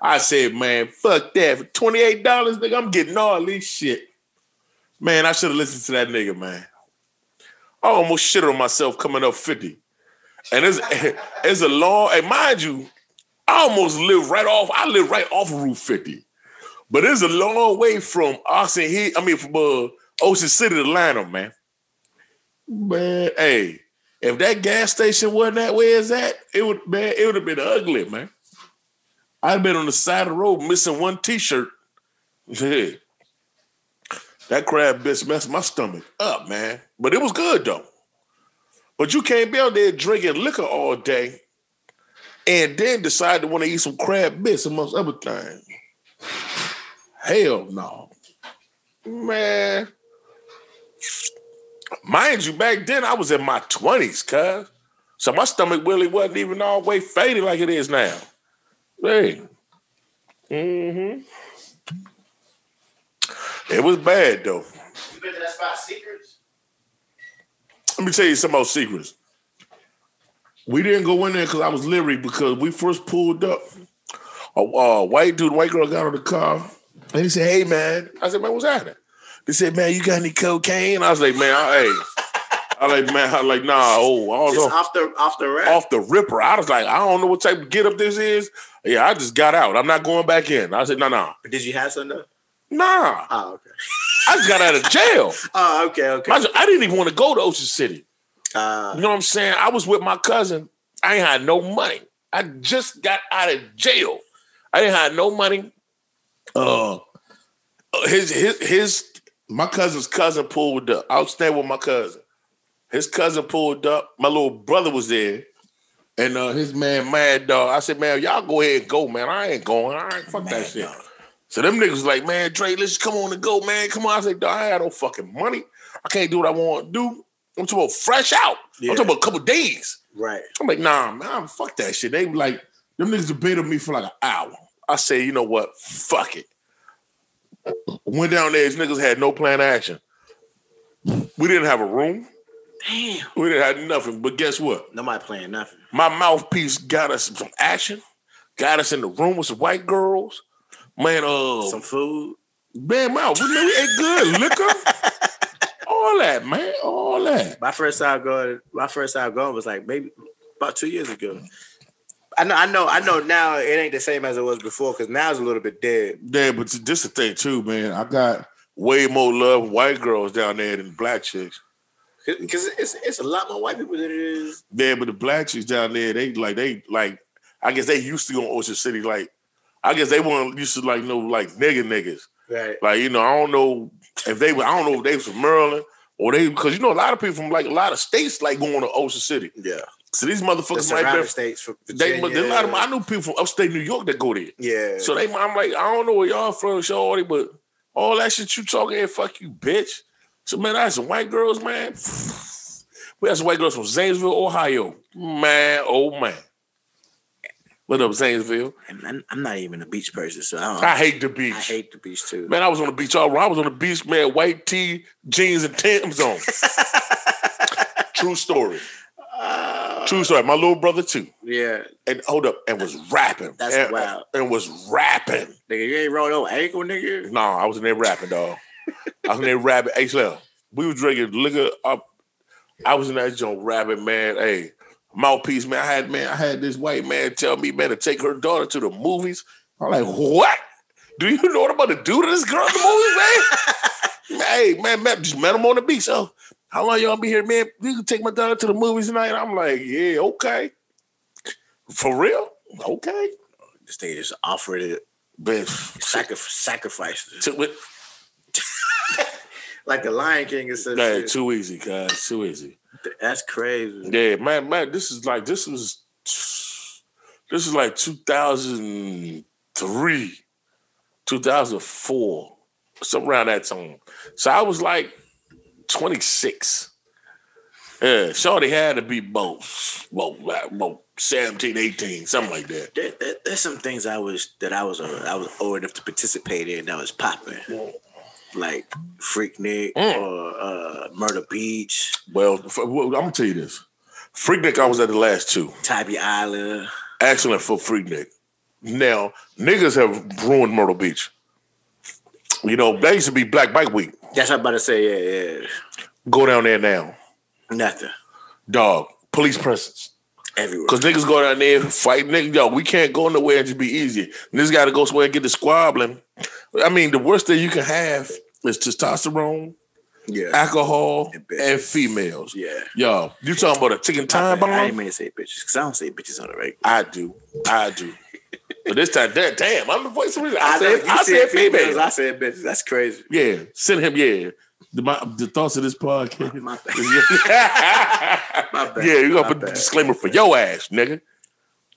Speaker 2: I said, man, fuck that. For twenty eight dollars, nigga, I'm getting all this shit. Man, I should have listened to that nigga, man. I almost shit on myself coming up fifty, and it's it's a long. And mind you, I almost live right off. I live right off Route fifty, but it's a long way from Austin Hill. I mean, from uh, Ocean City to Lanham, man. Man, hey, if that gas station wasn't that way as that, it would man, it would have been ugly, man. I'd been on the side of the road missing one t-shirt. Yeah. That crab bitch messed my stomach up, man. But it was good though. But you can't be out there drinking liquor all day and then decide to want to eat some crab bits amongst other things. Hell no. Man. Mind you, back then I was in my 20s, cuz. So my stomach really wasn't even all the way faded like it is now. Hey. Mm-hmm. It was bad though.
Speaker 3: You been to that spot, Secrets?
Speaker 2: Let me tell you some more secrets. We didn't go in there because I was leery because we first pulled up. A, a white dude, white girl got out of the car and he said, Hey man. I said, Man, what's happening? He said, Man, you got any cocaine? I was like, Man, I, hey. I like, man, I like, nah, oh, I was
Speaker 1: just
Speaker 2: on,
Speaker 1: off the off the rack.
Speaker 2: off the ripper. I was like, I don't know what type of get up this is. Yeah, I just got out. I'm not going back in. I said, no, no,
Speaker 1: Did you have something? though?
Speaker 2: nah.
Speaker 1: Oh, okay.
Speaker 2: I just got out of jail.
Speaker 1: Oh, okay, okay.
Speaker 2: I, just- I didn't even want to go to Ocean City.
Speaker 1: Uh,
Speaker 2: You know what I'm saying? I was with my cousin. I ain't had no money. I just got out of jail. I didn't have no money. Uh, his his his my cousin's cousin pulled up. I was staying with my cousin. His cousin pulled up. My little brother was there, and uh, his man Mad Dog. I said, man, y'all go ahead and go, man. I ain't going. I ain't fuck that
Speaker 1: Mad
Speaker 2: shit.
Speaker 1: Dog.
Speaker 2: So them niggas was like, man, Dre, let's just come on and go, man. Come on. I said, dog, I ain't got no fucking money. I can't do what I want to do. I'm talking about fresh out.
Speaker 1: Yeah.
Speaker 2: I'm talking about a couple days.
Speaker 1: Right.
Speaker 2: I'm like, nah, man, fuck that shit. They like, them niggas debated me for like an hour. I said, you know what? Fuck it. Went down there, these niggas had no plan of action. We didn't have a room.
Speaker 1: Damn.
Speaker 2: We didn't have nothing. But guess what?
Speaker 1: Nobody playing nothing.
Speaker 2: My mouthpiece got us some action, got us in the room with some white girls. Man, uh,
Speaker 1: Some food.
Speaker 2: man, mouth. We, man, we ate good. Liquor. All that, man. All that.
Speaker 1: My first time going, my first time going was like maybe about two years ago. I know, I know, I know. Now it ain't the same as it was before because now it's a little bit dead.
Speaker 2: Yeah, but this the thing too, man. I got way more love for white girls down there than black chicks.
Speaker 1: Because it's it's a lot more white people than it is.
Speaker 2: Yeah, but the black chicks down there, they like they like. I guess they used to go in Ocean City. Like, I guess they weren't used to like no like nigga niggas.
Speaker 1: Right.
Speaker 2: Like, you know, I don't know if they were. I don't know if they was from Maryland or they because you know a lot of people from like a lot of states like going to Ocean City.
Speaker 1: Yeah.
Speaker 2: So these
Speaker 1: The
Speaker 2: motherfuckers might
Speaker 1: surrounding
Speaker 2: be.
Speaker 1: states from
Speaker 2: They,
Speaker 1: Virginia.
Speaker 2: they, a lot of, I knew people from upstate New York that go there.
Speaker 1: yeah.
Speaker 2: So they, I'm like, I don't know where y'all from, shorty, but all that shit you talking, here, fuck you, bitch. So man, I had some white girls, man. We had some white girls from Zanesville, Ohio. Man, oh man. What up, Zanesville?
Speaker 1: And I'm, I'm not even a beach person, so I, don't,
Speaker 2: I hate the
Speaker 1: I
Speaker 2: beach.
Speaker 1: hate the beach too.
Speaker 2: Man, I was on the beach all wrong. I was on the beach, man, white tee, jeans, and Tim's on. True story.
Speaker 1: Uh,
Speaker 2: True story. My little brother too.
Speaker 1: yeah,
Speaker 2: And hold up, and was rapping.
Speaker 1: That's
Speaker 2: and,
Speaker 1: wild.
Speaker 2: And was rapping.
Speaker 1: nigga, you ain't roll no ankle, nigga.
Speaker 2: No, I was in there rapping, dog. I was in there rapping. Hey, Slim, we was drinking liquor up. I was in that joint rapping, man. Hey, mouthpiece, man. I had man, I had this white man tell me, man, to take her daughter to the movies. I'm like, what? Do you know what I'm about to do to this girl at the movies, man? hey, man, man, just met him on the beach. So, how long y'all be here, man? You can take my daughter to the movies tonight. I'm like, yeah, okay. For real? Okay.
Speaker 1: This nigga just offered it,
Speaker 2: Bitch.
Speaker 1: sacri- sacrificed it.
Speaker 2: Took it.
Speaker 1: like the Lion King and such.
Speaker 2: Hey,
Speaker 1: shit.
Speaker 2: too easy, guys. Too easy.
Speaker 1: That's crazy.
Speaker 2: Yeah, man, man, this is like this was this is like 2003, 2004, somewhere around that time. So I was like 26. Yeah, Shorty had to be both, both, like, both 17, 18, something like that.
Speaker 1: There, there- there's some things I wish that I was uh, I was old enough to participate in that was popping, like Freaknik
Speaker 2: Mm.
Speaker 1: or uh, Murder Beach,
Speaker 2: Well, f- well, I'm gonna tell you this. Freaknik, I was at the last two.
Speaker 1: Tybee Island.
Speaker 2: excellent for Freaknik. Now, niggas have ruined Myrtle Beach. You know, that used to be Black Bike Week.
Speaker 1: That's what I'm about to say. Yeah, yeah.
Speaker 2: Go down there now.
Speaker 1: Nothing
Speaker 2: Dog, police presence.
Speaker 1: everywhere.
Speaker 2: Because niggas go down there, fight niggas. Yo, we can't go nowhere and just be easy. Niggas got to go somewhere and get the squabbling. I mean, the worst thing you can have is testosterone,
Speaker 1: Yeah,
Speaker 2: alcohol,
Speaker 1: And bitches.
Speaker 2: and females.
Speaker 1: yeah.
Speaker 2: Yo, you talking about a ticking time bomb?
Speaker 1: I ain't mean to say bitches because I don't say bitches on the regular.
Speaker 2: I do. I do. but this time, damn, damn I'm the voice of reason. I,
Speaker 1: know,
Speaker 2: said,
Speaker 1: you
Speaker 2: I said females.
Speaker 1: I said bitches. That's crazy.
Speaker 2: Yeah, send him. Yeah, the, my, the thoughts of this podcast.
Speaker 1: My bad.
Speaker 2: yeah,
Speaker 1: My bad.
Speaker 2: you
Speaker 1: My
Speaker 2: gotta put a
Speaker 1: bad.
Speaker 2: disclaimer for your ass, nigga.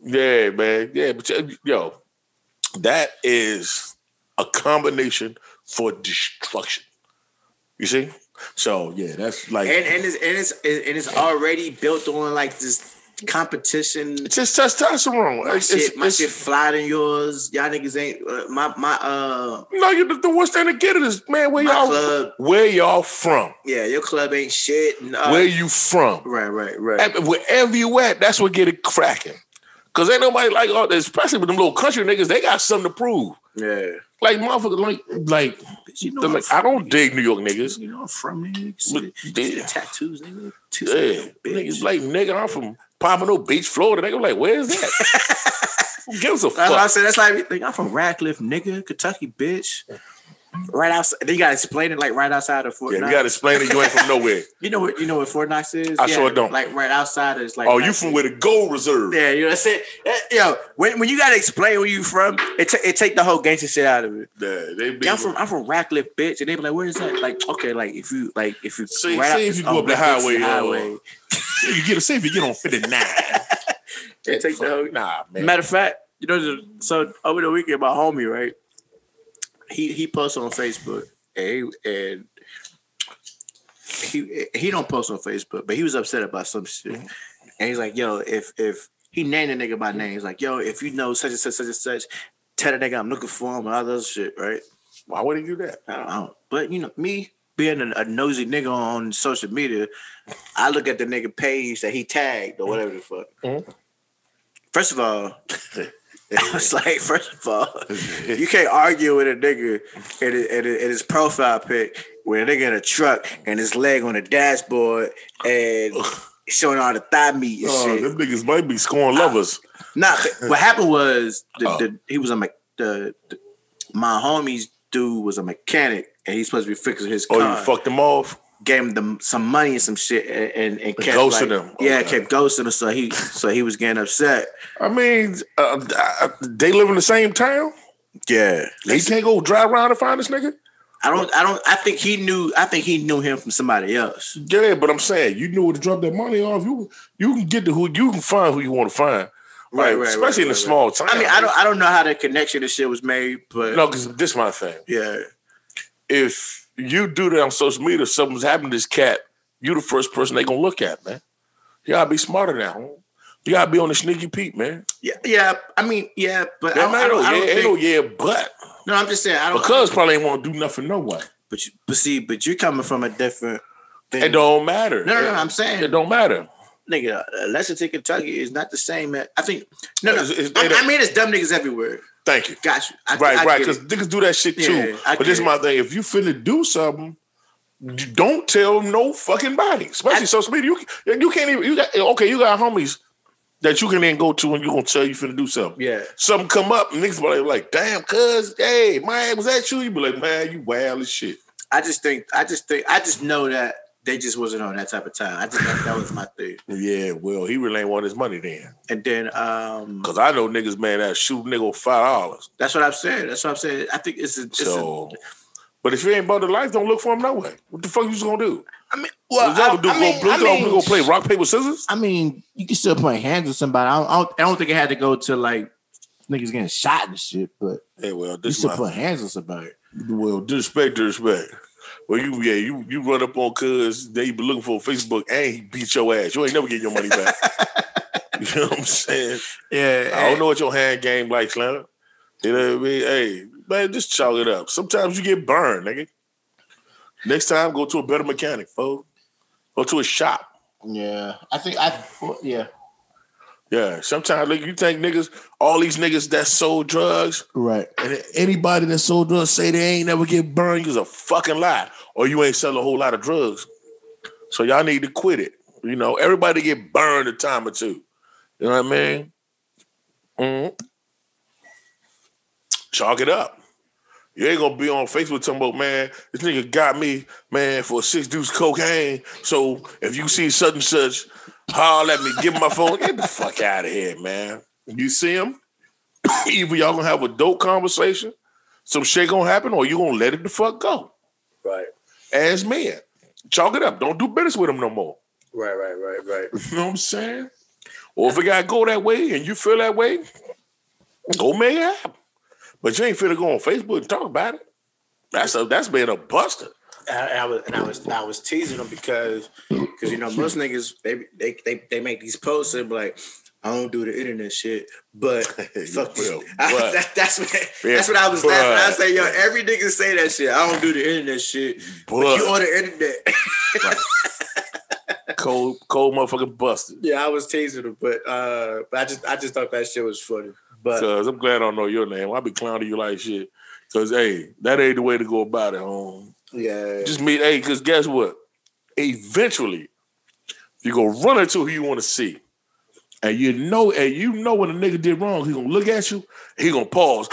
Speaker 2: Yeah, man. Yeah, but yo, yo, that is a combination for destruction. You see? So yeah, that's like
Speaker 1: And and it's and it's and it's already built on like this competition
Speaker 2: it's just testosterone.
Speaker 1: My
Speaker 2: It's-
Speaker 1: shit,
Speaker 2: it's-
Speaker 1: my
Speaker 2: it's-
Speaker 1: shit fly than yours. Y'all niggas ain't uh, my my uh
Speaker 2: No, you the, the worst thing to get it is man. Where
Speaker 1: My
Speaker 2: y'all?
Speaker 1: club.
Speaker 2: Where y'all from?
Speaker 1: yeah, your club ain't shit. And, uh,
Speaker 2: Where you from?
Speaker 1: right, right, right.
Speaker 2: At- wherever you at, that's what get it cracking. Cause ain't nobody like all this, especially with them little country niggas, they got something to prove.
Speaker 1: Yeah,
Speaker 2: Like motherfucker, like like,
Speaker 1: Bitch, you know
Speaker 2: they're
Speaker 1: I'm
Speaker 2: like
Speaker 1: from,
Speaker 2: I don't dig New York niggas.
Speaker 1: You know I'm from nigga. You see
Speaker 2: But-
Speaker 1: the- you see the
Speaker 2: yeah.
Speaker 1: tattoos, nigga. Two
Speaker 2: Yeah.
Speaker 1: bitch.
Speaker 2: Niggas like nigga, I'm from Pompano Beach, Florida. They go like, where is that? Who gives a
Speaker 1: That's what I
Speaker 2: fuck?
Speaker 1: said. That's like, like I'm from Radcliffe, nigga, Kentucky, bitch. Right outside, they gotta explain it like right outside of Fort
Speaker 2: Yeah, you
Speaker 1: Knox.
Speaker 2: got to explain it. You ain't from nowhere.
Speaker 1: You know what? You know what Fort Knox is?
Speaker 2: I sure don't.
Speaker 1: Like right outside is like.
Speaker 2: oh, you
Speaker 1: Knox
Speaker 2: from
Speaker 1: is-
Speaker 2: where the gold reserve?
Speaker 1: Yeah, you know what I'm saying? Eh, Yo, when, when you gotta explain where you from, it, ta- it take the whole gangster shit out of it.
Speaker 2: Yeah, they be,
Speaker 1: Yeah, I'm from I'm from Ratcliffe, bitch, and they be like, "Where is that?" Like, okay, like if you like if you
Speaker 2: Say-
Speaker 1: out-
Speaker 2: say if you go
Speaker 1: oh,
Speaker 2: up the
Speaker 1: Ratcliffe's
Speaker 2: highway, uh, you get a safe. You get on fifty nine.
Speaker 1: It take the whole-
Speaker 2: Nah, man.
Speaker 1: Matter of fact, you know, the- so over the weekend, my homie, right? He he posted on Facebook, and he, and he he don't post on Facebook, but he was upset about some shit, and he's like, "Yo, if if he named a nigga by name, he's like, yo, if you know such and such such and such, tell the nigga I'm looking for him and all that other shit, right?"
Speaker 2: Why would he do that?
Speaker 1: I don't, I don't- But you know, me being a, a nosy nigga on social media, I look at the nigga page that he tagged or whatever the fuck.
Speaker 2: Mhm.
Speaker 1: First of all, I was like, first of all, you can't argue with a nigga in, in, in his profile pic with a nigga in a truck and his leg on the dashboard and showing all the thigh meat and
Speaker 2: Oh,
Speaker 1: shit. Ah,
Speaker 2: them niggas might be scoring lovers.
Speaker 1: Nah, but what happened was the,
Speaker 2: Oh.
Speaker 1: the, he was a me- the, the my homie's dude was a mechanic and he's supposed to be fixing his car.
Speaker 2: Oh, you fucked them off.
Speaker 1: Gave him them some money and some shit and and, and kept
Speaker 2: Ghosting
Speaker 1: like-
Speaker 2: him.
Speaker 1: Yeah,
Speaker 2: Okay.
Speaker 1: kept ghosting him. So he so he was getting upset.
Speaker 2: I mean, uh, uh, they live in the same town.
Speaker 1: Yeah,
Speaker 2: They can't go drive around and find this nigga.
Speaker 1: I don't I don't I think he knew I think he knew him from somebody else.
Speaker 2: Yeah, but I'm saying you knew where to drop that money off. You you can get to who you can find who you want to find.
Speaker 1: Right,
Speaker 2: Like,
Speaker 1: right,
Speaker 2: especially
Speaker 1: right,
Speaker 2: in a
Speaker 1: right,
Speaker 2: small town.
Speaker 1: I mean, I don't I don't know how the connection and shit was made, but
Speaker 2: No, because this my thing.
Speaker 1: yeah,
Speaker 2: If you do that on social media, if something's happened to this cat, you the first person they gonna look at, man. You gotta be smarter now. You gotta be on the sneaky peek, man.
Speaker 1: yeah, yeah. I mean, yeah, but I
Speaker 2: Yeah,
Speaker 1: don't, I
Speaker 2: man,
Speaker 1: don't,
Speaker 2: yeah,
Speaker 1: I don't
Speaker 2: ain't
Speaker 1: think,
Speaker 2: no yeah, but
Speaker 1: no, I'm just saying I don't.
Speaker 2: because probably ain't want to do nothing no way.
Speaker 1: but you, but see, but you're coming from a different. Thing.
Speaker 2: It don't matter.
Speaker 1: No, no, no. I'm
Speaker 2: it
Speaker 1: saying,
Speaker 2: don't matter.
Speaker 1: nigga, Lexington, Kentucky is not the same. At, I think. No, no.
Speaker 2: It's- it's- they
Speaker 1: I,
Speaker 2: don't-
Speaker 1: I mean, it's dumb niggas everywhere.
Speaker 2: Thank you.
Speaker 1: Got you. I,
Speaker 2: right,
Speaker 1: I
Speaker 2: right.
Speaker 1: get
Speaker 2: Because
Speaker 1: it.
Speaker 2: niggas do that shit
Speaker 1: Yeah,
Speaker 2: too.
Speaker 1: I
Speaker 2: but this
Speaker 1: get
Speaker 2: is
Speaker 1: it.
Speaker 2: my thing. If you finna do something, d- don't tell no fucking body, especially
Speaker 1: I-
Speaker 2: social media. You, you can't even. You got okay. You got homies that you can then go to and you gonna tell you finna do something.
Speaker 1: yeah.
Speaker 2: Something come up, and niggas be like, "Damn, cuz, hey, man, was that you?" You be like, "Man, you wild as shit."
Speaker 1: I just think. I just think. I just know that they just wasn't on that type of time. I just that, that was my thing.
Speaker 2: Yeah, well, he really ain't want his money then,
Speaker 1: And then um,
Speaker 2: cause I know niggas, man, that shoot nigga five dollars.
Speaker 1: that's what I'm saying. That's what I'm saying. I think it's. A, it's a,
Speaker 2: So, but if you ain't about the life, don't look for him no way. What the fuck you just gonna do?
Speaker 1: I mean,
Speaker 2: Well,
Speaker 1: I-
Speaker 2: do
Speaker 1: I
Speaker 2: go
Speaker 1: mean-
Speaker 2: blue
Speaker 1: I
Speaker 2: throw, we
Speaker 1: mean-
Speaker 2: go play rock paper scissors.
Speaker 1: I mean, you can still play hands with somebody. I don't, I don't, I don't think it had to go to like niggas getting shot and shit, but
Speaker 2: Hey, well,
Speaker 1: you
Speaker 2: this
Speaker 1: still
Speaker 2: my,
Speaker 1: put hands with somebody.
Speaker 2: well, disrespect, disrespect. Well, you yeah, you you run up on cuz they be looking for Facebook and he beat your ass. You ain't never get your money back. you know what I'm saying?
Speaker 1: Yeah,
Speaker 2: I don't know what your hand game like, Slam. You know what I mean? Hey, man, just chalk it up. Sometimes you get burned, nigga. Next time, go to a better mechanic, folks. Go to a shop.
Speaker 1: Yeah, I think I. Yeah,
Speaker 2: Yeah, sometimes like you think niggas, all these niggas that sold drugs,
Speaker 1: right.
Speaker 2: And anybody that sold drugs say they ain't never get burned is a fucking lie, or you ain't sell a whole lot of drugs. So y'all need to quit it. You know, everybody get burned a time or two. You know what I mean? Mhm. Chalk it up. You ain't gonna be on Facebook talking about man, this nigga got me, man, for six deuce cocaine. So if you see such and such, holler at me, give him my phone. Get the fuck out of here, man. You see him? Either y'all gonna have a dope conversation, some shit gonna happen, or you gonna let it the fuck go.
Speaker 1: Right,
Speaker 2: As men. Chalk it up. Don't do business with him no more.
Speaker 1: right, right, right, right.
Speaker 2: You know what I'm saying? Or if it gotta go that way and you feel that way, go make it happen. But you ain't finna go on Facebook and talk about it. That's a that's being a buster.
Speaker 1: I, I was and I was I was teasing them because because you know most niggas they they they, they make these posts and be like. I don't do the internet shit, but fuck this.
Speaker 2: Well,
Speaker 1: I-
Speaker 2: but-
Speaker 1: that- that's what
Speaker 2: Yeah,
Speaker 1: that's what I was laughing. I
Speaker 2: but-
Speaker 1: say, yo, every nigga say that shit. I don't do the internet shit, but,
Speaker 2: But-
Speaker 1: you on the internet.
Speaker 2: cold, cold motherfucking busted.
Speaker 1: yeah, I was teasing them, but uh, but I just I just thought that shit was funny. But
Speaker 2: Cause I'm glad I don't know your name. I be clowning you like shit. Cause hey, that ain't the way to go about it, home.
Speaker 1: yeah,
Speaker 2: Just meet hey, cause guess what? Eventually, you gonna run into who you want to see. And you know, and you know when a nigga did wrong, he gonna look at you, he gonna pause.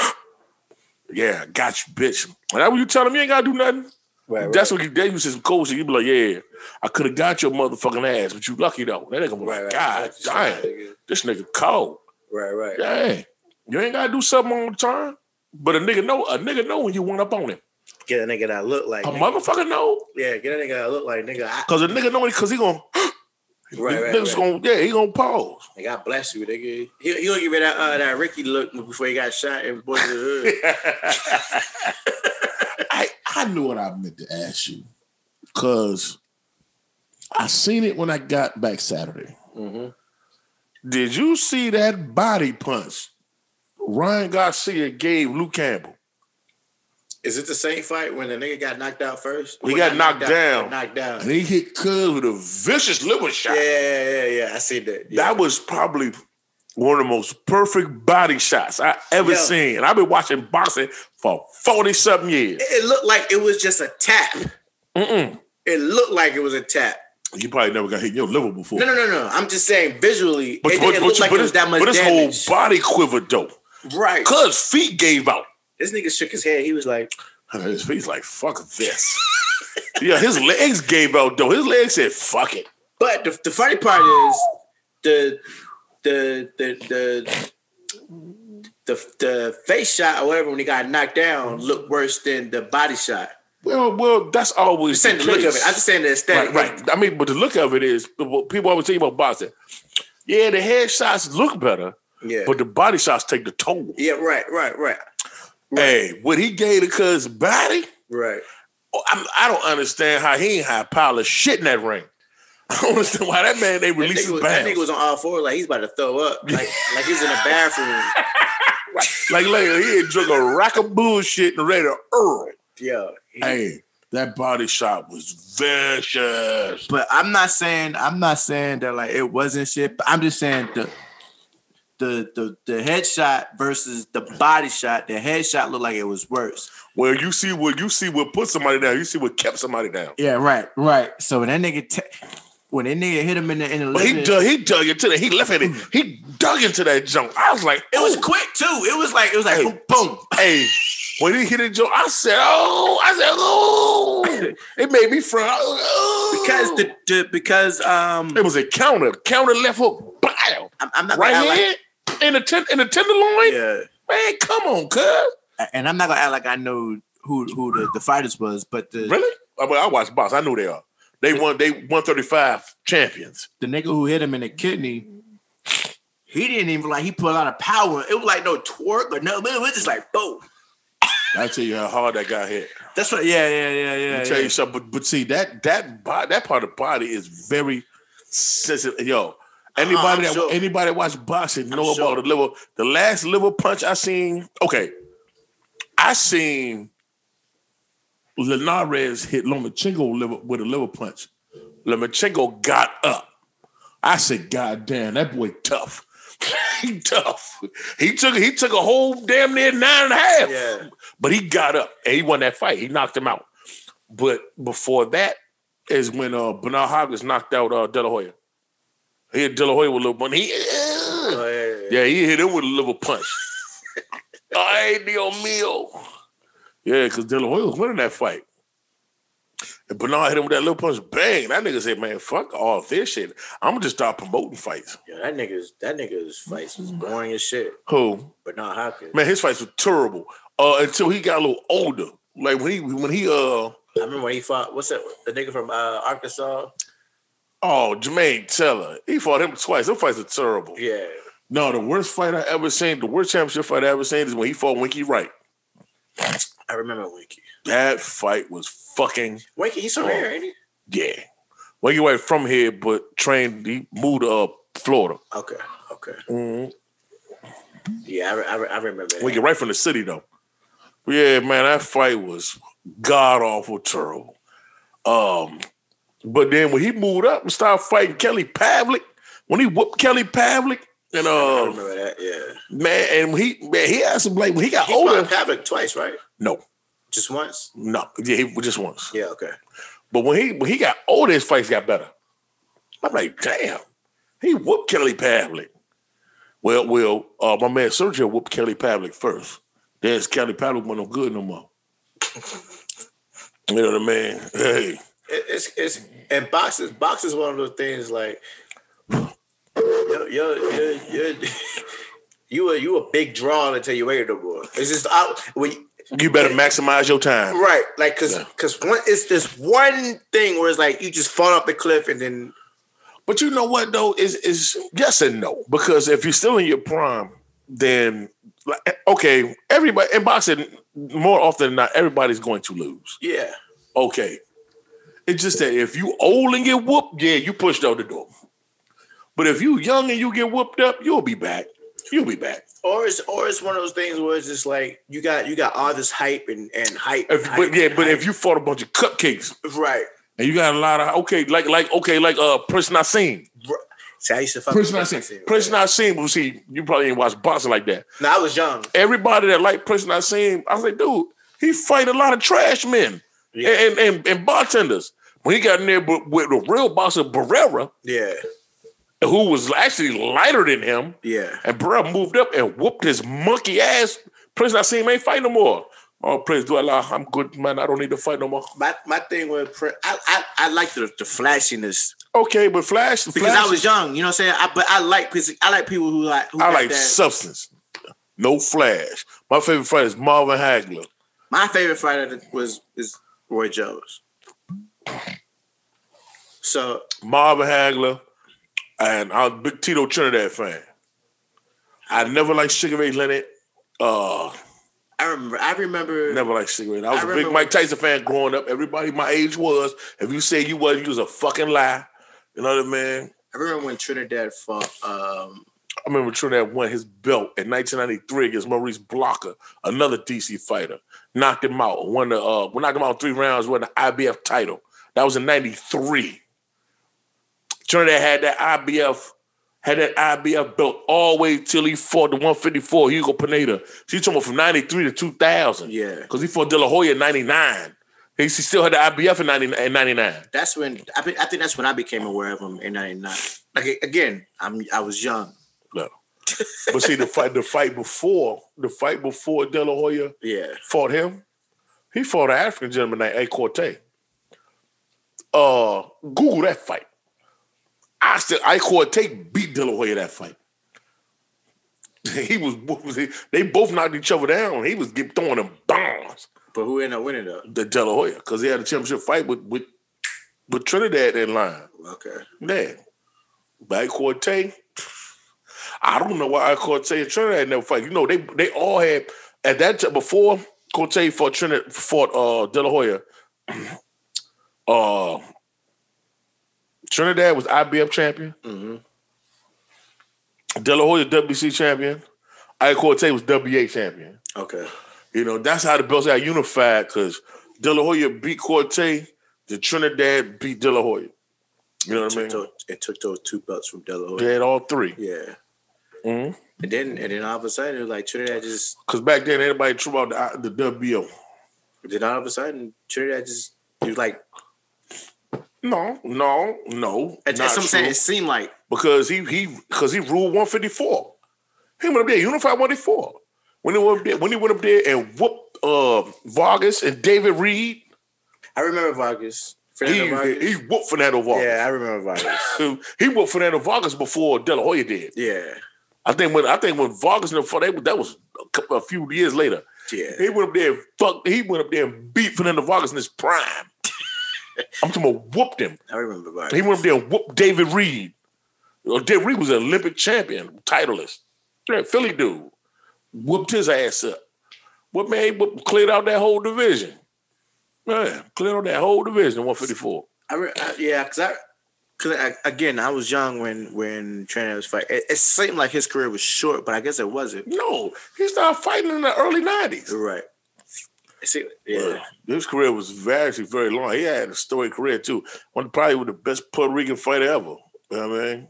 Speaker 2: Yeah, got you, bitch. And that what you tell him you ain't gotta do nothing.
Speaker 1: Right,
Speaker 2: That's what you that you said coach. You be like, yeah, I could have got your motherfucking ass, but you lucky though. That nigga be like, God damn, this nigga cold.
Speaker 1: Right, right.
Speaker 2: Dang. You ain't gotta do something on the time. But a nigga know a nigga know when you went up on him.
Speaker 1: Get a nigga that look like
Speaker 2: A
Speaker 1: nigga.
Speaker 2: motherfucker know.
Speaker 1: Yeah, get a nigga that look like nigga. I,
Speaker 2: Cause a nigga know cause he gonna
Speaker 1: right, right, right.
Speaker 2: niggas gonna yeah, he gonna pause.
Speaker 1: Like, God bless you, nigga. He he gonna give you that uh, that Ricky look before he got shot and boy the
Speaker 2: I
Speaker 4: I knew what I meant to ask you because I seen it when I got back Saturday.
Speaker 1: hood. hmm
Speaker 2: did you see that body punch Ryan Garcia gave Luke Campbell?
Speaker 1: Is it the same fight when the nigga got knocked out first?
Speaker 2: He
Speaker 1: Well,
Speaker 2: got
Speaker 1: not
Speaker 2: knocked
Speaker 1: out,
Speaker 2: down.
Speaker 1: but Knocked down.
Speaker 4: And he hit
Speaker 2: Hit Cuz with a vicious liver shot.
Speaker 1: Yeah, yeah, yeah, yeah. I see that. Yeah.
Speaker 2: That was probably one of the most perfect body shots I ever
Speaker 1: Yeah.
Speaker 2: seen. And I've been watching boxing for 40 something years.
Speaker 1: It it looked like it was just a tap.
Speaker 2: Mm-mm.
Speaker 1: It looked like it was a tap.
Speaker 2: You probably never got hit in your liver before.
Speaker 1: No, no, no, no. I'm just saying visually,
Speaker 2: But,
Speaker 1: it
Speaker 2: but,
Speaker 1: didn't
Speaker 2: but,
Speaker 1: look like
Speaker 2: but
Speaker 1: it was
Speaker 2: his,
Speaker 1: that much
Speaker 2: but his whole
Speaker 1: damage.
Speaker 2: body quivered though.
Speaker 1: right.
Speaker 2: Cuz feet gave out.
Speaker 1: This nigga shook his head. He was like,
Speaker 2: His feet's like, fuck this. yeah, his legs gave out though. His legs said, fuck it.
Speaker 1: but the, the funny part is the the the the the, the face shot or whatever when he got knocked down looked worse than the body shot.
Speaker 2: Well, well, that's always
Speaker 1: I'm saying the look of it.
Speaker 2: case.
Speaker 1: I'm just saying the aesthetic.
Speaker 2: right, right. I mean, but the look of it is people always tell you about boxing. Yeah, the head shots look better,
Speaker 1: Yeah.
Speaker 2: but the body shots take the toll.
Speaker 1: yeah. Right. Right. Right.
Speaker 2: Hey, what he gave to cuz body,
Speaker 1: Right.
Speaker 2: oh, I'm, I don't understand how he ain't high pile of shit in that ring. I don't understand why that man they
Speaker 1: That
Speaker 2: released
Speaker 1: nigga,
Speaker 2: his
Speaker 1: was, that
Speaker 2: bounds.
Speaker 1: nigga was on all fours. Like he's about to throw up. Like like he's in the bathroom.
Speaker 2: like, like he had drunk a rack of bullshit and ready to earl.
Speaker 1: Yeah.
Speaker 4: hey.
Speaker 2: That body shot was vicious.
Speaker 1: But I'm not saying I'm not saying that like it wasn't shit. But I'm just saying the the the the headshot versus the body shot. The headshot looked like it was worse.
Speaker 2: Well, you see what you see what put somebody down. You see what kept somebody down.
Speaker 1: Yeah, right, right. So when that nigga ta- when that nigga hit him in the in the
Speaker 2: But he
Speaker 1: liver-
Speaker 2: dug, he dug into that. He left it. He dug into that junk. I was like,
Speaker 1: it was
Speaker 2: "Ooh."
Speaker 1: quick too. It was like it was like
Speaker 2: Hey.
Speaker 1: boom, boom.
Speaker 2: hey, when he hit it, Joe, I said, oh, I said, oh, it made me frown. Oh.
Speaker 1: Because the, the because um
Speaker 2: it was a counter, counter left hook, bam,
Speaker 1: I'm, I'm not gonna
Speaker 2: right
Speaker 1: act like-
Speaker 2: hand in the ten, in the tenderloin.
Speaker 1: yeah,
Speaker 2: Man, come on, cuz
Speaker 1: and I'm not gonna act like I know who who the, the fighters was, but the
Speaker 2: really? I mean, I watch box. I know they are. They won. They one thirty five champions.
Speaker 1: the nigga who hit him in the kidney, he didn't even like he put a lot of power. It was like no twerk or no, it was just like boom.
Speaker 2: I tell you how hard that guy hit.
Speaker 1: That's what yeah, yeah, yeah, yeah.
Speaker 2: tell
Speaker 1: yeah.
Speaker 2: you something, but, but see that that body, that part of the body is very sensitive. Yo,
Speaker 1: Uh-huh, I'm
Speaker 2: anybody that
Speaker 1: sure.
Speaker 2: anybody that watch boxing know
Speaker 1: sure.
Speaker 2: about the liver. The last liver punch I seen. Okay, I seen Linares hit Lomachenko liver with a liver punch. Lomachenko got up. I said, God damn, that boy tough. he tough. He took he took a whole damn near nine and a half.
Speaker 1: Yeah.
Speaker 2: But he got up and he won that fight. He knocked him out. But before that is when uh Bernard Hopkins knocked out uh De La Hoya. He hit De La Hoya with a little money. He,
Speaker 1: Oh, yeah, yeah, yeah.
Speaker 2: yeah, he hit him with a little punch. Ay, Dios mío. Yeah, because De La Hoya was winning that fight. And Bernard hit him with that little punch. Bang. That nigga said, man, fuck all this shit. I'm going to just start promoting fights.
Speaker 1: Yo, that nigga's that nigga's fights was boring as shit,
Speaker 2: Who?
Speaker 1: but not Hopkins.
Speaker 2: Man, his fights were terrible. Uh, until he got a little older. Like when he when he uh
Speaker 1: I remember when he fought what's that the nigga from uh, Arkansas?
Speaker 2: oh Jermaine Teller. He fought him twice. Those fights are terrible.
Speaker 1: Yeah.
Speaker 2: No, the worst fight I ever seen, the worst championship fight I ever seen is when he fought Winky Wright.
Speaker 1: I remember Winky.
Speaker 2: That fight was fucking
Speaker 1: Winky, he's from here, ain't he?
Speaker 2: Yeah. Well, you away from here, but trained, he moved to uh, Florida.
Speaker 1: Okay, okay.
Speaker 2: mm
Speaker 1: Yeah, I, re- I, re- I remember that.
Speaker 2: We get right from the city, though. Yeah, man, that fight was god awful terrible. Um, but then when he moved up and started fighting Kelly Pavlik, when he whooped Kelly Pavlik,
Speaker 1: I
Speaker 2: and uh,
Speaker 1: remember that, yeah.
Speaker 2: man, and when he man, he had some like when he got
Speaker 1: He
Speaker 2: older.
Speaker 1: fought Havoc twice, right?
Speaker 2: No,
Speaker 1: Just once?
Speaker 2: no, yeah, he just once.
Speaker 1: Yeah, okay.
Speaker 2: But when he when he got older, his fights got better. I'm like, damn, he whooped Kelly Pavlik. Well, well, uh, my man Sergio whooped Kelly Pavlik first. There's Kelly Paddock wasn't no good no more. you know what I mean? Hey,
Speaker 3: It- it's it's and boxes box is one of those things like yo yo yo yo you a you a big draw until you wait no more. It's just out when you-
Speaker 2: you better maximize your time.
Speaker 3: right like because
Speaker 2: Yeah.
Speaker 3: because one it's this one thing where it's like you just fall off the cliff and then
Speaker 2: But you know what though is is yes and no because if you're still in your prime, then like, okay, everybody in boxing more often than not everybody's going to lose.
Speaker 3: yeah
Speaker 2: Okay, it's just that if you old and get whooped, yeah, you pushed out the door. But if you young and you get whooped up, you'll be back. You'll be back.
Speaker 3: or it's or it's one of those things where it's just like you got you got all this hype and and hype,
Speaker 2: If,
Speaker 3: hype,
Speaker 2: but yeah, but
Speaker 3: hype.
Speaker 2: if you fought a bunch of cupcakes
Speaker 3: right
Speaker 2: and you got a lot of okay, like like okay, like uh Prince Nassim.
Speaker 3: see I used to fuck
Speaker 1: Prince
Speaker 3: with
Speaker 1: Nassim.
Speaker 2: Prince Nassim, well, see, you probably ain't watched boxing like that.
Speaker 3: no I was young
Speaker 2: everybody that like Prince I seen, I was like, dude, he fight a lot of trash men
Speaker 3: Yeah.
Speaker 2: and, and, and bartenders. When he got in there bu- with the real boxer Barrera,
Speaker 3: yeah
Speaker 2: who was actually lighter than him,
Speaker 3: yeah
Speaker 2: and Barrera moved up and whooped his monkey ass. Prince Nassim ain't fight no more. Oh, Prince, do Allah, I'm good, man. I don't need to fight no more.
Speaker 3: my my thing with Prince I I, I like the the flashiness
Speaker 2: Okay, but Flash,
Speaker 3: because
Speaker 2: Flash,
Speaker 3: I was young, you know what I'm saying? I, but I like because I like people who like who
Speaker 2: I
Speaker 3: got
Speaker 2: like
Speaker 3: that.
Speaker 2: substance, no Flash. My favorite fighter is Marvin Hagler.
Speaker 3: My favorite fighter was is Roy Jones. So
Speaker 2: Marvin Hagler, and I'm a big Tito Trinidad fan. I never liked Sugar Ray Leonard. Uh,
Speaker 3: I remember I remember
Speaker 2: never liked Sugar Ray. Leonard. I was
Speaker 3: I
Speaker 2: a big
Speaker 3: remember-
Speaker 2: Mike Tyson fan growing up. Everybody my age was. If you say you was, you was a fucking lie. You know what I mean?
Speaker 3: I remember when Trinidad fought um
Speaker 2: I remember Trinidad won his belt in 1993 against Maurice Blocker, another DC fighter. Knocked him out. Won the uh, well, knocked him out in three rounds. Won the IBF title. That was in '93. Trinidad had that IBF had that IBF belt all the way till he fought the 154 Hugo Pineda. She talking about from '93 to 2000.
Speaker 3: yeah.
Speaker 2: because he fought De La Hoya in '99. He he still had the IBF in 90 in '99.
Speaker 3: That's when I, be- I think that's when I became aware of him in '99. Like again, I'm I was young.
Speaker 2: But see the fight the fight before the fight before De La Hoya.
Speaker 3: Yeah,
Speaker 2: fought him. He fought an African gentleman named A. Corte. Uh, Google that fight. I said A. Corte beat De La Hoya that fight. He was they both knocked each other down. He was get- throwing them bombs
Speaker 3: but who ended up winning though?
Speaker 2: to De La Hoya because he had a championship fight with with, with Trinidad in line.
Speaker 3: Okay,
Speaker 2: Yeah, but A. Corte. I don't know why A. Corte and Trinidad never fight. You know they they all had at that time before Corte fought Trinidad fought uh De La Hoya. uh, Trinidad was IBF champion.
Speaker 3: hmm
Speaker 2: De La Hoya WC champion. A. Corte was WA champion.
Speaker 3: okay,
Speaker 2: You know that's how the belts got unified because De La Hoya beat Corte. The Trinidad beat De La Hoya. You know
Speaker 3: it
Speaker 2: what I
Speaker 3: took,
Speaker 2: mean?
Speaker 3: those, it took those two belts from Delaware.
Speaker 2: They had all 3
Speaker 3: Yeah.
Speaker 2: Mm-hmm.
Speaker 3: And then and then all of a sudden it was like Trinidad just
Speaker 2: Cause back then everybody threw out the, the WBO.
Speaker 3: then all of a sudden Trinidad just it was like
Speaker 2: No, no, no.
Speaker 3: that's
Speaker 2: not
Speaker 3: what I'm saying.
Speaker 2: true.
Speaker 3: It seemed like
Speaker 2: Because he he because he ruled 154. He went up there, unified 154. When he went up there, when he went up there and whooped uh Vargas and David Reed,
Speaker 3: I remember Vargas. Fernando
Speaker 2: he,
Speaker 3: Vargas.
Speaker 2: he whooped Fernando Vargas.
Speaker 3: Yeah, I remember Vargas.
Speaker 2: He whooped Fernando Vargas before De La Hoya did.
Speaker 3: yeah.
Speaker 2: I think when I think when Vargas and the they that was a, couple, a few years later.
Speaker 3: Yeah.
Speaker 2: He went up there and fucked. He went up there and beat Fernando Vargas in his prime. I'm talking about whooped him.
Speaker 3: I remember Vargas.
Speaker 2: He went up there and whooped David Reed. You know, David Reed was an Olympic champion, titleist. Yeah, Philly dude. Whooped his ass up. What man, he whooped, cleared out that whole division. Man, cleared out that whole division, 154.
Speaker 3: I re- I, yeah, because I, cause I, again, I was young when when Trinidad was fighting. It, it seemed like his career was short, but I guess it wasn't.
Speaker 2: No, he started fighting in the early 90s.
Speaker 3: You're right. It seemed- yeah.
Speaker 2: His career was very, actually very long. He had a storied career too. One probably was the best Puerto Rican fighter ever. You know what I mean?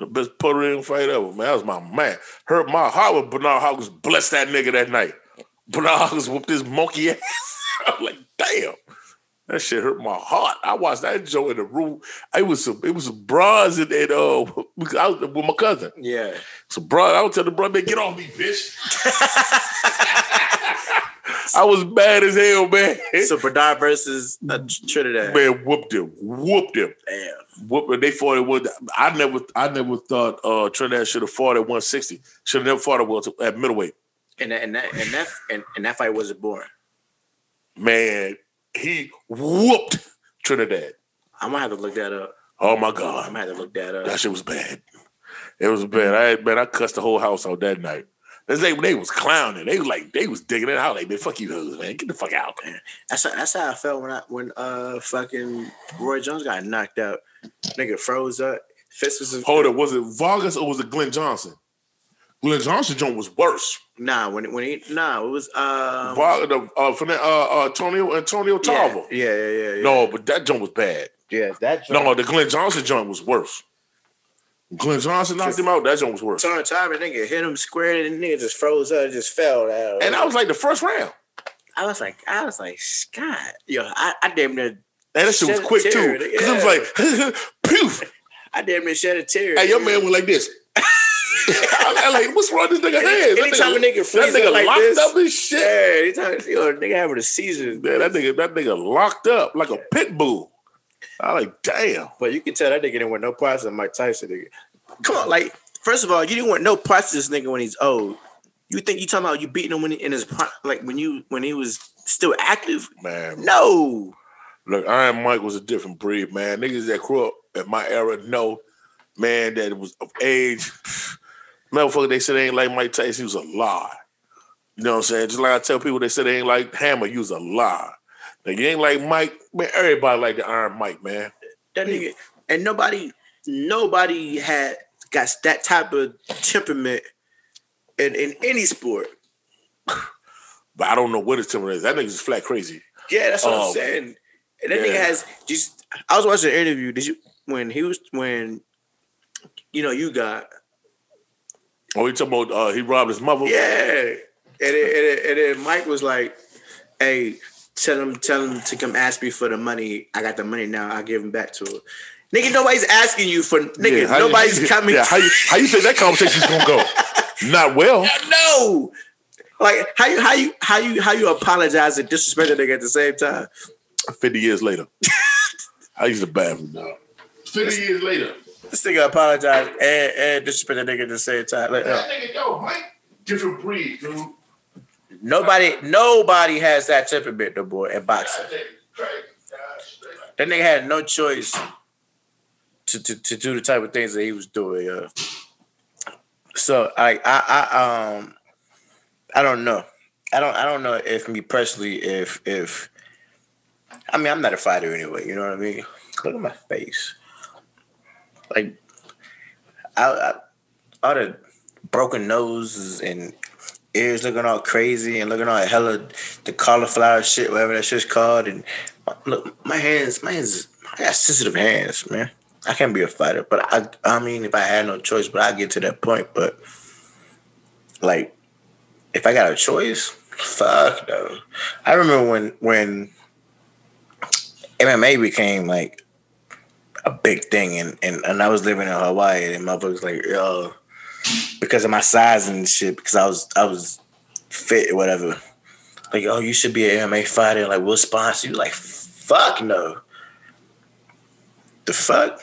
Speaker 2: The best Puerto Rican fighter ever. Man, that was my man. Hurt my heart when Bernard Hawkins blessed that nigga that night. Bernard Hawkins whooped his monkey ass. I'm like, damn. That shit hurt my heart. I watched that Joe in the room. It was some, it was some bras in it. Uh, because I was with my cousin.
Speaker 3: Yeah.
Speaker 2: So, bro, I would tell the brother, man, get off me, bitch. I was bad as hell, man.
Speaker 3: so Bernard versus uh, Tr- Trinidad.
Speaker 2: man, whooped him, whooped him,
Speaker 3: Damn.
Speaker 2: whooped him. They fought at one. I never, I never thought uh, Trinidad should have fought at 160. Should have never fought at, welter- at middleweight.
Speaker 3: And that and that and that and, and that fight wasn't boring.
Speaker 2: Man, he whooped Trinidad.
Speaker 3: I'm gonna have to look that up.
Speaker 2: Oh my
Speaker 3: I'm
Speaker 2: god,
Speaker 3: gonna have to look that up.
Speaker 2: that shit was bad. It was bad. I man, I cussed the whole house out that night. They, they was clowning. They was like they was digging it out. Like man, fuck you, hoes, man, get the fuck out, man.
Speaker 3: That's how, that's how I felt when I when uh fucking Roy Jones got knocked out. Nigga froze up. Fist was
Speaker 2: Hold up, was it Vargas or was it Glenn Johnson? Glenn Johnson joint was worse.
Speaker 3: nah when when he nah it was um
Speaker 2: Var- the, uh, from that, uh, uh, Antonio Antonio
Speaker 3: yeah,
Speaker 2: Tarver.
Speaker 3: yeah yeah yeah yeah.
Speaker 2: No, but that joint was bad.
Speaker 3: yeah that
Speaker 2: No, the Glenn Johnson joint was worse. Glenn Johnson knocked him out. That joint was worse.
Speaker 3: turn time and nigga hit him square and the nigga just froze up and just fell down.
Speaker 2: And that was like the first round.
Speaker 3: I was like I was like Scott yo I, I damn near
Speaker 2: And that shit was quick too. Because it was like poof.
Speaker 3: I damn near shed a tear.
Speaker 2: Hey, your man went like this. I, I like, what's wrong with this nigga hands? That
Speaker 3: Anytime a
Speaker 2: nigga,
Speaker 3: nigga
Speaker 2: that
Speaker 3: freezes
Speaker 2: nigga
Speaker 3: like
Speaker 2: locked
Speaker 3: this,
Speaker 2: up his shit.
Speaker 3: yeah, anytime yo nigga having a season.
Speaker 2: Man, that nigga, that nigga locked up like a pit bull. I like, damn.
Speaker 3: But you can tell that nigga didn't want no parts of Mike Tyson. Nigga. Come on, like first of all, you didn't want no parts of this nigga when he's old. You think you talking about you beating him when he, in his prime, like when you when he was still active?
Speaker 2: Man,
Speaker 3: No,
Speaker 2: look, Iron Mike was a different breed, man. Niggas that grew up in my era know, man, that it was of age. Motherfucker, they said they ain't like Mike Tyson. He was a lie. You know what I'm saying? Just like I tell people, they said they ain't like Hammer. He was a lie. Now, you ain't like Mike, man. Everybody like the Iron Mike, man.
Speaker 3: that nigga, and nobody nobody had got that type of temperament in in any sport.
Speaker 2: But I don't know what his temper is. That nigga's flat crazy.
Speaker 3: Yeah, that's what
Speaker 2: Oh,
Speaker 3: I'm saying. And that nigga
Speaker 2: yeah.
Speaker 3: has just. I was watching an interview. Did you when he was when you know you got
Speaker 2: Oh, you talking about uh, he robbed his mother?
Speaker 3: yeah, and then, and, then, and then Mike was like, "Hey, tell him tell him to come ask me for the money. I got the money now. I'll give him back to him." Nigga, nobody's asking you for nigga.
Speaker 2: how you-
Speaker 3: nobody's
Speaker 2: how you-
Speaker 3: coming.
Speaker 2: Yeah, how you how you think that conversation's gonna go? Not well.
Speaker 3: no. Like how you how you how you how you apologize and disrespect a nigga at the same time?
Speaker 2: 50 years later. I used to bathroom, dog.
Speaker 5: 50 years later.
Speaker 3: This nigga apologized and, and disrespect a nigga at the same time. Like, uh,
Speaker 5: nigga, yo, Mike, different breed, dude.
Speaker 3: Nobody, nobody has that temperament no more in boxing. That nigga had no choice to, to, to do the type of things that he was doing. Uh. So I, I I um I don't know. I don't I don't know if me personally if if I mean I'm not a fighter anyway, you know what I mean? Look at my face. Like I, I all the broken noses and ears looking all crazy and looking all hella the cauliflower shit, whatever that shit's called. And my, look, my hands, my hands, I got sensitive hands, man. I can't be a fighter, but I, I mean, if I had no choice, but I get to that point. But like, if I got a choice, fuck no. I remember when when MMA became like a big thing, and and, and I was living in Hawaii, and motherfuckers like yo, because of my size and shit, because I was I was fit or whatever. Like, oh, you should be an MMA fighter. Like, we'll sponsor you. Like, fuck no. The fuck,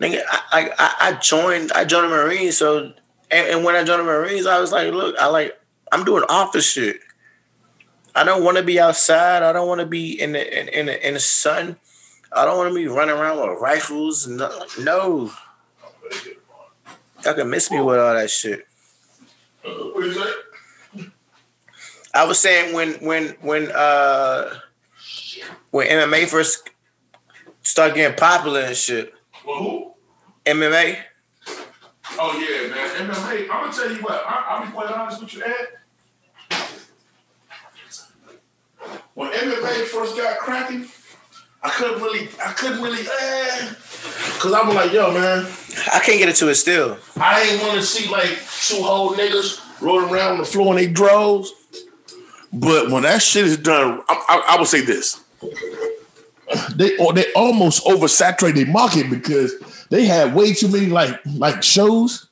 Speaker 3: nigga. I I, I joined I joined the Marines. So, and, and when I joined the Marines, I was like, look, I like I'm doing office shit. I don't want to be outside. I don't want to be in the in, in the in the sun. I don't want to be running around with rifles. No, no. Y'all can miss me with all that shit.
Speaker 5: What is that?
Speaker 3: I was saying when when when uh when MMA first started getting popular and shit.
Speaker 5: Well, who?
Speaker 3: MMA,
Speaker 5: Oh, yeah, man. MMA, I'm going to tell you what. I, I'll be quite honest with you, Ed. When MMA first got cracking, I couldn't really, I couldn't really, eh. Because I was like, yo, man.
Speaker 3: I can't get into it still.
Speaker 5: I ain't want to see like two whole niggas rolling around on the floor in they drawers.
Speaker 2: But when that shit is done, I, I, I would say this: oh,
Speaker 6: They or they almost oversaturate their market because they had way too many like like shows.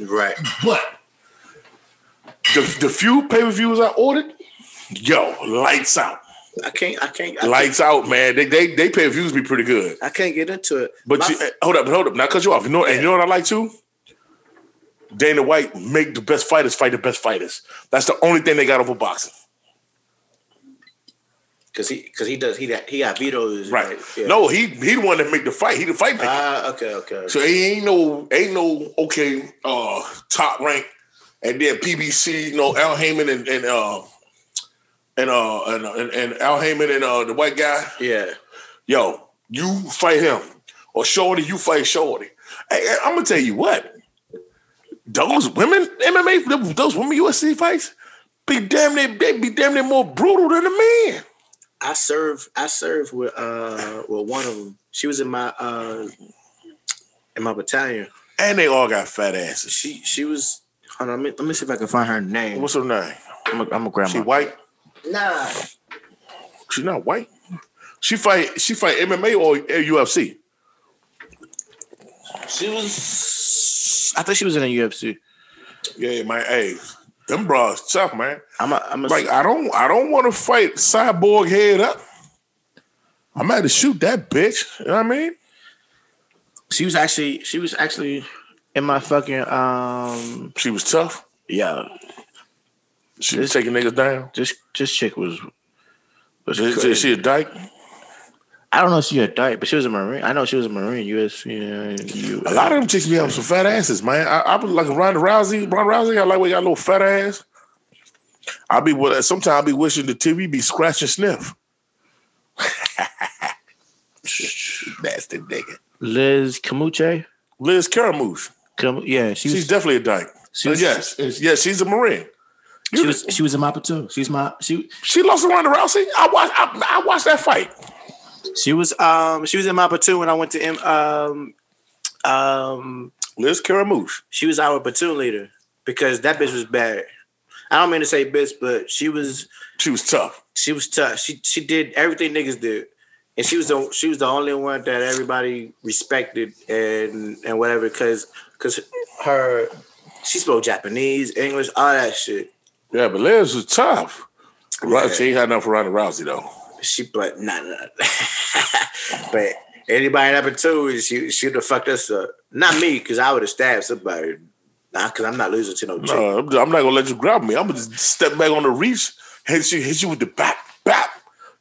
Speaker 3: Right.
Speaker 6: But
Speaker 2: the, the few pay per views I ordered, yo, lights out,
Speaker 3: I can't. I can't. I,
Speaker 2: lights out, man. They they they pay per views be pretty good.
Speaker 3: I can't get into it.
Speaker 2: But
Speaker 3: My-
Speaker 2: you, eh, hold up, hold up, not cut you off. You know, and you know what I like too. Dana White make the best fighters fight the best fighters. That's the only thing they got over boxing,
Speaker 3: Cause he, cause he does, he got, he got vetoes,
Speaker 2: right?
Speaker 3: Yeah.
Speaker 2: No, he he the one that make the fight. He the fight maker.
Speaker 3: Ah, okay, okay. okay.
Speaker 2: So he ain't no ain't no okay uh top rank and then PBC, you know, Al Heyman and, and uh and uh and, and, and Al Heyman and uh the white guy,
Speaker 3: yeah,
Speaker 2: yo, you fight him. Or Shorty, you fight Shorty. Hey, I'm gonna tell you what, those women MMA, those women USC fights, be damn near they be damn near more brutal than the man.
Speaker 3: I serve, I serve with, uh, with one of them. She was in my, uh, in my battalion.
Speaker 2: And they all got fat asses.
Speaker 3: She, she was. Hold on, let me, let me see if I can find her name.
Speaker 2: What's her name?
Speaker 3: I'm a, I'm a
Speaker 2: She
Speaker 3: grandma.
Speaker 2: white?
Speaker 3: Nah,
Speaker 2: She's not white. She fight. She fight MMA or UFC.
Speaker 3: she was. I thought she was in the UFC.
Speaker 2: Yeah, my hey, them bras tough, man.
Speaker 3: I'm a, I'm a,
Speaker 2: Like I don't, I don't want to fight cyborg head up. I'm had to shoot that bitch. You know what I mean?
Speaker 3: she was actually, she was actually in my fucking, um,
Speaker 2: She was tough.
Speaker 3: yeah.
Speaker 2: She was taking niggas down.
Speaker 3: This, this chick was. was
Speaker 2: Is-
Speaker 3: crazy.
Speaker 2: is she a dyke?
Speaker 3: I don't know if she a dyke, but she was a marine. I know she was a marine. U.S. Yeah, you,
Speaker 2: A lot of them chicks be having some fat asses, man. I, I was like Ronda Rousey. Ronda Rousey got like we got a little fat ass. I be with. Sometimes I be wishing the TV be scratch and sniff. That's the nigga.
Speaker 3: Liz Camuche.
Speaker 2: Liz Caramouche.
Speaker 3: Cam, yeah, she
Speaker 2: She's
Speaker 3: was.
Speaker 2: definitely a dyke.
Speaker 3: She was,
Speaker 2: Uh, yes, it's- yes, she's a Marine.
Speaker 3: she was. She was in my platoon. She's my. She
Speaker 2: She lost to Ronda Rousey. I watched. I, I watched that fight.
Speaker 3: she was. Um, she was in my platoon when I went to. M, um, um,
Speaker 2: Liz Caramouche.
Speaker 3: she was our platoon leader because that bitch was bad. I don't mean to say bitch, but she was.
Speaker 2: She was tough.
Speaker 3: She was tough. She she did everything niggas did, and she was the she was the only one that everybody respected and and whatever because because her she spoke Japanese, English, all that shit.
Speaker 2: Yeah, but Liz was tough. Right, She ain't had enough for Ronda Rousey though.
Speaker 3: She but nah nah. but anybody that platoon, she she'd have fucked us up. Not me, because I would have stabbed somebody. Nah, because I'm not losing to no chick.
Speaker 2: No, Uh, I'm, I'm not gonna let you grab me. I'm gonna just step back on the reach, hit you, hit you with the bap, bap.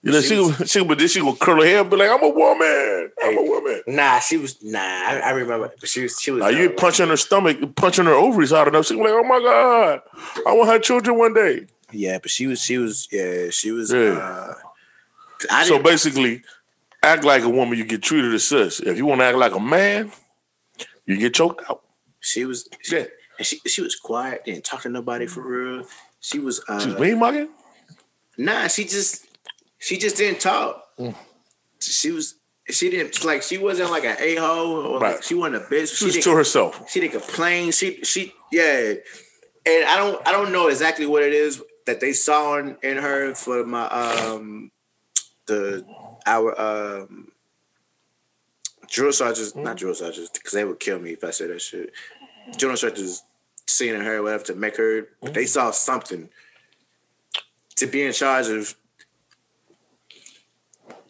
Speaker 2: You know,
Speaker 3: She
Speaker 2: she, gonna- she, but then she gonna curl her hair, and be like, "I'm a woman, I'm a woman."
Speaker 3: Nah, she was nah. I, I remember but she was she was.
Speaker 2: Now you
Speaker 3: uh,
Speaker 2: punching her stomach, punching her ovaries out enough. She gonna be like, "Oh my god, I want her children one day."
Speaker 3: yeah, but she was she was yeah she was.
Speaker 2: Yeah.
Speaker 3: Uh, I
Speaker 2: So
Speaker 3: didn't,
Speaker 2: basically, act like a woman, you get treated as such. If you want to act like a man, you get choked out.
Speaker 3: she was
Speaker 2: Yeah.
Speaker 3: And she she was quiet, didn't talk to nobody for real. She was uh
Speaker 2: She's mean mugging.
Speaker 3: nah, she just she just didn't talk.
Speaker 2: Mm.
Speaker 3: She was she didn't like she wasn't like an a hole or like,
Speaker 2: Right.
Speaker 3: she wasn't a bitch.
Speaker 2: She
Speaker 3: She,
Speaker 2: was
Speaker 3: didn't
Speaker 2: to herself.
Speaker 3: she didn't complain. She she yeah. And I don't I don't know exactly what it is that they saw in, in her for my um the our um drill sergeants not drill sergeants because they would kill me if I said that shit. Drill sergeants seeing in her whatever to make her but they saw something to be in charge of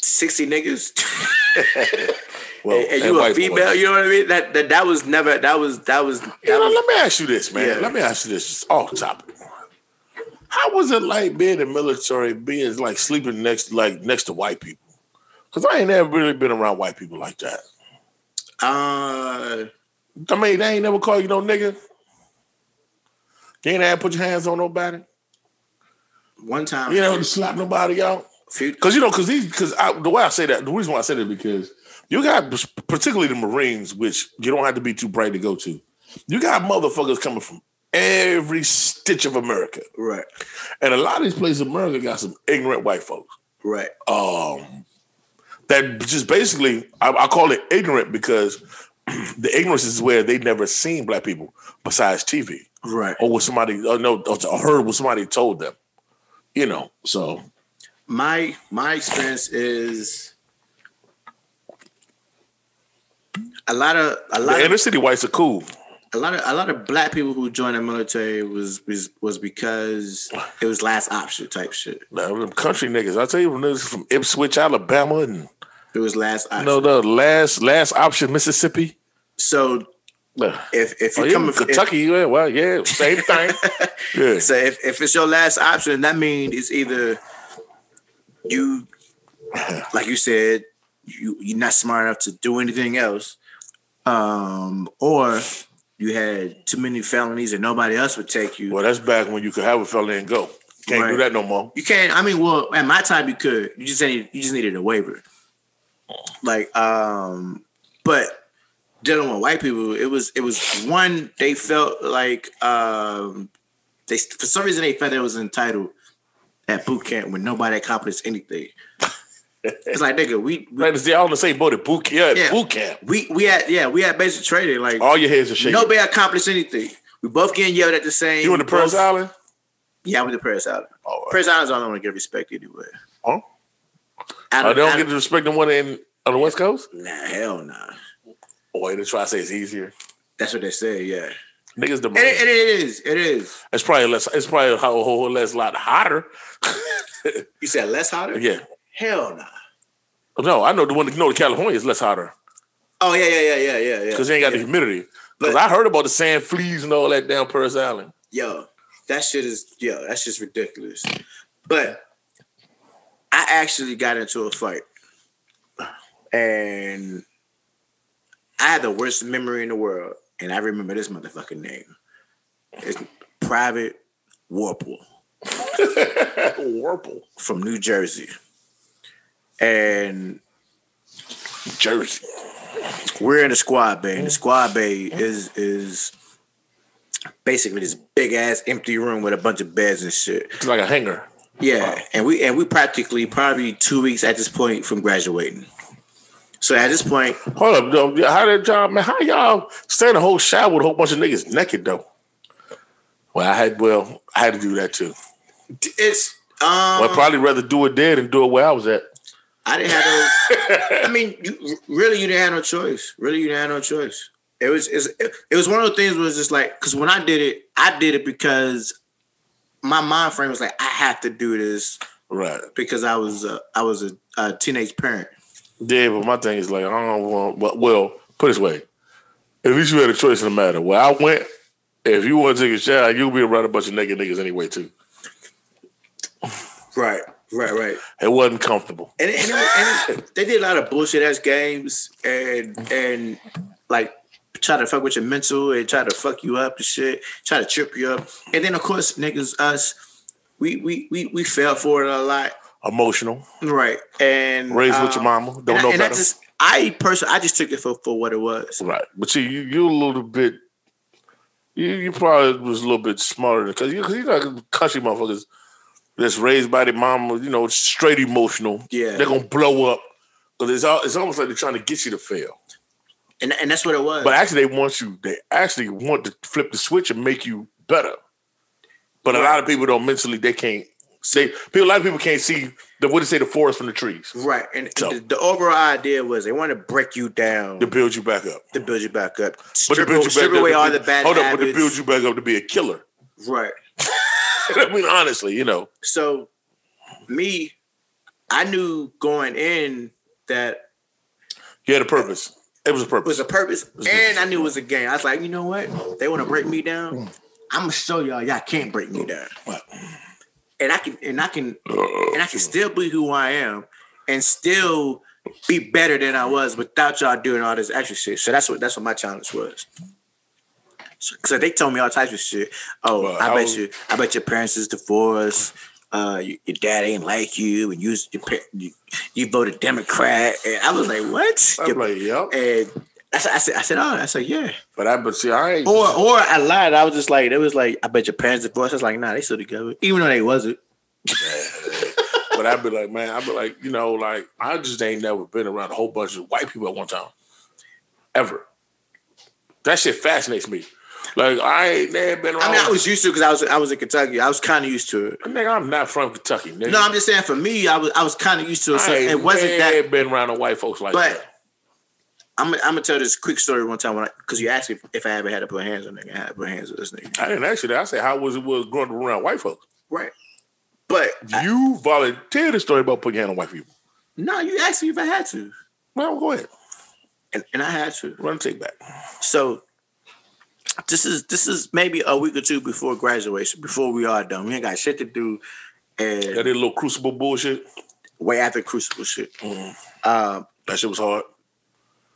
Speaker 3: sixty niggas.
Speaker 2: Well,
Speaker 3: and, and
Speaker 2: that
Speaker 3: you a
Speaker 2: white boy.
Speaker 3: female, you know what I mean? That, that that was never that was that was that
Speaker 2: You know,
Speaker 3: was
Speaker 2: let me ask you this, man.
Speaker 3: Yeah.
Speaker 2: Let me ask you this. It's off topic. How was it like being in the military, being like sleeping next, like next to white people? Because I ain't never really been around white people like that.
Speaker 3: uh
Speaker 2: I mean, they ain't never call you no nigga. You ain't ever put your hands on nobody.
Speaker 3: one time
Speaker 2: You ain't ever slap nobody out.
Speaker 3: few,
Speaker 2: Because you know, because these, because the way I say that, the reason why I say that because you got particularly the Marines, which you don't have to be too bright to go to. You got motherfuckers coming from every stitch of America,
Speaker 3: right
Speaker 2: and a lot of these places in America got some ignorant white folks.
Speaker 3: right
Speaker 2: Um, that just basically, I, I call it ignorant because the ignorance is where they never seen black people besides TV
Speaker 3: right
Speaker 2: uh, or what somebody or no or heard what somebody told them. you know, so
Speaker 3: my my experience is a lot of a lot
Speaker 2: the
Speaker 3: of,
Speaker 2: inner city whites are cool.
Speaker 3: a lot of a lot of black people who joined the military was was, was because it was last option type shit.
Speaker 2: Now, them country niggas, I tell you, them niggas from Ipswich, Alabama, and
Speaker 3: It was last option.
Speaker 2: you know the last last option, Mississippi.
Speaker 3: so
Speaker 2: Ugh.
Speaker 3: if if
Speaker 2: Oh,
Speaker 3: you
Speaker 2: you
Speaker 3: come
Speaker 2: from Kentucky, yeah, well, yeah, same thing. yeah,
Speaker 3: So if, if it's your last option, that means it's either you, like you said, you you're not smart enough to do anything else, um, or you had too many felonies and nobody else would take you.
Speaker 2: well, that's back when you could have a fella and go. Can't
Speaker 3: Right.
Speaker 2: do that no more.
Speaker 3: You can't. I mean, well, at my time, you could. You just needed. You just needed a waiver. Like, um, but dealing with white people, it was it was one. They felt like um, they for some reason they felt they was entitled at boot camp when nobody accomplished anything. it's like nigga, we we,
Speaker 2: Like they all in the same boat at boot camp.
Speaker 3: Yeah.
Speaker 2: Yeah. Boot camp.
Speaker 3: we we had yeah we had basic training. Like
Speaker 2: All your heads are shaking.
Speaker 3: nobody accomplished anything. We both getting yelled at the same.
Speaker 2: you in the
Speaker 3: we
Speaker 2: Prince
Speaker 3: both-
Speaker 2: Island?
Speaker 3: Yeah, I went to Paris Island.
Speaker 2: Oh,
Speaker 3: Paris Island's the only one to get respect anyway.
Speaker 2: Huh?
Speaker 3: Out
Speaker 2: Oh,
Speaker 3: of-
Speaker 2: they
Speaker 3: out
Speaker 2: don't
Speaker 3: of-
Speaker 2: get to respect the one in on the West Coast.
Speaker 3: Nah, hell nah.
Speaker 2: Boy, they try to say it's easier.
Speaker 3: That's what they say, yeah.
Speaker 2: Niggas the
Speaker 3: And it, and it is, it is.
Speaker 2: It's probably less. It's probably a whole, whole less lot hotter.
Speaker 3: You said less hotter?
Speaker 2: yeah.
Speaker 3: Hell nah.
Speaker 2: No, I know the one. that- No, the California is less hotter
Speaker 3: Oh yeah, yeah, yeah, yeah, yeah, yeah.
Speaker 2: because they ain't got the humidity. Because
Speaker 3: But-
Speaker 2: I heard about the sand fleas and all that down Paris Island.
Speaker 3: Yo, that shit is yo, that's just ridiculous. But I actually got into a fight. And I had the worst memory in the world. And I remember this motherfucking name. It's Private Warple.
Speaker 2: Warple,
Speaker 3: from New Jersey. And
Speaker 2: Jersey.
Speaker 3: we're in the squad bay. And the squad bay is is basically this big ass empty room with a bunch of beds and shit.
Speaker 2: It's like a hangar.
Speaker 3: Yeah. And we and we practically probably two weeks at this point from graduating. So at this point,
Speaker 2: Hold up, though. How did y'all man? How y'all stand a whole shower with a whole bunch of niggas naked though? Well, I had well, I had to do that too.
Speaker 3: it's um
Speaker 2: Well, I'd probably rather do it there than do it where I was at.
Speaker 3: I didn't have no. I mean, you, really, you didn't have no choice. Really, you didn't have no choice. It was it's, it, it was one of those things where it's just like because when I did it, I did it because my mind frame was like I have to do this
Speaker 2: Right.
Speaker 3: because I was a, I was a, a teenage parent.
Speaker 2: Yeah, but my thing is like I don't want. But well, put it this way, at least you had a choice in the matter. Where I went, if you want to take a shower, you'll be around a bunch of naked niggas anyway too.
Speaker 3: Right, right, right.
Speaker 2: It wasn't comfortable.
Speaker 3: And, and, and they did a lot of bullshit ass games and and like try to fuck with your mental and try to fuck you up and shit, try to trip you up. And then of course, niggas, us, we we we we fell for it a lot.
Speaker 2: Emotional.
Speaker 3: Right. And
Speaker 2: Raised
Speaker 3: um,
Speaker 2: with your mama. Don't
Speaker 3: and I-
Speaker 2: know
Speaker 3: and I
Speaker 2: better.
Speaker 3: just I personally I just took it for, for what it was.
Speaker 2: right. But you, you, you a little bit. You, you probably was a little bit smarter because you, 'cause you know country motherfuckers that's raised by their mama. You know, straight emotional.
Speaker 3: Yeah.
Speaker 2: they're gonna blow up because it's all, it's almost like they're trying to get you to fail.
Speaker 3: And and that's what it was.
Speaker 2: But actually, they want you. They actually want to flip the switch and make you better. But a lot of people don't mentally. They can't. They people. A lot of people can't see the what they say the forest from the trees
Speaker 3: right. And
Speaker 2: So-
Speaker 3: the, the overall idea was they want to break you down
Speaker 2: to build you back up.
Speaker 3: to build you back up.
Speaker 2: But to
Speaker 3: Strip,
Speaker 2: build you
Speaker 3: strip
Speaker 2: back up.
Speaker 3: away
Speaker 2: to
Speaker 3: all the
Speaker 2: build-
Speaker 3: bad
Speaker 2: hold up. But to
Speaker 3: habits.
Speaker 2: build you back up to be a killer.
Speaker 3: Right.
Speaker 2: I mean, honestly, you know,
Speaker 3: So me, I knew going in that
Speaker 2: you had a purpose. It was a
Speaker 3: it was
Speaker 2: purpose.
Speaker 3: a purpose and I knew it was a game. I was like, you know what? They want to break me down. I'm gonna show y'all y'all can't break me down.
Speaker 2: Right.
Speaker 3: And I can and I can and I can still be who I am and still be better than I was without y'all doing all this extra shit. So that's what that's what my challenge was. So, so they told me all types of shit. Oh,
Speaker 2: Well,
Speaker 3: I
Speaker 2: how-
Speaker 3: bet you, I bet your parents is divorced. Uh, your, your dad ain't like you, and you your, par- you, you voted Democrat. And I was like, what?
Speaker 2: I'm like, yep.
Speaker 3: and I said, I said, I said, oh, I said, yeah.
Speaker 2: But I, but see, I ain't.
Speaker 3: Or, or I lied. I was just like, it was like, I bet your parents divorced. I was like, nah, they still together, even though they wasn't.
Speaker 2: but I'd be like, man, I'd be like, you know, like I just ain't never been around a whole bunch of white people at one time, ever. That shit fascinates me. Like I ain't never been around.
Speaker 3: I mean, I was used to because I was I was in Kentucky. I was kind of used to it.
Speaker 2: nigga, I'm not from Kentucky. Nigga.
Speaker 3: No, I'm just saying for me, I was I was kind of used to it. So
Speaker 2: I ain't
Speaker 3: it wasn't that.
Speaker 2: never been around the white folks like
Speaker 3: But
Speaker 2: that.
Speaker 3: I'm I'm gonna tell this quick story one time when because you asked me if I ever had to put hands on nigga. I had to put hands on this nigga.
Speaker 2: I didn't ask you that. I said, how was it was growing up around white folks?
Speaker 3: Right. But I-
Speaker 2: You volunteered a story about putting your hand on white people.
Speaker 3: no, you asked me if I had to,
Speaker 2: Well, go ahead.
Speaker 3: and, and I had to.
Speaker 2: Run the take back.
Speaker 3: So this is this is maybe a week or two before graduation, before we are done. We ain't got shit to do,
Speaker 2: That
Speaker 3: and
Speaker 2: did little crucible bullshit.
Speaker 3: way after crucible shit. Um,
Speaker 2: That shit was hard.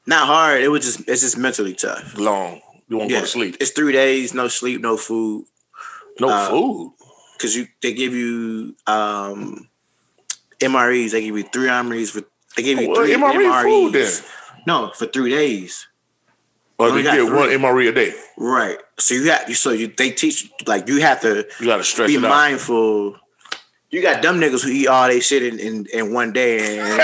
Speaker 3: not hard. It was just it's just mentally tough.
Speaker 2: Long. You won't
Speaker 3: Yeah.
Speaker 2: go to sleep.
Speaker 3: It's three days, no sleep, no food,
Speaker 2: No
Speaker 3: Uh,
Speaker 2: food.
Speaker 3: because you they give you um MREs. They give you three MREs for they give you
Speaker 2: Well,
Speaker 3: three
Speaker 2: MRE
Speaker 3: MREs.
Speaker 2: E food then.
Speaker 3: No, for three days.
Speaker 2: Or you
Speaker 3: only got
Speaker 2: get one
Speaker 3: three.
Speaker 2: MRE a day.
Speaker 3: Right. So you have so you they teach like you have to
Speaker 2: You gotta stretch
Speaker 3: be
Speaker 2: it out.
Speaker 3: mindful. You got dumb niggas who eat all they shit in, in, in one day and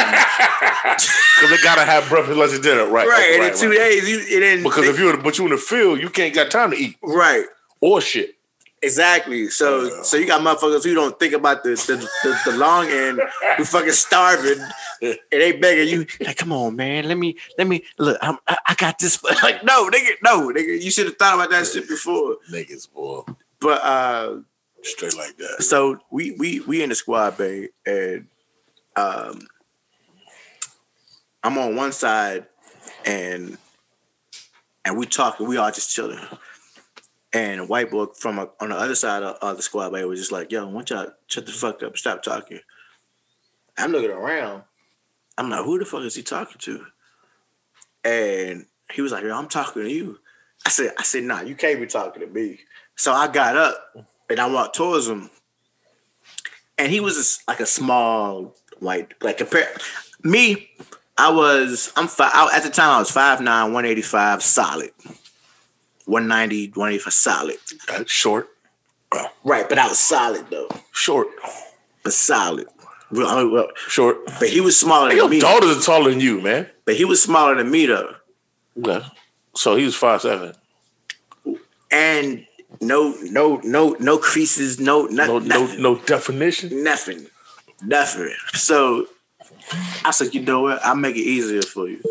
Speaker 2: Cause they gotta have breakfast, lunch, and dinner, right?
Speaker 3: right, and
Speaker 2: right,
Speaker 3: in two
Speaker 2: right.
Speaker 3: days you it didn't
Speaker 2: Because if you're but you in the field, you can't got time to eat
Speaker 3: right.
Speaker 2: or shit.
Speaker 3: Exactly. So
Speaker 2: Yeah.
Speaker 3: so you got motherfuckers who don't think about the the, the, the long end who fucking starving and they begging you like, come on, man, let me let me look. I'm, I, I got this. Like, no, nigga, no, nigga, you should have thought about that shit before.
Speaker 2: Niggas, boy,
Speaker 3: But uh
Speaker 2: straight like that.
Speaker 3: so we we we in the squad bay and um I'm on one side and and we talking, we all just chilling. And a white boy from a, on the other side of, of the squad bay was just like, yo, want y'all shut the fuck up, stop talking. I'm looking around. I'm like, who the fuck is he talking to? And he was like, yo, I'm talking to you. I said, I said, nah, you can't be talking to me. So I got up and I walked towards him, and he was just like a small white like compare me. I was I'm five I, at the time I was 5'9", 185 solid, 190, 185 solid.
Speaker 2: Uh, Short,
Speaker 3: Right, but I was solid though,
Speaker 2: short,
Speaker 3: but solid. Well, I mean, well,
Speaker 2: short.
Speaker 3: But he was smaller
Speaker 2: Your
Speaker 3: than me.
Speaker 2: daughters are taller than you, man.
Speaker 3: But he was smaller than me though,
Speaker 2: Yeah. So he was five seven.
Speaker 3: and no no no no creases, no
Speaker 2: No,
Speaker 3: no
Speaker 2: no, no definition.
Speaker 3: nothing, nothing. So I said, you know what? I'll make it easier for you.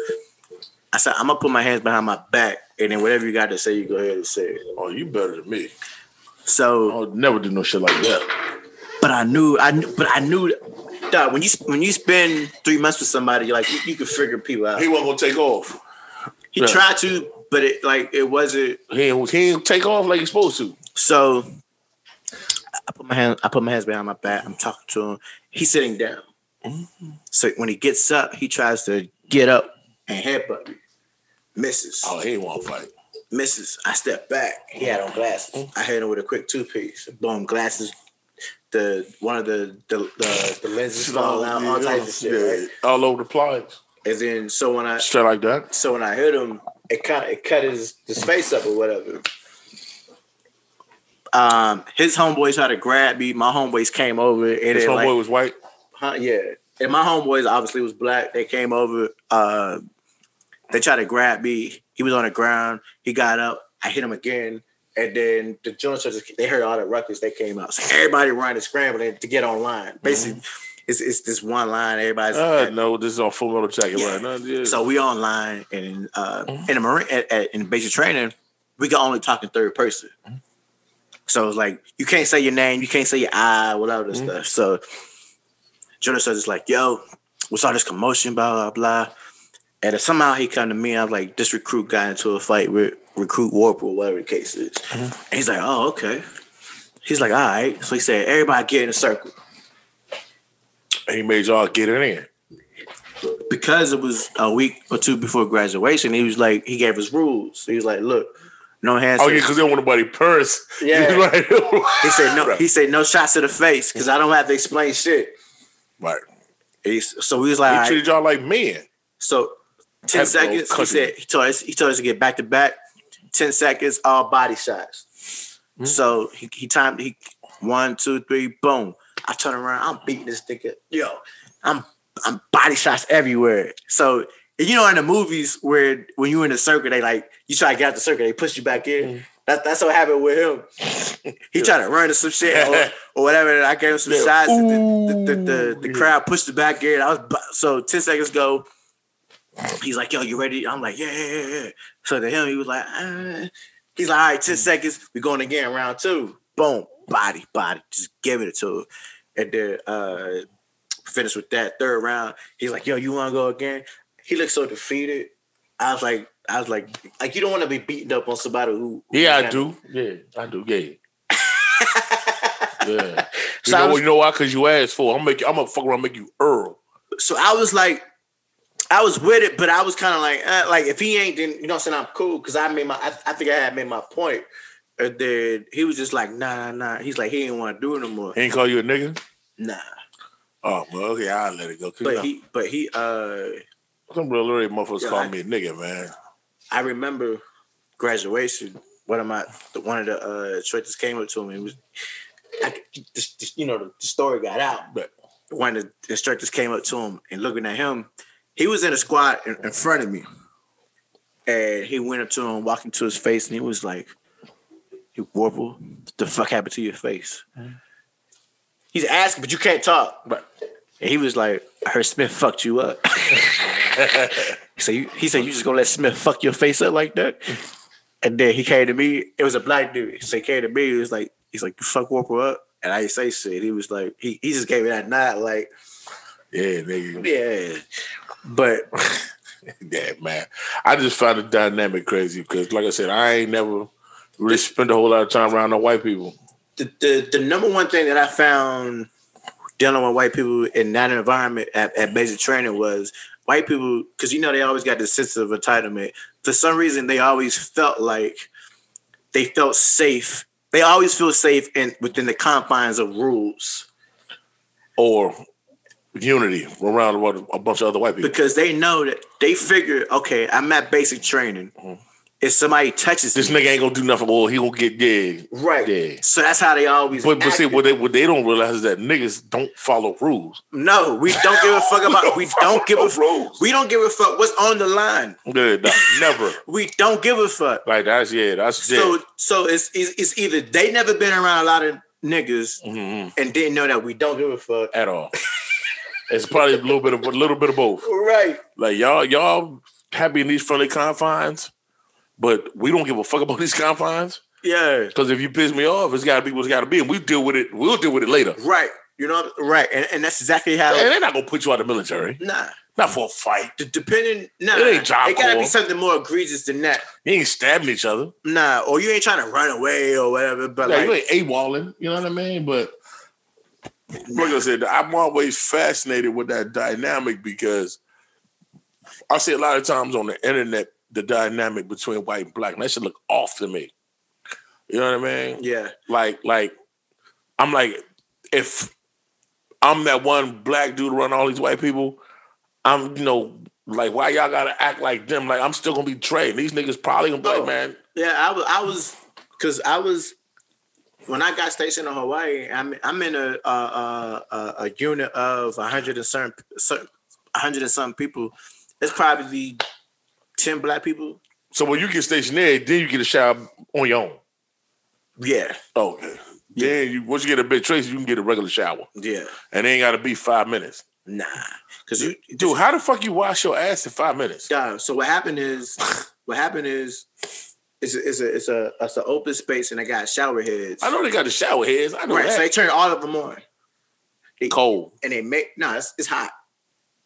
Speaker 3: I said, I'm gonna put my hands behind my back, and then whatever you got to say, you go ahead and say it.
Speaker 2: Oh, you better than me.
Speaker 3: So,
Speaker 2: I'll never do no shit like that.
Speaker 3: but I knew, I knew, but I knew, dog. When you when you spend three months with somebody, you're like you, you can figure people out.
Speaker 2: He wasn't gonna take off.
Speaker 3: He tried to, but it like it wasn't.
Speaker 2: He ain't, he ain't take off like he's supposed to.
Speaker 3: So I put my hand, I put my hands behind my back. I'm talking to him. He's sitting down. So when he gets up, he tries to get up and headbutt me. Misses,
Speaker 2: Oh, he ain't want to fight.
Speaker 3: misses. I step back. He had on glasses. I hit him with a quick two piece. Boom, glasses. The one of the the the, the lenses fall out, all types of shit. Right?
Speaker 2: All over the plies.
Speaker 3: And then so when I
Speaker 2: Straight like that.
Speaker 3: so when I hit him, it kind of it cut his his face up or whatever. Um, his homeboys tried to grab me. My homeboys came over, and
Speaker 2: His
Speaker 3: then,
Speaker 2: homeboy
Speaker 3: like,
Speaker 2: was white.
Speaker 3: huh, yeah, and my homeboys obviously was black. They came over. Uh, they tried to grab me. He was on the ground. He got up. I hit him again, and then the joint just they heard all the ruckus. They came out. So everybody running, scrambling to get online. Basically,
Speaker 2: Mm-hmm.
Speaker 3: it's it's this one line. Everybody's
Speaker 2: Uh, no, this is on full metal jacket
Speaker 3: Yeah.
Speaker 2: right now. Yeah.
Speaker 3: so we online and uh, in the marine at, at, in basic training, we can only talk in third person. So it's like you can't say your name, you can't say your eye, whatever this stuff. So Jonas says it's like, yo, what's all this commotion, blah blah blah. And then somehow he come to me, I'm like, this recruit got into a fight with recruit warp or whatever the case is. And he's like, oh okay. He's like, all right. So he said, everybody get in a circle.
Speaker 2: he made y'all get it in.
Speaker 3: because it was a week or two before graduation, he was like, he gave us rules. He was like, look, no hands.
Speaker 2: Oh
Speaker 3: to-
Speaker 2: yeah, because they don't want nobody purse.
Speaker 3: Yeah.
Speaker 2: right.
Speaker 3: He said no. He said no shots to the face because I don't have to explain shit.
Speaker 2: right.
Speaker 3: He- so we was like,
Speaker 2: He
Speaker 3: all right.
Speaker 2: treated y'all like men.
Speaker 3: so ten
Speaker 2: Had to go
Speaker 3: seconds. He
Speaker 2: country.
Speaker 3: said he told us he told us to get back to back. Ten seconds, all body shots. So he, he timed he one two three boom. I turn around, I'm beating this nigga. Yo, I'm I'm body shots everywhere. So and you know in the movies where when you in the circle, they like you try to get out the circle, they push you back in. That's that's what happened with him. He tried to run to some shit or, or whatever. And I gave him some shots. and the, the, the, the, the crowd pushed the back gear. And I was bu- so ten seconds ago. He's like, "Yo, you ready?" I'm like, "Yeah, yeah, yeah." yeah." So to him, he was like, uh. "He's like, all right, ten seconds. We're going again, round two. Boom, body, body. Just give it to him." And then uh, finished with that third round. He's like, "Yo, you want to go again?" He looked so defeated. I was like, I was like, like you don't want to be beaten up on somebody who. who
Speaker 2: Yeah, I
Speaker 3: kinda-
Speaker 2: do. Yeah, I do. Yeah, yeah. You
Speaker 3: So I
Speaker 2: know,
Speaker 3: was-
Speaker 2: you know why? Because you asked for. it. I'm make. I'm gonna fuck around, and make you Earl.
Speaker 3: so I was like, I was with it, but I was kind of like, eh, like if he ain't, then you know, what I'm saying I'm cool because I made my, I, I think I had made my point. And then he was just like, nah, nah, nah. He's like, he ain't want to do it no more.
Speaker 2: He ain't call you a nigga.
Speaker 3: Nah,
Speaker 2: Oh well, okay, I'll let it go. 'Cause, you know,
Speaker 3: but he, but he, uh,
Speaker 2: some real little motherfuckers
Speaker 3: Yeah,
Speaker 2: call
Speaker 3: I-
Speaker 2: me a nigga, man.
Speaker 3: I remember graduation. One of my, the, one of the uh, choices came up to me. It was, I, just, just, you know, the, the story got out, but one of the instructors came up to him and looking at him, he was in a squad in, in front of me, and he went up to him, walking to his face, and he was like, "Hey, Warble, what the fuck happened to your face?" He's asking, but you can't talk. Right. And he was like, "I heard Smith fucked you up." So you, he said, "You just gonna let Smith fuck your face up like that?" And then he came to me. It was a black dude. So he came to me. He was like, "He's like, you fuck Warper up," and I didn't say shit. He was like, he, he just gave me that nod, like,
Speaker 2: Yeah, nigga.
Speaker 3: yeah. But
Speaker 2: Yeah, man. I just found the dynamic crazy because, like I said, I ain't never really spent a whole lot of time around no white people.
Speaker 3: the, the the number one thing that I found dealing with white people in that environment at, at basic training was white people because you know they always got this sense of entitlement. For some reason, they always felt like they felt safe. They always feel safe in within the confines of rules
Speaker 2: or unity around what a bunch of other white people.
Speaker 3: because they know that they figure, okay, I'm at basic training. If somebody touches
Speaker 2: This
Speaker 3: me,
Speaker 2: nigga ain't gonna do nothing. Well, he gonna get yeah,
Speaker 3: right?
Speaker 2: yeah.
Speaker 3: So that's how they always.
Speaker 2: But, but see,
Speaker 3: acted.
Speaker 2: what they what they don't realize is that niggas don't follow rules.
Speaker 3: no, we don't give a fuck about. we don't give a.
Speaker 2: follow rules.
Speaker 3: We don't give a fuck what's on the line.
Speaker 2: Yeah, nah, never.
Speaker 3: we don't give a fuck.
Speaker 2: Like that's yeah, that's yeah.
Speaker 3: So so it's, it's it's either they never been around a lot of niggas
Speaker 2: Mhm.
Speaker 3: and didn't know that we don't give a fuck.
Speaker 2: at all. it's probably a little bit of a little bit of both.
Speaker 3: Right.
Speaker 2: Like y'all y'all happy in these friendly confines, but we don't give a fuck about these confines.
Speaker 3: Yeah.
Speaker 2: Because if you piss me off, it's gotta be what's gotta be, and we deal with it. We'll deal with it later.
Speaker 3: Right. You know. Right. And, and that's exactly how.
Speaker 2: And they're not gonna put you out of the military,
Speaker 3: Nah.
Speaker 2: not for a fight.
Speaker 3: D- depending. Nah.
Speaker 2: It ain't job
Speaker 3: It gotta
Speaker 2: corps.
Speaker 3: be something more egregious than that.
Speaker 2: You ain't stabbing each other.
Speaker 3: Nah. Or you ain't trying to run away or whatever. But
Speaker 2: Like,
Speaker 3: like,
Speaker 2: you ain't a walling. You know what I mean? But like I said, I'm always fascinated with that dynamic because I see a lot of times on the internet the dynamic between white and black, and that should look off to me. You know what I mean?
Speaker 3: yeah.
Speaker 2: Like, like I'm like, if I'm that one black dude around all these white people, I'm you know. Like why y'all gotta act like them? Like I'm still gonna be trading. These niggas probably gonna be like,
Speaker 3: Oh.
Speaker 2: man,
Speaker 3: Yeah, I was, I was, cause I was when I got stationed in Hawaii. I'm, I'm in a a, a, a, a unit of a hundred and certain, certain a hundred and some people. It's probably ten black people.
Speaker 2: So when you get stationed there, then you get a shot on your own.
Speaker 3: Yeah,
Speaker 2: Okay. Then you once you get a big trace, you can get a regular shower,
Speaker 3: yeah,
Speaker 2: and it ain't got to be five minutes.
Speaker 3: nah, cause you do.
Speaker 2: Dude, how the fuck you wash your ass in five minutes?
Speaker 3: Yeah, so what happened is, what happened is, it's a, it's a it's a it's an open space and I got shower heads.
Speaker 2: I know they got the shower heads. I know
Speaker 3: right, so they
Speaker 2: that.
Speaker 3: turn all of them on. they-
Speaker 2: cold.
Speaker 3: and they make no, it's, it's hot.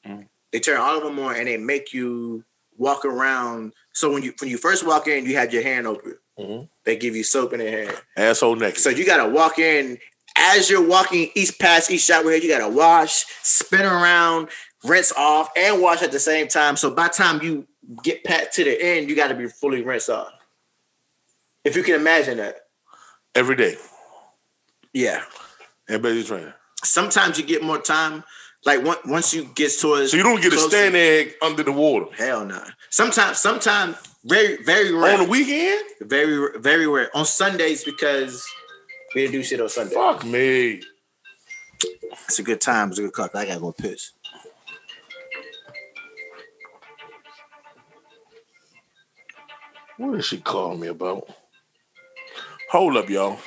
Speaker 2: Mm.
Speaker 3: They turn all of them on and they make you walk around. So when you when you first walk in, you have your hand open.
Speaker 2: Mhm.
Speaker 3: They give you soap in their hand,
Speaker 2: Asshole next.
Speaker 3: so you gotta walk in as you're walking each past each shower head. You gotta wash, spin around, rinse off, and wash at the same time. So by the time you get pat to the end, you gotta be fully rinsed off. If you can imagine that,
Speaker 2: Every day.
Speaker 3: yeah.
Speaker 2: Everybody's training.
Speaker 3: Sometimes you get more time. Like once once you get towards
Speaker 2: So you don't get a
Speaker 3: closer-
Speaker 2: stand egg under the water.
Speaker 3: Hell no. Sometimes, sometimes, very, very rare,
Speaker 2: On the weekend?
Speaker 3: very, very rare on Sundays because we didn't do shit on Sunday.
Speaker 2: Fuck me.
Speaker 3: It's a good time. It's a good clock. I gotta go piss.
Speaker 2: What did she call me about? Hold up, y'all.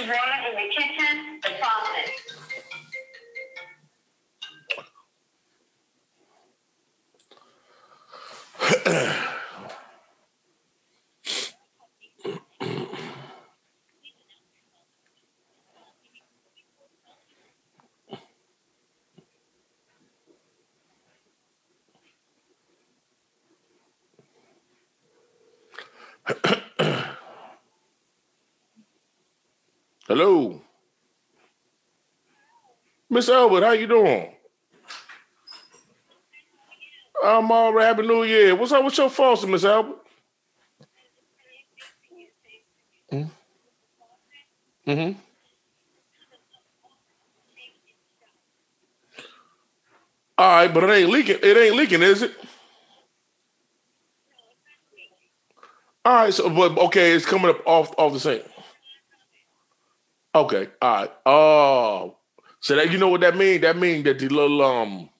Speaker 7: Rona in the kitchen, the closet.
Speaker 2: Hello. Miss Elwood, how you doing? I'm all right. Happy New Year. What's up with your foster, Miss Elwood? Mm-hmm. All right, but it ain't leaking. It ain't leaking, is it? All right, so but okay, it's coming up off off the sink. Okay, all right. Oh, so that you know what that means? That means that the little um,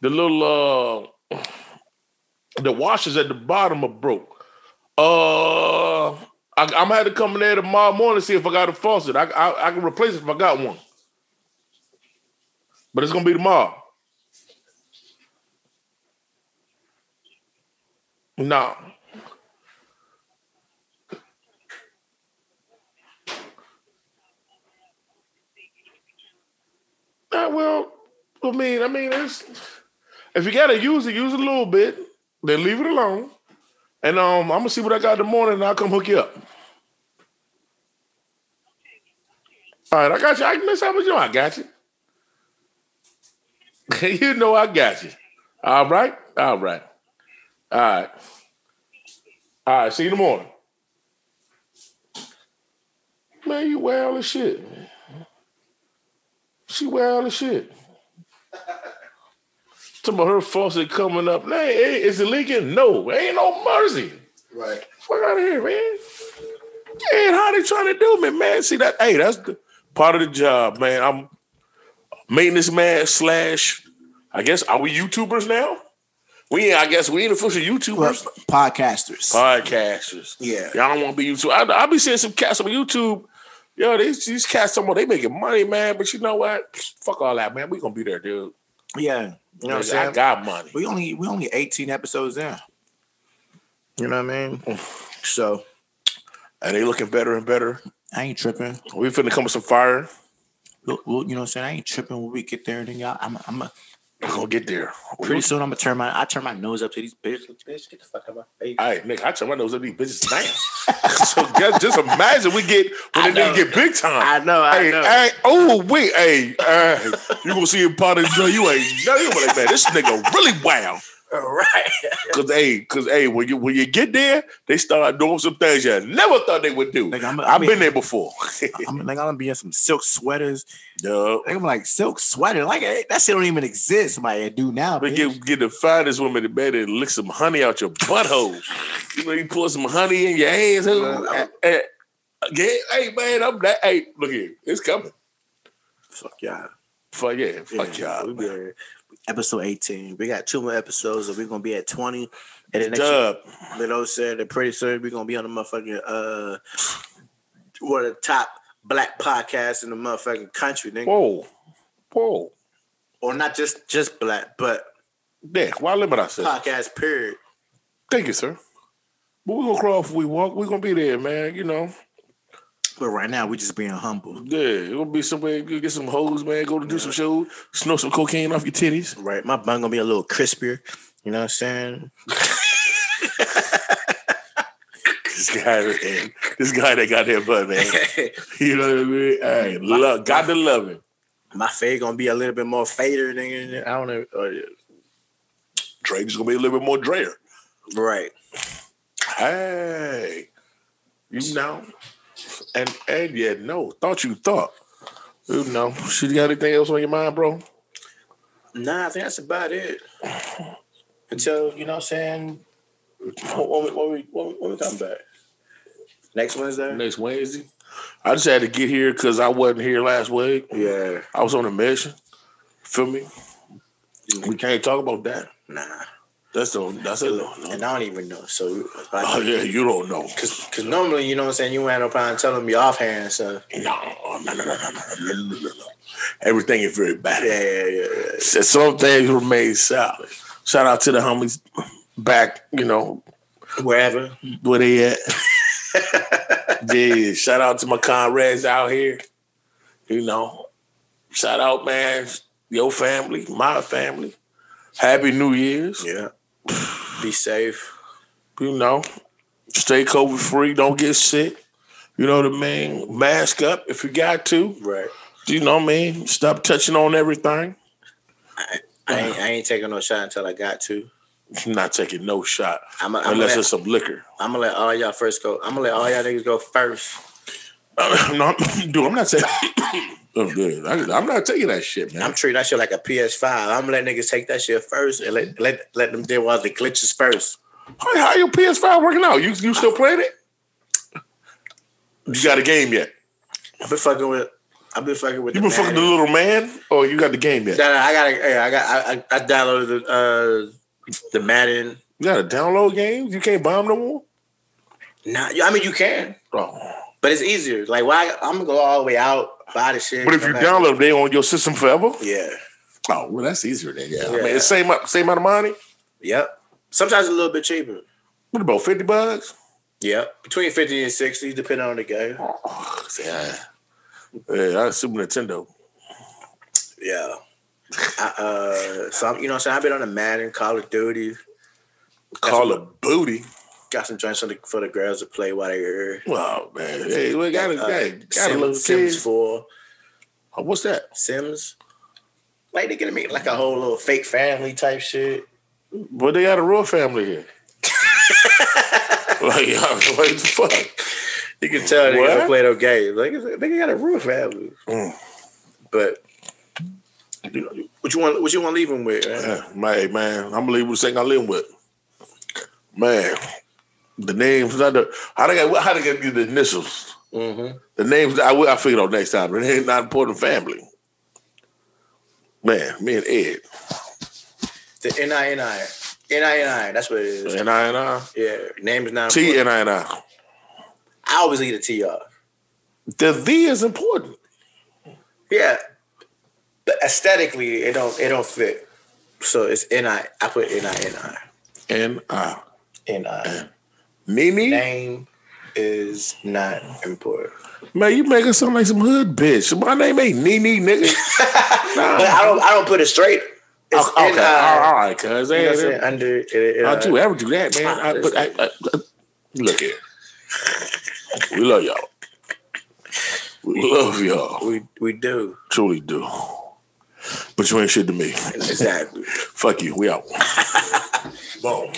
Speaker 2: the little uh, the washers at the bottom are broke. Uh, I, I'm gonna have to come in there tomorrow morning to see if I got a faucet. I, I I can replace it if I got one, but it's gonna be tomorrow. No. Ah, well, I mean, I mean, it's if you gotta use it, use it a little bit. Then leave it alone, and um, I'm gonna see what I got in the morning, and I'll come hook you up. All right, I got you. I miss how much you. I got you. you know I got you. All right, all right, all right, all right. See you in the morning. Man, you wild as shit. She wild as shit. Talking about her faucet coming up. Nah, hey, is it leaking? No, ain't no mercy.
Speaker 4: Right.
Speaker 2: Fuck out of here, man. Yeah, how they trying to do me, man? See that? Hey, that's the, part of the job, man. I'm maintenance man slash. I guess are we YouTubers now? We, ain't- I guess, we ain't official YouTubers,
Speaker 1: Podcasters.
Speaker 2: podcasters.
Speaker 1: yeah.
Speaker 2: Y'all don't want to be YouTube. I, I be seeing some cats on YouTube. Yo, these these cats, some they making money, man. But you know what? Fuck all that, man. We gonna be there, dude.
Speaker 1: Yeah. You know what I'm
Speaker 2: Nigga, I
Speaker 1: saying?
Speaker 2: got money.
Speaker 1: We only we only 18 episodes in. You know what I mean? So
Speaker 2: And they looking better and better.
Speaker 1: I ain't tripping.
Speaker 2: We finna come with some fire.
Speaker 1: We'll, we'll- you know what I'm saying? I ain't tripping when we get there. Then y'all, I'm, I'm a,
Speaker 2: we gonna get there.
Speaker 1: pretty soon. I'm gonna turn my I turn my nose up to these bitches. Bitch, get the fuck out of my face.
Speaker 2: All right, Nick, I turn my nose up these bitches now. so guys, just imagine we get
Speaker 1: I
Speaker 2: when they
Speaker 1: know.
Speaker 2: niggas get big time.
Speaker 1: I know. I
Speaker 2: Hey,
Speaker 1: know.
Speaker 2: hey, oh wait, hey, uh, you gonna see a part of the joint, You ain't no, you gonna be like, man, this nigga really wild.
Speaker 1: All right.
Speaker 2: Cause hey, cause hey, when you when you get there, they start doing some things you never thought they would do.
Speaker 1: Nigga, I'm- I
Speaker 2: I've
Speaker 1: mean-
Speaker 2: been there before.
Speaker 1: I'm like I'm gonna be in some silk sweaters.
Speaker 2: Duh.
Speaker 1: Like, I'm like silk sweater. Like eh, that shit don't even exist. Somebody do now.
Speaker 2: But
Speaker 1: bitch.
Speaker 2: get get the finest woman to bed and lick some honey out your butthole. You know, you pour some honey in your ass.
Speaker 1: Man,
Speaker 2: eh, eh, yeah, hey man, I'm that. Hey, look here, it's coming.
Speaker 1: fuck y'all.
Speaker 2: Fuck yeah, fuck
Speaker 1: Yeah,
Speaker 2: y'all.
Speaker 1: we be here. Episode 18. We got two more episodes, and we're gonna be at 20. And the next,
Speaker 2: Dub.
Speaker 1: you know, said that pretty soon we're gonna be on the motherfucking uh, one of the top black podcasts in the motherfucking country, nigga.
Speaker 2: Whoa, whoa.
Speaker 1: or not just just black, but
Speaker 2: Nick, why limit ourselves?
Speaker 1: podcast period.
Speaker 2: Thank you, sir. But we're gonna cross if we walk. We're gonna be there, man. You know,
Speaker 1: But right now, we just being humble,
Speaker 2: yeah, it's gonna be somewhere. You get some hoes, man. Go to do some shows, snort some cocaine off your titties.
Speaker 1: right? My bun gonna be a little crispier. You know what I'm saying?
Speaker 2: This guy, man. this guy that got that butt, man. You know what I mean? Hey, love, got to love him.
Speaker 1: My fade gonna be a little bit more fader than I don't know. Oh, yeah.
Speaker 2: Drake's gonna be a little bit more Dreyer.
Speaker 1: Right.
Speaker 2: Hey, you know, and and yeah, no, thought you thought. You know, she got anything else on your mind, bro?
Speaker 1: Nah, I think that's about it. Until you know what I'm saying. What, what, we- what, we- what, we- what we talking about? Next Wednesday.
Speaker 2: Next Wednesday, I just had to get here because I wasn't here last week.
Speaker 1: Yeah.
Speaker 2: I was on a mission. Feel me? We can't talk about that.
Speaker 3: Nah.
Speaker 2: That's the that's a no. no.
Speaker 3: And I don't even know. So,
Speaker 2: Oh
Speaker 3: like,
Speaker 2: yeah, you don't know.
Speaker 3: cause, cause normally, you know what I'm saying? You ain't no problem telling me offhand. So,
Speaker 2: No, no, no, no, no, no, no, no, no. Everything is very bad.
Speaker 3: yeah, yeah, yeah. yeah.
Speaker 2: So Some things remain solid. Shout out to the homies back, you know,
Speaker 3: Wherever.
Speaker 2: where they at. yeah, shout out to my comrades out here. You know, shout out, man, your family, my family. Happy New Year's.
Speaker 3: Yeah. Be safe.
Speaker 2: You know, stay COVID free. Don't get sick. You know what I mean? Mask up if you got to.
Speaker 3: Right.
Speaker 2: You know what I mean? Stop touching on everything.
Speaker 3: I ain't, I ain't taking no shot until I got to.
Speaker 2: I'm not taking no shot
Speaker 3: I'm gonna
Speaker 2: unless
Speaker 3: let,
Speaker 2: it's some liquor.
Speaker 3: I'm gonna let all y'all first go. I'm gonna let all y'all niggas go first.
Speaker 2: no, I'm- dude, I'm not taking. Oh, dude, I- I'm not taking that shit, man.
Speaker 3: I'm treating that shit like a PS5. I'm gonna let niggas take that shit first and let let let them deal with all the glitches first.
Speaker 2: How, how your PS5 working out? You you still playing it? You got a game yet?
Speaker 3: I've been fucking with. I've been fucking with.
Speaker 2: You been
Speaker 3: the
Speaker 2: fucking the
Speaker 3: man.
Speaker 2: little man, or you got the game yet?
Speaker 3: Nah, nah, I got. I got. I, I, I downloaded the uh, the Madden.
Speaker 2: You got to download games. You can't buy them no more.
Speaker 3: Nah, I mean you can,
Speaker 2: Oh.
Speaker 3: but it's easier. Like why? I'm gonna go all the way out, buy the shit.
Speaker 2: But if
Speaker 3: come
Speaker 2: you
Speaker 3: back.
Speaker 2: download, them, they on your system forever.
Speaker 3: yeah,
Speaker 2: Oh, well, that's easier then. Yeah, I mean,
Speaker 3: Yeah.
Speaker 2: it's same up, same amount of money.
Speaker 3: yep. Sometimes a little bit cheaper.
Speaker 2: What about fifty bucks?
Speaker 3: Yep, between fifty and sixty, depending on the game.
Speaker 2: Oh, yeah, yeah, that's Super Nintendo.
Speaker 3: Yeah. I, uh, so I'm, you know, what I'm saying I've been on the Madden, Call of Duty,
Speaker 2: Call of Booty.
Speaker 3: got some joints for the, for the girls to play while they're here.
Speaker 2: Wow, Oh, man. Hey, we got to
Speaker 3: Uh,
Speaker 2: hey, got to
Speaker 3: Sim-
Speaker 2: little
Speaker 3: Sims,
Speaker 2: kids.
Speaker 3: Four,
Speaker 2: Oh, What's that?
Speaker 3: Sims. Like they gonna make like a whole little fake family type shit.
Speaker 2: But they got a real family here. like, y'all, what the fuck?
Speaker 3: You can tell they
Speaker 2: What?
Speaker 3: don't play no games. Like it's- they got a real family.
Speaker 2: Mm.
Speaker 3: But what you want? What you want to leave them with? man?
Speaker 2: Yeah, man, man, I'm gonna leave with the thing I live with. Man, the names not the how they got how they got the initials.
Speaker 3: Mhm.
Speaker 2: The names I will I figure out next time. But it ain't not important family. Man, me and Ed
Speaker 3: The N I N I N I N I. That's what it is.
Speaker 2: and I and I
Speaker 3: Yeah, name is not.
Speaker 2: T
Speaker 3: important.
Speaker 2: and I and I.
Speaker 3: I always leave the T off.
Speaker 2: The V is important.
Speaker 3: Yeah, but aesthetically, it don't it don't fit. So it's N I. I put N I N I.
Speaker 2: And I
Speaker 3: N I.
Speaker 2: Nene,
Speaker 3: Name is not important.
Speaker 2: man, you make us sound like some hood bitch. My name ain't Nene, nigga. Nah.
Speaker 3: But I don't I don't put it straight. It's
Speaker 2: Oh. okay,
Speaker 3: N
Speaker 2: all
Speaker 3: I.
Speaker 2: right, cuz.
Speaker 3: You know what I'm
Speaker 2: Hey,
Speaker 3: saying? Under it, it,
Speaker 2: I
Speaker 3: uh,
Speaker 2: do ever do that, man. I, but I, I, I- look here, we love y'all. We love y'all,
Speaker 3: we we do
Speaker 2: truly do. But you ain't shit to me.
Speaker 3: exactly.
Speaker 2: Fuck you. We out. Boom.